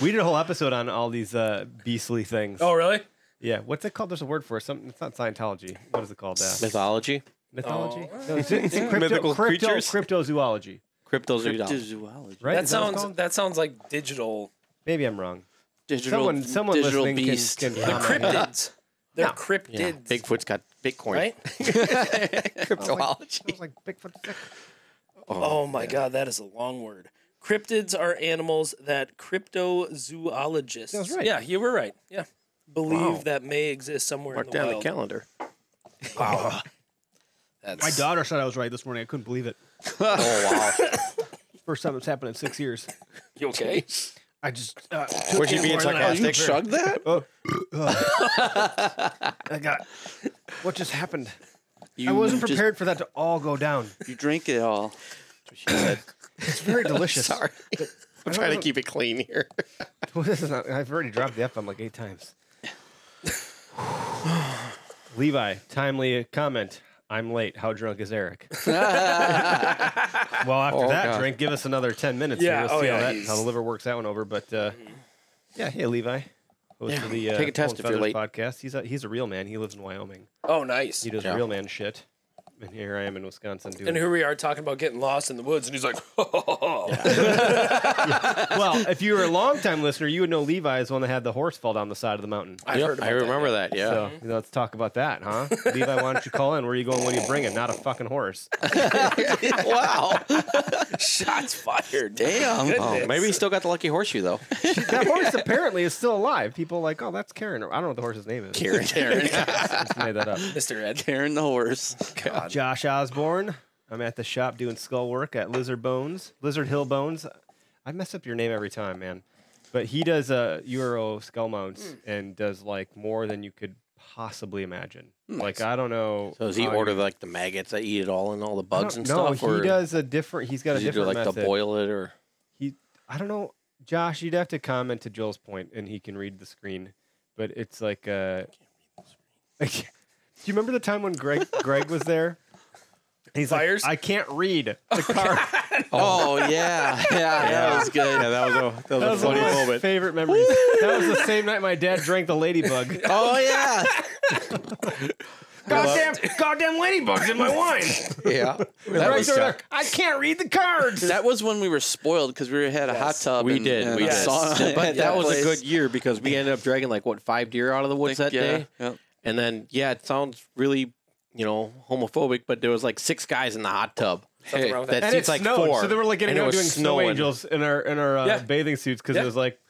Speaker 1: We did a whole episode on all these uh, beastly things.
Speaker 5: Oh, really?
Speaker 1: Yeah, what's it called? There's a word for it. Something. It's not Scientology. What is it called? Uh,
Speaker 3: Mythology?
Speaker 1: mythology.
Speaker 5: Oh.
Speaker 1: No, it's, it's crypto,
Speaker 3: Mythical
Speaker 1: crypto,
Speaker 3: creatures?
Speaker 1: Cryptozoology.
Speaker 3: Cryptozoology.
Speaker 4: Cryptozoology.
Speaker 1: Right? Is what
Speaker 5: That
Speaker 1: it's
Speaker 5: sounds.
Speaker 1: called?
Speaker 5: That sounds like digital
Speaker 1: Maybe I'm wrong.
Speaker 4: Digital.
Speaker 1: Someone, someone
Speaker 4: digital
Speaker 1: listening
Speaker 4: beast.
Speaker 1: can, can comment.
Speaker 5: cryptids. They're
Speaker 1: Yeah.
Speaker 5: cryptids.
Speaker 3: Yeah. Bigfoot's got Bitcoin.
Speaker 5: right?
Speaker 3: Cryptology.
Speaker 1: like Bigfoot.
Speaker 5: Oh, my God, that is a long word. Cryptids are animals that cryptozoologists.
Speaker 3: That's right.
Speaker 5: Yeah, you were right. Yeah, believe
Speaker 3: Wow.
Speaker 5: that may exist somewhere
Speaker 3: Mark
Speaker 5: in the
Speaker 3: down
Speaker 5: wild.
Speaker 3: the calendar.
Speaker 5: Wow.
Speaker 13: My daughter said I was right this morning. I couldn't believe it.
Speaker 3: oh wow!
Speaker 13: First time it's happened in six years.
Speaker 5: You okay?
Speaker 13: I just uh,
Speaker 3: Were you being sarcastic? Shrugged that?
Speaker 13: Oh, I got. What just happened? I
Speaker 4: You
Speaker 13: wasn't
Speaker 4: just-
Speaker 13: prepared for that to all go down.
Speaker 4: You drink it all.
Speaker 13: It's very delicious.
Speaker 3: Sorry. I'm
Speaker 13: I
Speaker 3: trying to
Speaker 13: don't-
Speaker 3: keep it clean here.
Speaker 13: Well, this is not, I've already dropped the F bomb like eight times.
Speaker 1: Levi, timely comment. I'm late. How drunk is Eric? well, after
Speaker 3: Oh,
Speaker 1: that
Speaker 3: God.
Speaker 1: drink, give us another 10 minutes.
Speaker 5: Yeah,
Speaker 1: and we'll
Speaker 5: oh,
Speaker 1: see
Speaker 5: yeah,
Speaker 1: how, that,
Speaker 5: he's-
Speaker 1: how the liver works that one over. But uh, yeah, hey, Levi. Host
Speaker 3: Mm-hmm. Yeah,
Speaker 1: of the, uh,
Speaker 3: take a test
Speaker 1: Pulling
Speaker 3: if you're
Speaker 1: Feathers
Speaker 3: late.
Speaker 1: podcast. He's a, he's a real man. He lives in Wyoming.
Speaker 5: Oh, nice.
Speaker 1: He does
Speaker 3: Yeah.
Speaker 1: real man shit. And here I am in Wisconsin doing
Speaker 5: And here we are talking about getting lost in the woods, and he's like,
Speaker 1: well, if you were a longtime listener, you would know Levi is the one that had the horse fall down the side of the mountain.
Speaker 5: I've
Speaker 3: Yep,
Speaker 5: heard about
Speaker 3: I remember that. yeah.
Speaker 1: So you know, let's talk about that, huh? Levi, why don't you call in? Where are you going? What are you bringing? Not a fucking horse.
Speaker 3: wow.
Speaker 5: that. Shots fired.
Speaker 4: Damn.
Speaker 5: Goodness.
Speaker 3: Oh, Maybe he still got the lucky horseshoe though.
Speaker 1: That horse apparently is still alive. People are like, oh, that's Karen. I don't know what the horse's name is.
Speaker 3: Karen. Karen.
Speaker 1: Just made that up.
Speaker 5: Mr. Ed.
Speaker 4: Karen the horse.
Speaker 1: Josh Osborne. I'm at the shop doing skull work at Lizard Bones, Lizard Hill Bones. I mess up your name every time, man. But he does uh, Euro skull mounts and does like more than you could possibly imagine. Like I don't know.
Speaker 3: so does he
Speaker 1: how
Speaker 3: order
Speaker 1: you-
Speaker 3: like the maggots that eat it all and all the
Speaker 1: Oh, I
Speaker 3: bugs
Speaker 1: don't
Speaker 3: and
Speaker 1: know.
Speaker 3: stuff? or
Speaker 1: he does a different. He's got
Speaker 3: does
Speaker 1: a
Speaker 3: he do
Speaker 1: different
Speaker 3: like
Speaker 1: method.
Speaker 3: the boil it or
Speaker 1: He, I don't know, Josh. You'd have to comment to Joel's point, and he can read the screen. But it's like, uh, do you remember the time when Greg Greg was there? He's
Speaker 5: Fires?
Speaker 1: like, I can't read the card.
Speaker 4: Oh yeah, yeah, that was good.
Speaker 3: that was a that was,
Speaker 1: That was one of my favorite memories. that was the same night my dad drank the ladybug.
Speaker 4: Oh yeah,
Speaker 1: goddamn, goddamn ladybugs in my wine.
Speaker 3: yeah. That
Speaker 1: Right
Speaker 3: was
Speaker 1: over
Speaker 3: Josh.
Speaker 1: there. I can't read the cards.
Speaker 4: that was when we were spoiled because we had a hot tub.
Speaker 3: We
Speaker 4: and-
Speaker 3: did.
Speaker 4: and
Speaker 3: we
Speaker 4: a
Speaker 3: did.
Speaker 5: Yes.
Speaker 4: sauna
Speaker 3: But
Speaker 4: at
Speaker 3: that was a
Speaker 4: place.
Speaker 3: good year because we ended up dragging like what five deer out of the woods that
Speaker 4: Yeah,
Speaker 3: day.
Speaker 4: yep.
Speaker 3: And then yeah, it sounds really you know homophobic, but there was like six guys in the hot tub.
Speaker 5: Nothing wrong with
Speaker 3: that
Speaker 1: and
Speaker 3: seats
Speaker 1: it
Speaker 3: like
Speaker 1: snowed,
Speaker 3: four.
Speaker 1: so they were like getting
Speaker 3: and it
Speaker 1: out
Speaker 3: was
Speaker 1: doing snow
Speaker 3: snowing.
Speaker 1: angels in our in our uh,
Speaker 5: Yeah.
Speaker 1: bathing suits because
Speaker 5: Yeah.
Speaker 1: it was like,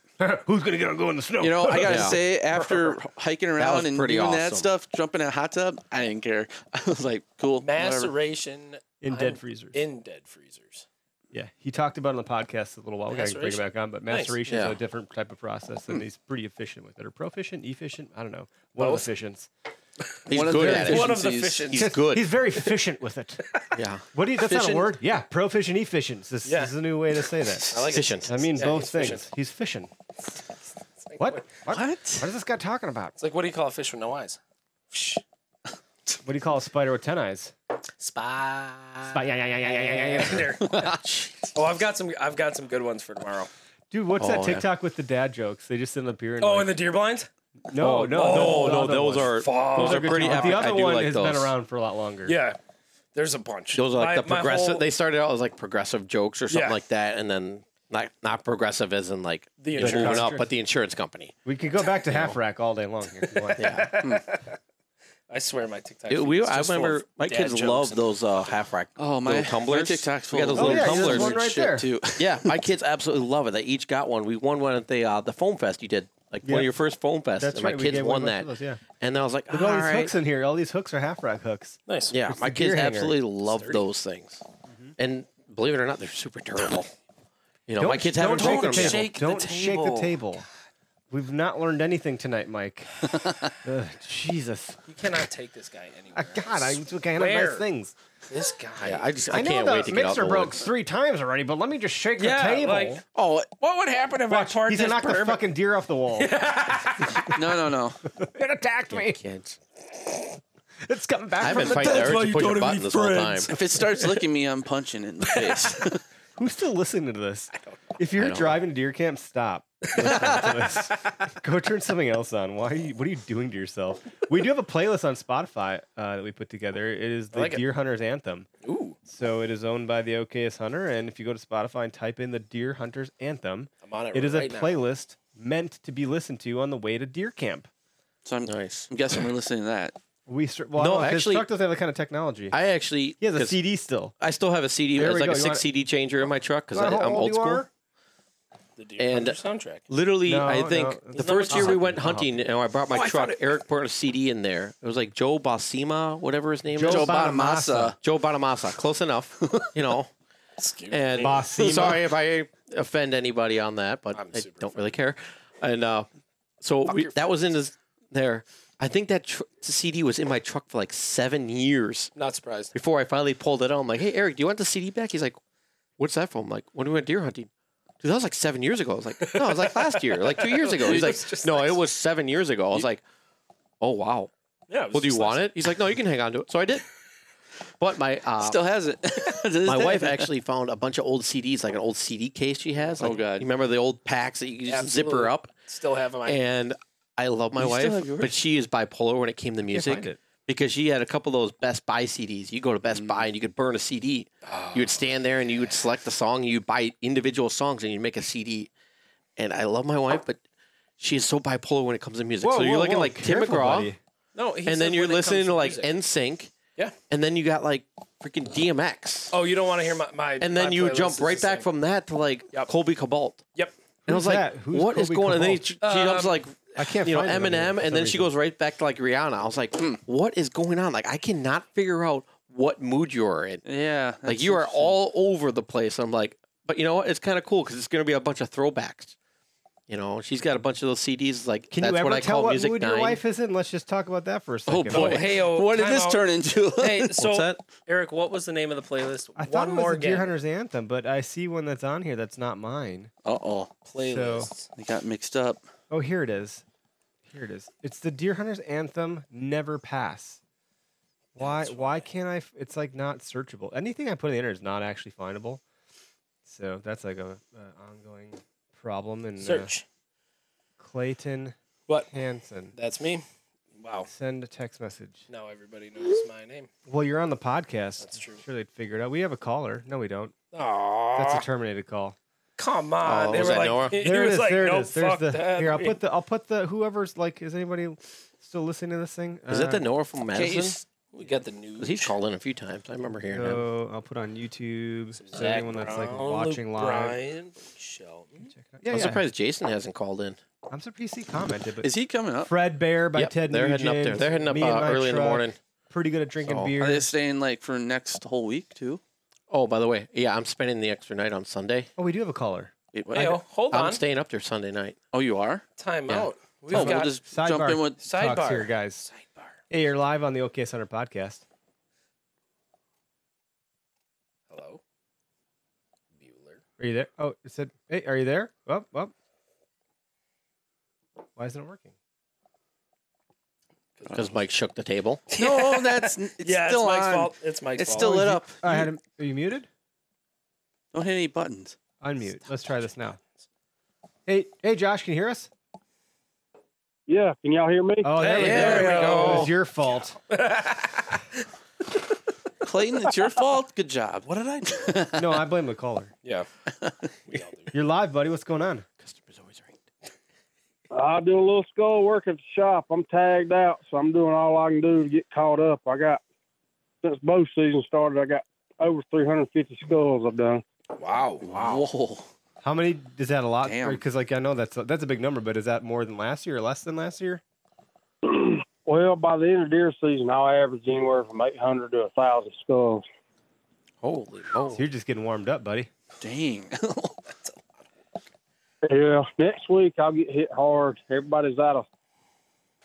Speaker 1: who's gonna get on go in the snow?
Speaker 4: You know, I gotta
Speaker 3: Yeah.
Speaker 4: say, after hiking around and
Speaker 3: pretty
Speaker 4: doing that
Speaker 3: awesome.
Speaker 4: stuff, jumping in a hot tub, I didn't care. I was like, cool. whatever.
Speaker 5: Maceration
Speaker 1: in
Speaker 5: I'm
Speaker 1: dead freezers.
Speaker 5: in dead freezers.
Speaker 1: Yeah, he talked about it on the podcast a little while ago. I can bring it
Speaker 5: Maceration.
Speaker 1: back on, but
Speaker 5: Nice.
Speaker 1: maceration
Speaker 3: Yeah.
Speaker 1: is a different type of process, and he's pretty efficient with it. Or proficient, efficient, I don't know. One of
Speaker 5: Both.
Speaker 1: the efficients.
Speaker 3: He's
Speaker 4: One of
Speaker 3: good
Speaker 4: their
Speaker 3: at
Speaker 5: One
Speaker 3: it.
Speaker 5: of the
Speaker 4: Efficiencies.
Speaker 5: fishes.
Speaker 3: He's good.
Speaker 1: He's very efficient with it.
Speaker 3: yeah.
Speaker 1: What do you? That's not
Speaker 3: Fission?
Speaker 1: a word. Yeah, proficient, efficient. This,
Speaker 5: Yeah.
Speaker 1: is a new way to say that.
Speaker 5: I like it.
Speaker 3: Efficient.
Speaker 1: I mean
Speaker 5: Yeah,
Speaker 1: both
Speaker 5: he's
Speaker 1: things.
Speaker 5: fishing.
Speaker 1: He's fishing. What? what? What?
Speaker 4: What?
Speaker 1: is this guy talking about?
Speaker 5: It's like what do you call a fish with no eyes?
Speaker 1: What do you call a spider with ten eyes?
Speaker 5: Spy.
Speaker 1: Spi- yeah, yeah, yeah, yeah, yeah, yeah, yeah.
Speaker 5: There. oh, I've got some. I've got some good ones for tomorrow.
Speaker 1: Dude, what's
Speaker 3: Oh,
Speaker 1: that
Speaker 3: yeah.
Speaker 1: TikTok with the dad jokes? They just end up here. And
Speaker 5: Oh,
Speaker 1: like,
Speaker 5: and the deer blinds.
Speaker 1: no, no, no,
Speaker 3: Oh, no,
Speaker 1: the other
Speaker 3: those
Speaker 1: one.
Speaker 3: are
Speaker 5: Fuck.
Speaker 3: those
Speaker 5: Those
Speaker 3: are
Speaker 5: are
Speaker 3: pretty epic.
Speaker 1: The other
Speaker 3: I do
Speaker 1: one
Speaker 3: like
Speaker 1: has
Speaker 3: those.
Speaker 1: been around for a lot longer.
Speaker 5: Yeah, there's a bunch.
Speaker 3: Those are
Speaker 5: My-
Speaker 3: like the
Speaker 5: my
Speaker 3: progressive.
Speaker 5: whole-
Speaker 3: They started out as like progressive jokes or something
Speaker 5: Yeah.
Speaker 3: like that, and then not not progressive as in like
Speaker 5: The
Speaker 3: you're moving
Speaker 5: insurance
Speaker 3: up,
Speaker 1: company.
Speaker 3: but the insurance company.
Speaker 1: we could go back to half rack all day long here. If you want.
Speaker 5: I swear, my TikTok.
Speaker 3: It-
Speaker 5: feed
Speaker 3: we,
Speaker 5: is
Speaker 3: I
Speaker 5: just full of
Speaker 3: remember my
Speaker 5: dad
Speaker 3: kids
Speaker 5: jokes
Speaker 3: love
Speaker 5: and-
Speaker 3: those uh, half rack.
Speaker 4: Oh my!
Speaker 3: little tumblers.
Speaker 4: My TikTok's
Speaker 3: We got
Speaker 4: full
Speaker 3: those
Speaker 4: of
Speaker 3: little
Speaker 1: yeah, there's
Speaker 3: tumblers.
Speaker 1: one right
Speaker 4: shit,
Speaker 1: there.
Speaker 4: too.
Speaker 3: Yeah, my kids absolutely love it. They each got one. We won one at the uh, the foam fest you did, like one
Speaker 1: Yeah.
Speaker 3: of your first foam fests.
Speaker 1: That's
Speaker 3: and
Speaker 1: right.
Speaker 3: my
Speaker 1: we
Speaker 3: kids
Speaker 1: gave
Speaker 3: won
Speaker 1: one
Speaker 3: that.
Speaker 1: Those, yeah.
Speaker 3: And I was like, all
Speaker 1: Look at all these
Speaker 3: right.
Speaker 1: hooks in here. All these hooks are half rack hooks.
Speaker 5: Nice.
Speaker 3: Yeah, my
Speaker 1: the
Speaker 3: kids
Speaker 1: gear hanger. Mm-hmm.
Speaker 3: absolutely love those things. And believe it or not, they're super durable. You know, my kids haven't
Speaker 1: don't shake
Speaker 3: broken
Speaker 1: the table.
Speaker 3: them. yet.
Speaker 5: Shake the
Speaker 1: don't shake the
Speaker 5: table.
Speaker 1: table. We've not learned anything tonight, Mike. Ugh, Jesus,
Speaker 5: You cannot take this guy
Speaker 1: Ah,
Speaker 5: anywhere.
Speaker 1: God, I was looking at
Speaker 5: Swear.
Speaker 1: nice things.
Speaker 5: This guy.
Speaker 3: Yeah, I just I,
Speaker 1: I know
Speaker 3: can't
Speaker 1: the
Speaker 3: wait to get out
Speaker 1: mixer
Speaker 3: the
Speaker 1: broke
Speaker 3: woods.
Speaker 1: three times already, but let me just shake
Speaker 5: Yeah,
Speaker 1: the table.
Speaker 5: like-
Speaker 4: Oh
Speaker 5: What would happen if I
Speaker 1: Watch,
Speaker 5: parked
Speaker 1: he's gonna
Speaker 5: this
Speaker 1: knock the
Speaker 5: perfect?
Speaker 1: fucking deer off the wall.
Speaker 4: no, no, no!
Speaker 1: it attacked me.
Speaker 3: Kids.
Speaker 1: It's coming
Speaker 3: I've
Speaker 1: back
Speaker 3: been
Speaker 1: from the
Speaker 3: fighting the
Speaker 1: dead.
Speaker 3: urge to push a button this whole time.
Speaker 4: If it starts licking me, I'm punching it in the face.
Speaker 1: Who's still listening to this? If you're
Speaker 3: don't know.
Speaker 1: driving to deer camp, stop. listening to this. Go turn something else on. Why? Are you, what are you doing to yourself? We do have a playlist on Spotify uh, that we put together. It is the
Speaker 5: like it.
Speaker 1: Deer Hunter's Anthem.
Speaker 5: Ooh,
Speaker 1: So it is owned by the OKS Hunter, and if you go to Spotify and type in the Deer Hunter's Anthem,
Speaker 5: I'm on it.
Speaker 1: it is
Speaker 5: right
Speaker 1: a
Speaker 5: now.
Speaker 1: playlist meant to be listened to on the way to deer camp.
Speaker 4: So I'm,
Speaker 3: Nice.
Speaker 4: I'm guessing we're listening to that.
Speaker 1: We str- well,
Speaker 3: No,
Speaker 1: no, actually,
Speaker 3: actually-
Speaker 1: Struck doesn't have that kind of technology.
Speaker 3: I actually
Speaker 1: he has a
Speaker 3: 'cause
Speaker 1: CD still.
Speaker 3: I still have a CD.
Speaker 1: There
Speaker 3: There's
Speaker 1: we
Speaker 3: like
Speaker 1: go.
Speaker 3: a
Speaker 1: You
Speaker 3: six
Speaker 1: wanna-
Speaker 3: CD changer in my truck because
Speaker 1: Wanna know how
Speaker 3: I'm
Speaker 1: old
Speaker 3: old
Speaker 1: you
Speaker 3: school.
Speaker 1: are?
Speaker 3: And
Speaker 5: soundtrack.
Speaker 3: literally,
Speaker 5: No,
Speaker 3: I
Speaker 5: no,
Speaker 3: think
Speaker 5: it's
Speaker 3: the
Speaker 5: not
Speaker 3: first
Speaker 5: what
Speaker 3: year
Speaker 5: you
Speaker 3: we
Speaker 5: said.
Speaker 3: went hunting, and I brought my truck. Eric brought a CD in there. It was like Joe Basima, whatever his name Joe is. Bonamassa.
Speaker 5: Bonamassa.
Speaker 3: Joe Bonamassa. Close enough, you know. and
Speaker 5: Basima.
Speaker 3: sorry if I offend anybody on that, but I don't really care. And uh, so we, that was in his there. I think that tr- CD was in my truck for like seven years.
Speaker 5: Not surprised.
Speaker 3: Before I finally pulled it out, I'm like, "Hey, Eric, do you want the CD back?" He's like, "What's that from?" I'm like, "When we went deer hunting." Dude, that was like seven years ago. I was like, no, it was like last year, like two years ago. He's
Speaker 5: It
Speaker 3: like,
Speaker 5: was just
Speaker 3: no, it was seven years ago. I was like, oh wow.
Speaker 5: Yeah, it was
Speaker 3: Well, do you
Speaker 5: just
Speaker 3: want it? He's like, no, you can hang on to it. So I did. But my uh,
Speaker 5: Still
Speaker 3: has it. my
Speaker 5: day.
Speaker 3: wife actually found a bunch of old CDs, like an old CD case she has. Like, oh god, you remember the old packs that you could just zipper
Speaker 5: Absolutely.
Speaker 3: up?
Speaker 5: Still have my
Speaker 3: And I love my
Speaker 5: You still
Speaker 3: wife,
Speaker 5: have yours?
Speaker 3: but she is bipolar when it came to
Speaker 5: find
Speaker 3: music
Speaker 5: it.
Speaker 3: because she had a couple of those Best Buy CDs. You go to Best Buy and you could burn a CD.
Speaker 5: Oh.
Speaker 3: you would stand there and you would select the song. You would buy individual songs and you'd make a CD. And I love my wife, but she is so bipolar when it comes to music.
Speaker 5: Whoa,
Speaker 3: so you're
Speaker 5: whoa,
Speaker 3: looking
Speaker 5: whoa,
Speaker 3: like Tim
Speaker 5: careful,
Speaker 3: McGraw,
Speaker 5: buddy. No, he said
Speaker 3: and then you're
Speaker 5: when it comes
Speaker 3: listening to
Speaker 5: to
Speaker 3: like
Speaker 5: music.
Speaker 3: NSYNC.
Speaker 5: Yeah.
Speaker 3: And then you got like freaking DMX.
Speaker 5: Oh, you don't want to hear my, my
Speaker 3: and
Speaker 5: my
Speaker 3: then you
Speaker 5: playlist
Speaker 3: jump
Speaker 5: is
Speaker 3: right
Speaker 5: the
Speaker 3: back
Speaker 5: same.
Speaker 3: from that to like Colby Cabalt.
Speaker 5: Yep.
Speaker 3: And I was
Speaker 5: Who's
Speaker 3: like,
Speaker 5: that? Who's
Speaker 3: what is
Speaker 5: Colby
Speaker 3: going on? And then
Speaker 5: Cabalt?
Speaker 3: she, she jumps
Speaker 5: Um,
Speaker 3: like,
Speaker 5: I can't
Speaker 3: you know,
Speaker 5: find it on here
Speaker 3: Eminem,
Speaker 5: for some
Speaker 3: and then she
Speaker 5: reason.
Speaker 3: goes right back to like Rihanna. I was like, hmm, what is going on? Like, I cannot figure out what mood you are in.
Speaker 4: Yeah.
Speaker 3: Like,
Speaker 4: that's
Speaker 3: you are
Speaker 4: interesting.
Speaker 3: all over the place. I'm like, but you know what? It's kind of cool because it's going to be a bunch of throwbacks. You know, she's got a bunch of those CDs. Like,
Speaker 1: Can
Speaker 3: that's
Speaker 1: you ever
Speaker 3: what I
Speaker 1: tell
Speaker 3: call
Speaker 1: what
Speaker 3: music
Speaker 1: mood
Speaker 3: nine.
Speaker 1: your wife is in? Let's just talk about that for a second.
Speaker 3: boy.
Speaker 5: Hey, oh,
Speaker 3: What did
Speaker 5: time
Speaker 3: this
Speaker 5: out.
Speaker 3: turn into?
Speaker 5: hey,
Speaker 1: What's
Speaker 5: so
Speaker 1: that?
Speaker 5: Eric, what was the name of the playlist?
Speaker 1: I thought
Speaker 5: One
Speaker 1: it was
Speaker 5: more
Speaker 1: the Deer
Speaker 5: game.
Speaker 1: Hunter's Anthem, but I see one that's on here that's not mine.
Speaker 4: Uh oh.
Speaker 1: Playlists.
Speaker 4: They got mixed up.
Speaker 1: Oh, here it is. Here it is. It's the Deer Hunter's Anthem Never Pass. Why why can't I f- it's like not searchable. Anything I put in the internet is not actually findable. So that's like a uh, ongoing problem and
Speaker 5: Search.
Speaker 1: Clayton
Speaker 5: What?
Speaker 1: Hansen.
Speaker 5: That's me. Wow.
Speaker 1: Send a text message.
Speaker 5: Now everybody knows my name.
Speaker 1: Well, you're on the podcast. That's true. Sure they'd figure it out. We have a caller. No, we don't. That's a
Speaker 5: Aw.
Speaker 1: terminated call.
Speaker 5: Come on.
Speaker 1: Oh,
Speaker 5: they
Speaker 1: was
Speaker 5: were
Speaker 1: that
Speaker 5: like,
Speaker 1: Nora?
Speaker 5: he- he
Speaker 1: There it
Speaker 5: was
Speaker 1: is,
Speaker 5: like,
Speaker 1: there it
Speaker 5: no,
Speaker 1: is. There's
Speaker 5: fuck
Speaker 1: the-
Speaker 5: that.
Speaker 1: Here, I'll put the I'll put the whoever's like is anybody still listening to this thing? Uh,
Speaker 3: Is that the Noah from
Speaker 5: Can't you
Speaker 3: Madison?
Speaker 5: s- We got the news.
Speaker 3: He's called in a few times. I remember hearing him.
Speaker 1: So I'll put on YouTube. So
Speaker 5: Zach
Speaker 1: anyone that's like
Speaker 5: Brown,
Speaker 1: watching
Speaker 5: Luke
Speaker 1: live.
Speaker 5: Bryan, Shelton.
Speaker 1: Yeah,
Speaker 3: I'm
Speaker 1: yeah.
Speaker 3: surprised Jason hasn't called in.
Speaker 1: I'm surprised he commented. But
Speaker 4: Is he coming up?
Speaker 1: Fred Bear by
Speaker 3: Yep,
Speaker 1: Ted
Speaker 3: they're
Speaker 1: Nugent.
Speaker 3: heading up there. They're heading up,
Speaker 1: Me and
Speaker 3: uh,
Speaker 1: My
Speaker 3: early in the
Speaker 1: Truck,
Speaker 3: morning.
Speaker 1: Pretty good at drinking
Speaker 3: So-
Speaker 1: beer.
Speaker 4: Oh, Are they staying like for next whole week too?
Speaker 3: Oh, by the way, yeah, I'm spending the extra night on Sunday.
Speaker 1: oh, we do have a caller.
Speaker 4: Wait, what?
Speaker 5: Hey, oh, hold
Speaker 3: I'm
Speaker 5: on.
Speaker 3: staying up there Sunday night.
Speaker 4: Oh, you are?
Speaker 5: Time
Speaker 3: Yeah.
Speaker 5: out. We've
Speaker 4: Oh, we'll
Speaker 5: got
Speaker 4: just
Speaker 1: Sidebar
Speaker 4: jump in with
Speaker 1: talks
Speaker 5: sidebar.
Speaker 1: here, guys. Hey, you're live on the OK Center podcast.
Speaker 5: Hello? Bueller.
Speaker 1: Are you there? Oh, it said, hey, are you there? Well, well. Why isn't it working?
Speaker 3: Because Mike shook the table.
Speaker 4: No, that's n- it's
Speaker 5: Yeah,
Speaker 4: still
Speaker 5: it's Mike's
Speaker 4: on.
Speaker 5: fault. It's Mike's
Speaker 4: It's
Speaker 5: fault.
Speaker 4: still lit up.
Speaker 1: Oh, I had him. Are you muted?
Speaker 4: Don't hit any buttons.
Speaker 1: Unmute. Let's try this now. Hey, hey, Josh, can you hear us?
Speaker 11: Yeah, can y'all hear me?
Speaker 1: Oh, there, we, go.
Speaker 4: there we
Speaker 1: It
Speaker 4: go.
Speaker 1: was your fault.
Speaker 4: Clayton, it's your fault. Good job. What did I do?
Speaker 1: No, I blame the caller.
Speaker 5: Yeah.
Speaker 1: You're live, buddy. What's going on?
Speaker 11: I do a little skull work at the shop. I'm tagged out, so I'm doing all I can do to get caught up. I got since bow season started, I got over 350 skulls I've done.
Speaker 5: Wow. Wow.
Speaker 4: Whoa.
Speaker 1: How many is that a lot?
Speaker 4: Damn.
Speaker 1: Because like I know that's a, that's a big number, but is that more than last year or less than last year?
Speaker 11: Well, by the end of deer season, I'll average anywhere from 800 to 1,000 skulls.
Speaker 3: Holy
Speaker 1: So
Speaker 3: moly.
Speaker 1: you're just getting warmed up, buddy.
Speaker 4: Dang.
Speaker 11: Yeah, next week I'll get hit hard. Everybody's out of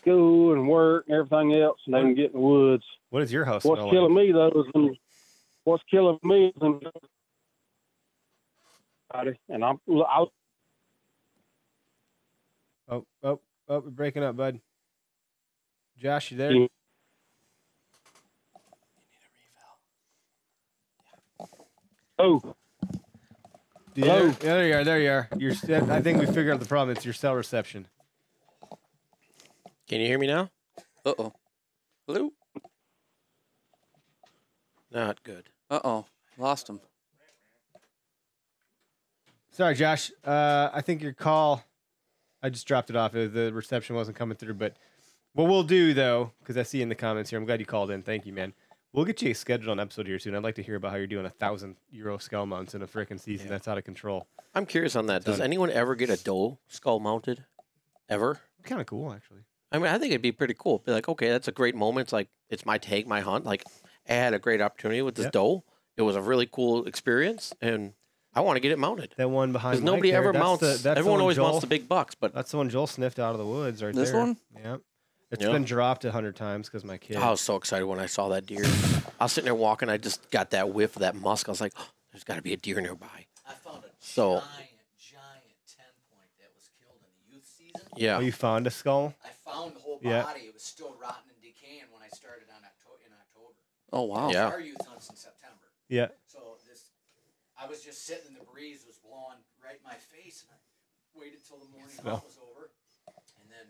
Speaker 11: school and work and everything else, and they can get in the woods.
Speaker 1: What is your house
Speaker 11: What's
Speaker 1: smell
Speaker 11: killing
Speaker 1: like?
Speaker 11: me though is when, what's killing me is when, and I'm I,
Speaker 1: Oh, oh, oh, we're breaking up, bud. Josh, you there?
Speaker 11: Yeah. oh
Speaker 1: Yeah, there, yeah, there you are. There you are. Your st- I think we figured out the problem. It's your cell reception.
Speaker 3: Can you hear me now?
Speaker 4: Uh oh. Hello.
Speaker 3: Not good.
Speaker 4: Uh oh. Lost him.
Speaker 1: Sorry, Josh. Uh, I think your call. I just dropped it off. Uh, The reception wasn't coming through, but What we'll do though, because I see in the comments here, I'm glad you called in. Thank you, man. We'll get you scheduled on an episode here soon. I'd like to hear about how you're doing a thousand euro skull mounts in a freaking season. That's out of control.
Speaker 3: I'm curious on that. Does
Speaker 1: Done.
Speaker 3: anyone ever get a doe skull mounted? Ever?
Speaker 1: Kind of cool, actually.
Speaker 3: I mean, I think it'd be pretty cool. Be like, okay, that's a great moment. It's like it's my take, my hunt. Like, I had a great opportunity with this
Speaker 1: Yep.
Speaker 3: doe. It was a really cool experience, and I want to get it mounted.
Speaker 1: That one behind.
Speaker 3: Because nobody
Speaker 1: Mike there,
Speaker 3: ever
Speaker 1: that's
Speaker 3: mounts.
Speaker 1: the- that's the
Speaker 3: everyone
Speaker 1: one
Speaker 3: always
Speaker 1: Joel-
Speaker 3: mounts the big bucks, but
Speaker 1: That's the one Joel sniffed out of the woods right
Speaker 3: This
Speaker 1: there.
Speaker 3: one?
Speaker 1: Yeah. It's
Speaker 3: Yeah. Oh,
Speaker 1: been dropped a hundred times because my kid.
Speaker 3: I was so excited when I saw that deer. I was sitting there walking. I just got that whiff of that musk. I was like, "Oh, there's got to be a deer nearby. I found a so,
Speaker 1: Oh, you found a skull?
Speaker 12: I found the whole body.
Speaker 1: Yeah.
Speaker 12: It was still rotten and decaying when I started on Octo- in October.
Speaker 4: Oh, wow.
Speaker 12: It's
Speaker 4: Yeah.
Speaker 12: Our youth hunts in September.
Speaker 1: Yeah.
Speaker 12: So this, I was just sitting. The breeze was blowing right in my face, and I waited till the morning
Speaker 1: Smell.
Speaker 12: hunt was over, and then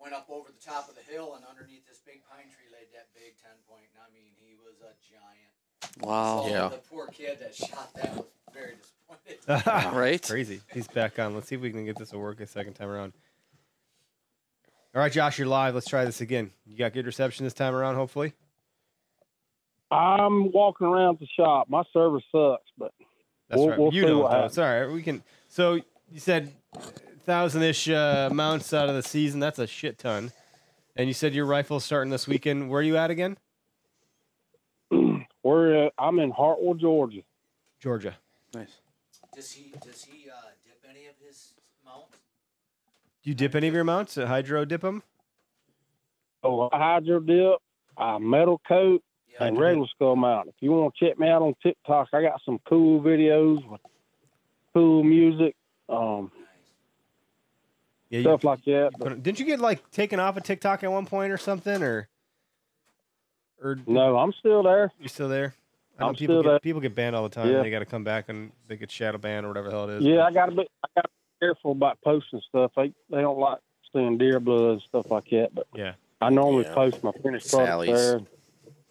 Speaker 12: went up over the top of the hill and underneath this big pine tree laid that big ten point. And I mean, he was a giant.
Speaker 4: Wow.
Speaker 12: So
Speaker 1: Yeah.
Speaker 12: The poor kid that shot that was very disappointed.
Speaker 4: right?
Speaker 1: Crazy. He's back on. Let's see if we can get this to work a second time around. All right, Josh, you're live. Let's try this again. You got good reception this time around, hopefully.
Speaker 11: I'm walking around the shop. My service sucks, but
Speaker 1: That's
Speaker 11: we'll,
Speaker 1: right.
Speaker 11: we'll
Speaker 1: you
Speaker 11: see
Speaker 1: don't.
Speaker 11: what
Speaker 1: though.
Speaker 11: happens.
Speaker 1: It's all right. We can. So you said thousand ish uh, mounts out of the season. That's a shit ton. And you said your rifle's starting this weekend. Where are you at again?
Speaker 11: We're uh, I'm in Hartwell, Georgia.
Speaker 1: Georgia.
Speaker 4: Nice.
Speaker 12: Does he does he uh, dip any of his mounts?
Speaker 1: Do you dip any of your mounts? Uh, hydro dip them?
Speaker 11: Oh, I hydro dip, I metal coat, and regular skull mount. If you want to check me out on TikTok, I got some cool videos with cool music, um,
Speaker 1: Yeah, you-
Speaker 11: stuff like that. But
Speaker 1: But didn't you get like taken off of TikTok at one point or something? Or, or
Speaker 11: no, I'm still there.
Speaker 1: You're still there. I know
Speaker 11: I'm
Speaker 1: people
Speaker 11: still
Speaker 1: get,
Speaker 11: there.
Speaker 1: people get banned all the time.
Speaker 11: Yeah.
Speaker 1: They got to come back and they get shadow banned or whatever the hell it is.
Speaker 11: yeah, I gotta be I gotta be careful about posting stuff. They they don't like seeing deer blood and stuff like that. But
Speaker 1: yeah,
Speaker 11: I normally post my finished product
Speaker 1: Sally's.
Speaker 11: there.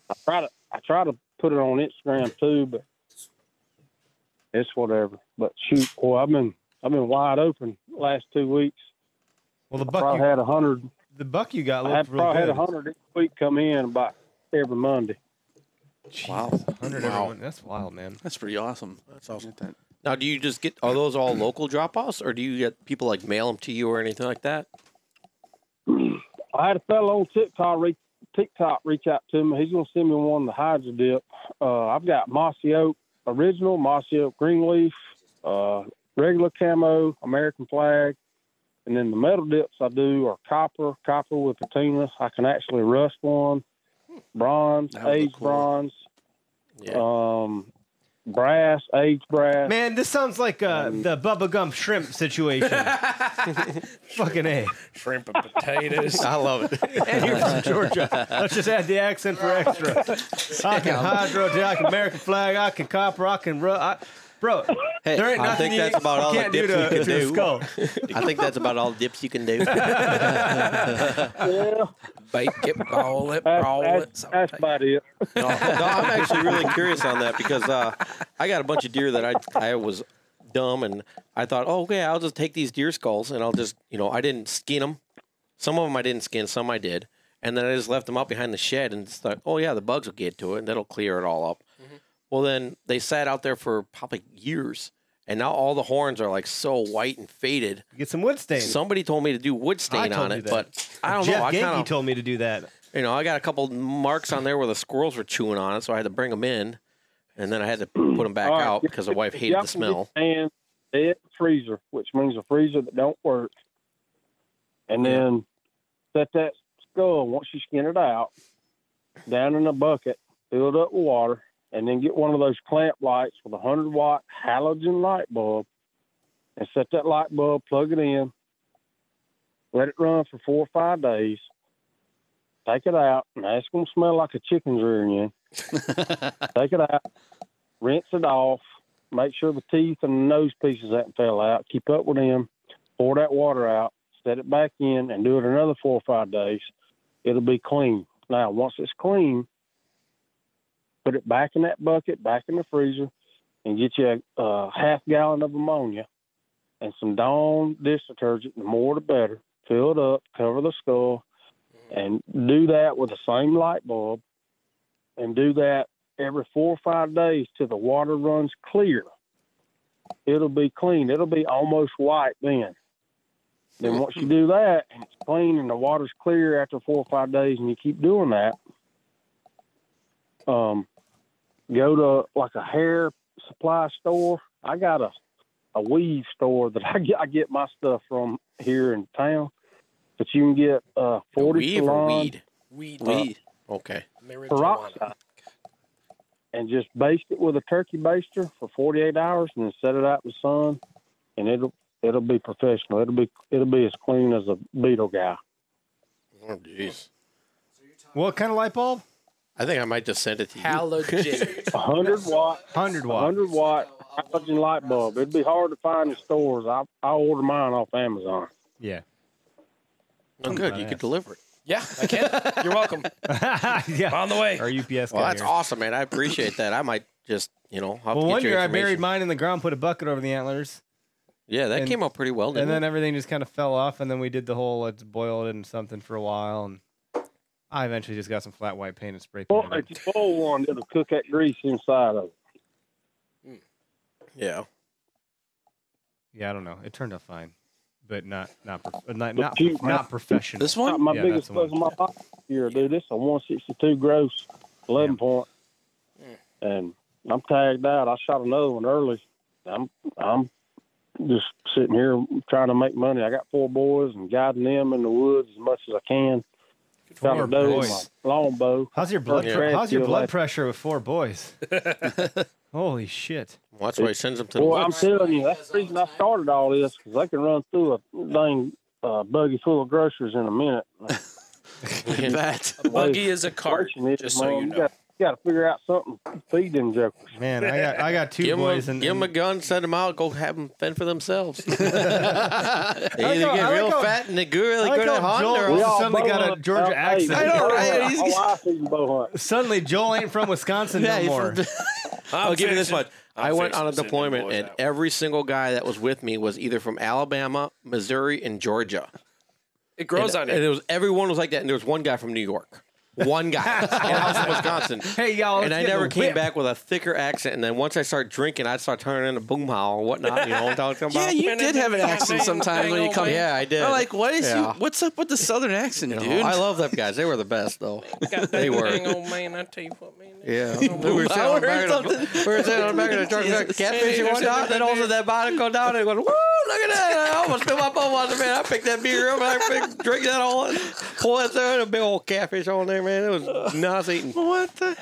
Speaker 11: I try to I try to put it on Instagram too, but it's whatever. But shoot, boy, I've been I've been wide open last two weeks.
Speaker 1: Well, the
Speaker 11: buck probably
Speaker 1: you-
Speaker 11: had a hundred.
Speaker 1: The buck you got
Speaker 11: I had,
Speaker 1: looked real
Speaker 11: probably had a
Speaker 1: good.
Speaker 11: hundred each week come in about every Monday.
Speaker 4: Wow.
Speaker 1: 100
Speaker 3: Wow.
Speaker 1: everyone. That's wild, man.
Speaker 4: That's pretty awesome.
Speaker 3: That's awesome. now, do you just get are those all local drop offs, or do you get people like mail them to you or anything like that?
Speaker 11: I had a fellow on TikTok reach, TikTok reach out to me. He's gonna send me one of the Hydra dip. Uh, I've got Mossy Oak original, Mossy Oak Greenleaf, uh, regular camo, American flag, and then the metal dips I do are copper, copper with patina. I can actually rust one, bronze,
Speaker 1: That would look
Speaker 11: aged
Speaker 1: cool.
Speaker 11: bronze, um, brass, aged brass.
Speaker 1: Man, this sounds like uh,
Speaker 3: Um,
Speaker 1: the Bubba Gump shrimp situation. Fucking A.
Speaker 5: Shrimp and potatoes.
Speaker 1: I love it. And you're from Georgia. Let's just add the accent for extra. I can hydro, I can American flag, I can copper, I can ru- I, Bro, there ain't
Speaker 3: I
Speaker 1: nothing
Speaker 3: think
Speaker 1: you,
Speaker 3: that's about
Speaker 1: you
Speaker 3: all the
Speaker 1: can't
Speaker 3: dips
Speaker 1: do to,
Speaker 3: you can
Speaker 1: to a
Speaker 3: do.
Speaker 1: skull.
Speaker 3: I think that's about all the dips you can do.
Speaker 5: Bake it, boil it,
Speaker 11: That's-
Speaker 5: roll
Speaker 11: that's-
Speaker 5: it.
Speaker 11: That's about it.
Speaker 3: No, no, I'm actually really curious on that because uh, I got a bunch of deer that I I was dumb and I thought, oh, okay, I'll just take these deer skulls and I'll just, you know, I didn't skin them. Some of them I didn't skin, some I did, and then I just left them out behind the shed and just thought, oh yeah, the bugs will get to it and that'll clear it all up.
Speaker 5: Mm-hmm.
Speaker 3: Well, then they sat out there for probably years, and now all the horns are like so white and faded.
Speaker 1: Get some wood stain.
Speaker 3: Somebody told me to do
Speaker 1: I
Speaker 3: wood stain
Speaker 1: told
Speaker 3: on
Speaker 1: you
Speaker 3: it,
Speaker 1: that.
Speaker 3: but I don't
Speaker 1: Jeff
Speaker 3: know. I
Speaker 1: Genke
Speaker 3: kinda-
Speaker 1: told me to do that.
Speaker 3: you know, I got a couple marks on there where the squirrels were chewing on it, so I had to bring them in, and then I had to put them back
Speaker 11: All right.
Speaker 3: out because the wife hated
Speaker 11: Y'all
Speaker 3: the
Speaker 11: can get
Speaker 3: smell.
Speaker 11: And dead freezer, which means a freezer that don't work. And then set that skull once you skin it out down in a bucket, fill it up with water, and then get one of those clamp lights with a hundred watt halogen light bulb, and set that light bulb, plug it in, let it run for four or five days. Take it out. Now it's gonna smell like a chicken's rear end. Take it out, rinse it off, make sure the teeth and the nose pieces that fell out. Keep up with them. Pour that water out, set it back in, and do it another four or five days. It'll be clean. Now, once it's clean, put it back in that bucket, back in the freezer, and get you a, a half gallon of ammonia and some Dawn dish detergent. The more, the better. Fill it up, cover the skull, and do that with the same light bulb and do that every four or five days till the water runs clear. It'll be clean. It'll be almost white then. Then once you do that and it's clean and the water's clear after four or five days and you keep doing that, um, go to like a hair supply store. I got a a weave store that I get I get my stuff from here in town. But you can get uh forty
Speaker 3: weave or
Speaker 11: salon
Speaker 3: weed?
Speaker 5: Weed.
Speaker 11: Weed.
Speaker 3: Okay.
Speaker 11: peroxide uh, and just baste it with a turkey baster for 48 hours and then set it out in the sun and it'll it'll be professional it'll be it'll be as clean as a beetle guy
Speaker 3: Oh, jeez.
Speaker 1: What kind of light bulb?
Speaker 3: I think I might just send it to you.
Speaker 5: Halogen.
Speaker 11: 100 watt
Speaker 1: 100 watt
Speaker 11: 100 watt halogen light bulb it'd be hard to find in stores i i order mine off amazon
Speaker 1: Yeah.
Speaker 3: Oh, good. You could deliver it.
Speaker 5: Yeah, I can. You're welcome.
Speaker 1: yeah.
Speaker 5: On the way.
Speaker 1: Our UPS guy.
Speaker 3: Well, that's
Speaker 1: here.
Speaker 3: awesome, man. I appreciate that. I might just, you know, I'll
Speaker 1: Well,
Speaker 3: get
Speaker 1: one
Speaker 3: your
Speaker 1: year I
Speaker 3: information.
Speaker 1: buried mine in the ground, put a bucket over the antlers,
Speaker 3: Yeah, that
Speaker 1: and-
Speaker 3: came out pretty well, didn't
Speaker 1: and then
Speaker 3: it?
Speaker 1: everything just kind of fell off. And then we did the whole let's boil it in something for a while, and I eventually just got some flat white paint and spray
Speaker 11: well
Speaker 1: painted it.
Speaker 11: if you boil one it'll cook that grease inside of it
Speaker 3: Yeah.
Speaker 1: Yeah, I don't know. It turned out fine, but not not prof- not
Speaker 11: But
Speaker 1: not,
Speaker 11: you-
Speaker 1: prof- not professional.
Speaker 11: This one, my
Speaker 1: Yeah, that's
Speaker 11: biggest
Speaker 1: the one.
Speaker 11: buzz in my life here, dude. This a 162 gross, 11 point, and I'm tagged out. I shot another one early. I'm I'm just sitting here trying to make money. I got four boys and guiding them in the woods as much as I can. Got
Speaker 1: Four
Speaker 11: a doe, my
Speaker 1: boys.
Speaker 11: longbow.
Speaker 1: How's your blood?
Speaker 11: Yeah.
Speaker 1: pre- how's your
Speaker 11: Trash
Speaker 1: blood
Speaker 11: field
Speaker 1: pressure with four boys? Holy shit!
Speaker 3: Well, that's why he sends them to
Speaker 11: Well,
Speaker 3: the
Speaker 11: I'm
Speaker 3: woods.
Speaker 11: telling you, that's the reason I started all this because they can run through a dang uh, buggy full of groceries in a minute.
Speaker 3: that
Speaker 5: A buggy is a cart,
Speaker 11: Situation is,
Speaker 5: just so
Speaker 11: man,
Speaker 5: you know.
Speaker 11: got, got to figure out something to feed them jokers.
Speaker 1: Man, I got I got two
Speaker 3: Give
Speaker 1: boys
Speaker 3: them,
Speaker 1: and,
Speaker 3: give them a
Speaker 1: and
Speaker 3: gun, send them out, go have them fend for themselves. they
Speaker 1: I
Speaker 3: either
Speaker 1: like
Speaker 3: get
Speaker 1: how- I
Speaker 3: real
Speaker 1: like how-
Speaker 3: fat and they go, they
Speaker 1: I like
Speaker 3: go to
Speaker 1: how
Speaker 3: hunt
Speaker 1: Joel
Speaker 3: or
Speaker 1: all
Speaker 11: We
Speaker 1: of a
Speaker 11: all
Speaker 1: sudden they
Speaker 11: bow
Speaker 1: got a
Speaker 11: hunt.
Speaker 1: Georgia
Speaker 11: Hey,
Speaker 1: accent.
Speaker 11: man,
Speaker 3: I know,
Speaker 11: bow
Speaker 3: right?
Speaker 11: hunt.
Speaker 3: He's-
Speaker 11: My wife is a bow hunt.
Speaker 1: suddenly Joel ain't from Wisconsin
Speaker 3: Yeah,
Speaker 1: no
Speaker 3: he's
Speaker 1: more.
Speaker 3: from- I'll give you this
Speaker 5: fixing-
Speaker 3: much. i
Speaker 5: I'm
Speaker 3: went on a
Speaker 5: fixing to send them
Speaker 3: deployment,
Speaker 5: boys
Speaker 3: and
Speaker 5: out.
Speaker 3: every single guy that was with me was either from Alabama, Missouri, and Georgia.
Speaker 5: It grows on
Speaker 3: and, And
Speaker 5: you.
Speaker 3: it was everyone was like that, and there was one guy from New York. One guy, and I was in Wisconsin.
Speaker 1: Hey, y'all,
Speaker 3: and
Speaker 1: let's
Speaker 3: I
Speaker 1: get
Speaker 3: never
Speaker 1: the
Speaker 3: came
Speaker 1: whip.
Speaker 3: back with a thicker accent. And then once I started drinking, I started turning into boom how or whatnot. You know what I'm talking about?
Speaker 4: Yeah, you did have an accent sometimes when you come.
Speaker 3: Yeah, I did.
Speaker 4: I'm like, what is
Speaker 3: Yeah.
Speaker 4: you? What's up with the southern accent,
Speaker 3: You know,
Speaker 4: dude?
Speaker 3: I love them guys. They were the best though. They
Speaker 5: Dang
Speaker 3: were.
Speaker 5: old man, I tell you what, man.
Speaker 3: Yeah, we were sitting on the back of the, we were sitting on the back of the truck, catfishing one time, then all of a sudden that bottle go down and it went, woo, look at that. I almost threw my bum out there, man. I picked that beer up and I picked, drink that all in, pull that there, and a big old catfish on there, man. It was nuts eating.
Speaker 4: What the?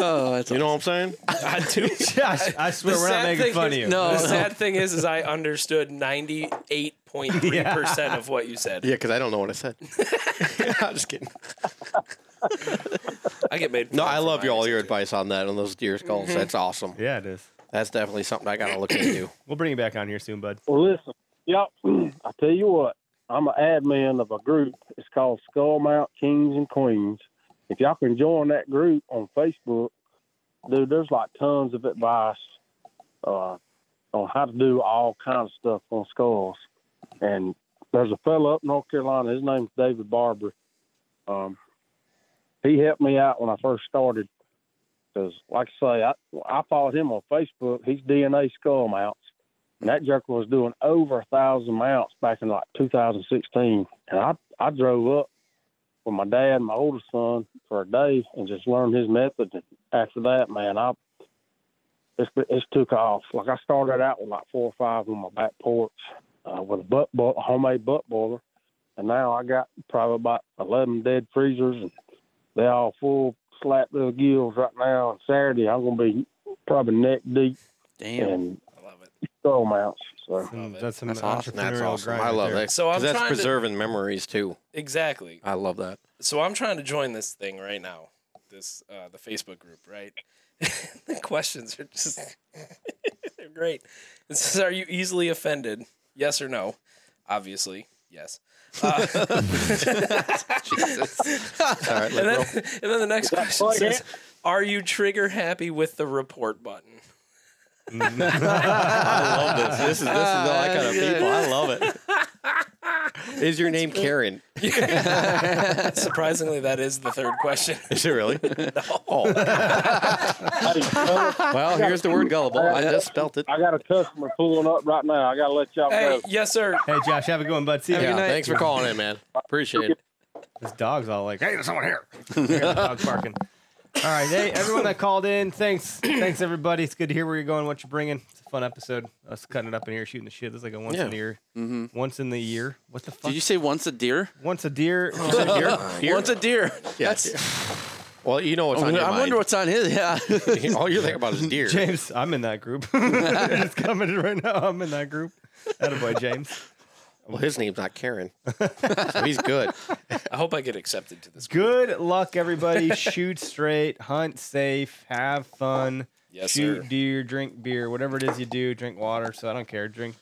Speaker 4: oh, that's
Speaker 3: You know what I'm saying?
Speaker 5: I do.
Speaker 1: Josh, I swear we're not
Speaker 5: sad
Speaker 1: making
Speaker 5: thing
Speaker 1: fun
Speaker 5: is-
Speaker 1: of you.
Speaker 4: no.
Speaker 5: The sad thing is, is I understood 98.3% of what you said.
Speaker 3: Yeah, because I don't know what I said. I'm just kidding.
Speaker 5: I get made.
Speaker 3: No, I love you all your advice on that, on those deer skulls.
Speaker 5: Mm-hmm.
Speaker 3: That's awesome.
Speaker 1: Yeah, it is.
Speaker 3: That's definitely something I got to look into.
Speaker 1: We'll bring you back on here soon, bud.
Speaker 11: Well, listen, y'all, I tell you what, I'm an admin of a group. It's called Skull Mount Kings and Queens. If y'all can join that group on Facebook, dude, there's like tons of advice uh, on how to do all kinds of stuff on skulls. And there's a fellow up in North Carolina. His name's David Barber. Um, he helped me out when I first started because, like I say, I, I followed him on Facebook. He's DNA Skull Mounts. And that jerker was doing over a thousand mounts back in like 2016. And I, I drove up with my dad and my older son for a day and just learned his method. And after that, man, I it's, it's took off. Like I started out with like four or five on my back porch uh, with a butt bo- a homemade butt boiler, and now I got probably about 11 dead freezers, and they all full slap to the gills right now. And Saturday I'm gonna be probably neck deep
Speaker 4: Damn.
Speaker 11: in skull mounts. So.
Speaker 1: Some- that's some
Speaker 3: That's awesome. That's
Speaker 1: entrepreneurial
Speaker 3: awesome.
Speaker 1: grind
Speaker 3: I
Speaker 1: right
Speaker 3: love
Speaker 1: there.
Speaker 3: that.
Speaker 5: So I'm
Speaker 3: 'Cause that's
Speaker 5: trying to-
Speaker 3: preserving memories too.
Speaker 5: Exactly.
Speaker 3: I love that.
Speaker 5: So I'm trying to join this thing right now, this uh, the Facebook group, right? the questions are just they're great. It says, "Are you easily offended? Yes or no?" Obviously, yes. Uh,
Speaker 3: All right,
Speaker 5: and, then,
Speaker 3: liberal.
Speaker 5: and then the next question
Speaker 11: plug
Speaker 5: says, "Are you trigger happy with the report button?"
Speaker 1: Oh,
Speaker 3: I love this. This is this is all I kind of people. I love it. Is your name Karen?
Speaker 5: Surprisingly, that is the third question.
Speaker 3: Is it really? Oh. well, here's the word gullible. I just spelt it.
Speaker 11: I got a customer pulling up right now. I got to let y'all
Speaker 5: Hey,
Speaker 11: know.
Speaker 5: yes, sir.
Speaker 1: Hey, Josh, have a good one, bud. See you.
Speaker 3: Yeah, thanks for calling in, man. Appreciate it.
Speaker 1: This dog's all like, "Hey, there's someone here." I hear the dog barking. All right, hey everyone that called in, thanks, thanks everybody. It's good to hear where you're going, what you're bringing. It's a fun episode. Us cutting it up in here, shooting the shit. This is like a once
Speaker 4: Yeah. Mm-hmm.
Speaker 1: in a year, once in the year. What the fuck?
Speaker 4: Did you say once a deer?
Speaker 1: Once a deer. You said deer? Deer?
Speaker 4: Once a deer.
Speaker 3: Yes. Well, you know what's
Speaker 4: I
Speaker 3: on your mind.
Speaker 4: wonder what's on his. Yeah.
Speaker 3: All you're thinking about is deer.
Speaker 1: James, I'm in that group. Just commented right now. I'm in that group. Attaboy, James.
Speaker 3: Well, his name's not Karen. So he's good.
Speaker 5: I hope I get accepted to this.
Speaker 1: Good luck, everybody. Shoot straight, hunt safe, have fun.
Speaker 5: Yes,
Speaker 1: Shoot
Speaker 5: sir.
Speaker 1: deer, drink beer, whatever it is you do, drink water. So I don't care. Drink.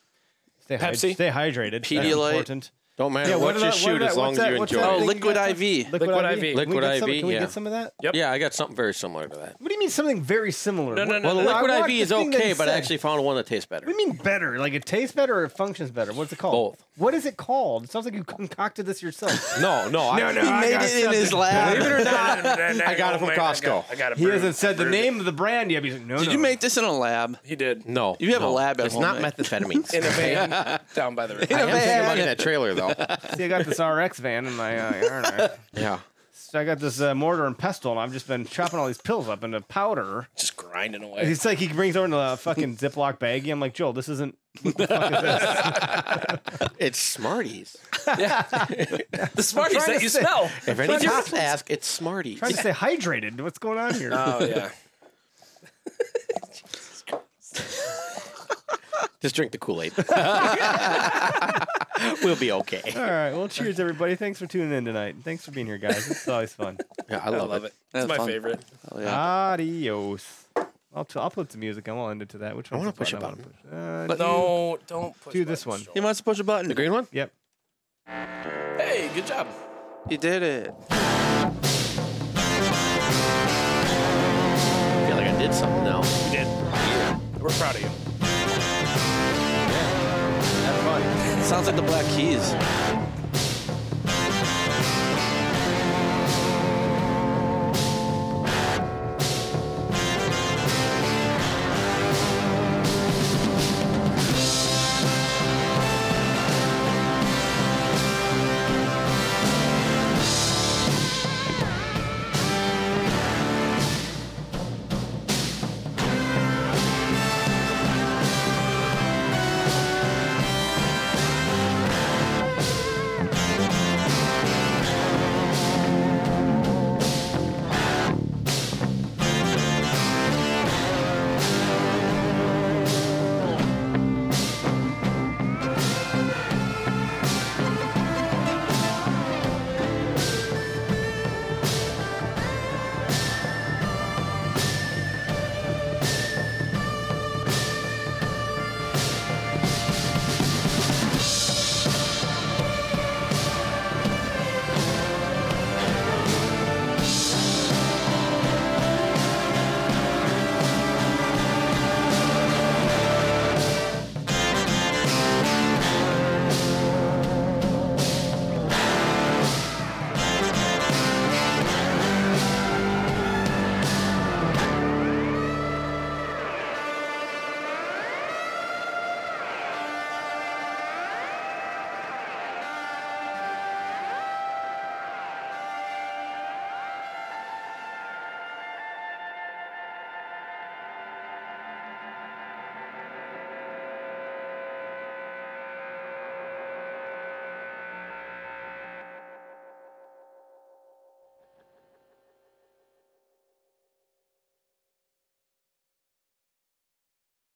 Speaker 1: Stay, hyd-
Speaker 5: Pepsi?
Speaker 1: stay hydrated. That's
Speaker 4: Pedialyte.
Speaker 1: important.
Speaker 3: Don't matter
Speaker 1: Yeah,
Speaker 3: what,
Speaker 1: what are
Speaker 3: you
Speaker 1: that- what are
Speaker 3: shoot
Speaker 1: that-
Speaker 3: as long
Speaker 1: what's
Speaker 3: as
Speaker 1: that-
Speaker 3: you
Speaker 1: what's
Speaker 3: enjoy
Speaker 1: that
Speaker 4: Oh,
Speaker 3: it.
Speaker 1: thing?
Speaker 4: liquid IV.
Speaker 1: Liquid, IV.
Speaker 5: Liquid IV.
Speaker 1: Can we
Speaker 3: Liquid
Speaker 1: get some-
Speaker 3: IV,
Speaker 1: Can we
Speaker 3: yeah.
Speaker 1: get some of that?
Speaker 5: Yep.
Speaker 3: Yeah, I got something very similar to that.
Speaker 1: What do you mean something very similar?
Speaker 5: No, no,
Speaker 1: What-
Speaker 5: no,
Speaker 3: Well, the
Speaker 5: no,
Speaker 1: I
Speaker 3: liquid
Speaker 1: want
Speaker 3: IV
Speaker 1: the
Speaker 3: is
Speaker 1: thing that he
Speaker 3: okay, but I
Speaker 1: said.
Speaker 3: actually found one that tastes better.
Speaker 1: What do you mean better? Like it tastes better or it functions better? What's it called?
Speaker 3: Both.
Speaker 1: What is it called? It sounds like you concocted this yourself.
Speaker 3: No, no, I,
Speaker 1: no,
Speaker 4: He made it in his lab.
Speaker 3: Believe it or not,
Speaker 5: I
Speaker 3: got it from Costco.
Speaker 5: I got it.
Speaker 1: He hasn't said the name of the brand yet. He's like, no,
Speaker 4: Did
Speaker 1: no.
Speaker 4: you make this in a lab?
Speaker 5: He did.
Speaker 3: no.
Speaker 4: You have a
Speaker 3: no.
Speaker 4: lab at
Speaker 3: It's
Speaker 4: home,
Speaker 3: not
Speaker 4: right?
Speaker 3: methamphetamines.
Speaker 5: In a van down by the river.
Speaker 3: I am thinking about
Speaker 4: van.
Speaker 3: that trailer though.
Speaker 1: See, I got this RX van in my uh, yard.
Speaker 3: yeah.
Speaker 1: So I got this uh, mortar and pestle, and I've just been chopping all these pills up into powder.
Speaker 5: Just grinding away.
Speaker 1: It's like he brings over in a fucking Ziploc baggie. I'm like, Joel, this isn't. What the fuck is this?
Speaker 3: It's Smarties.
Speaker 5: The Smarties
Speaker 1: trying
Speaker 5: that
Speaker 1: to
Speaker 5: you
Speaker 1: say-
Speaker 5: smell.
Speaker 3: If any cops ask, it's Smarties.
Speaker 1: Trying to stay hydrated. What's going on here?
Speaker 5: Oh yeah.
Speaker 3: Just drink the Kool Aid. we'll be okay.
Speaker 1: All right. Well, cheers, everybody. Thanks for tuning in tonight. Thanks for being here, guys. It's always fun.
Speaker 3: Yeah, I
Speaker 5: I
Speaker 3: love,
Speaker 5: love it.
Speaker 3: it.
Speaker 5: It's
Speaker 4: That's
Speaker 5: my
Speaker 4: fun.
Speaker 5: favorite.
Speaker 4: Oh, yeah.
Speaker 1: Adios. I'll, t- I'll put some music and we'll end it to that. Which one?
Speaker 3: wanna push a
Speaker 1: Uh,
Speaker 5: No, don't push
Speaker 1: do this
Speaker 5: buttons,
Speaker 1: one.
Speaker 4: he
Speaker 5: Joel.
Speaker 4: wants to push a button.
Speaker 3: The green one?
Speaker 1: Yep.
Speaker 5: Hey, good job.
Speaker 4: He did it.
Speaker 3: I feel like I did something now.
Speaker 5: You did. We're proud of you.
Speaker 4: Sounds like the Black Keys.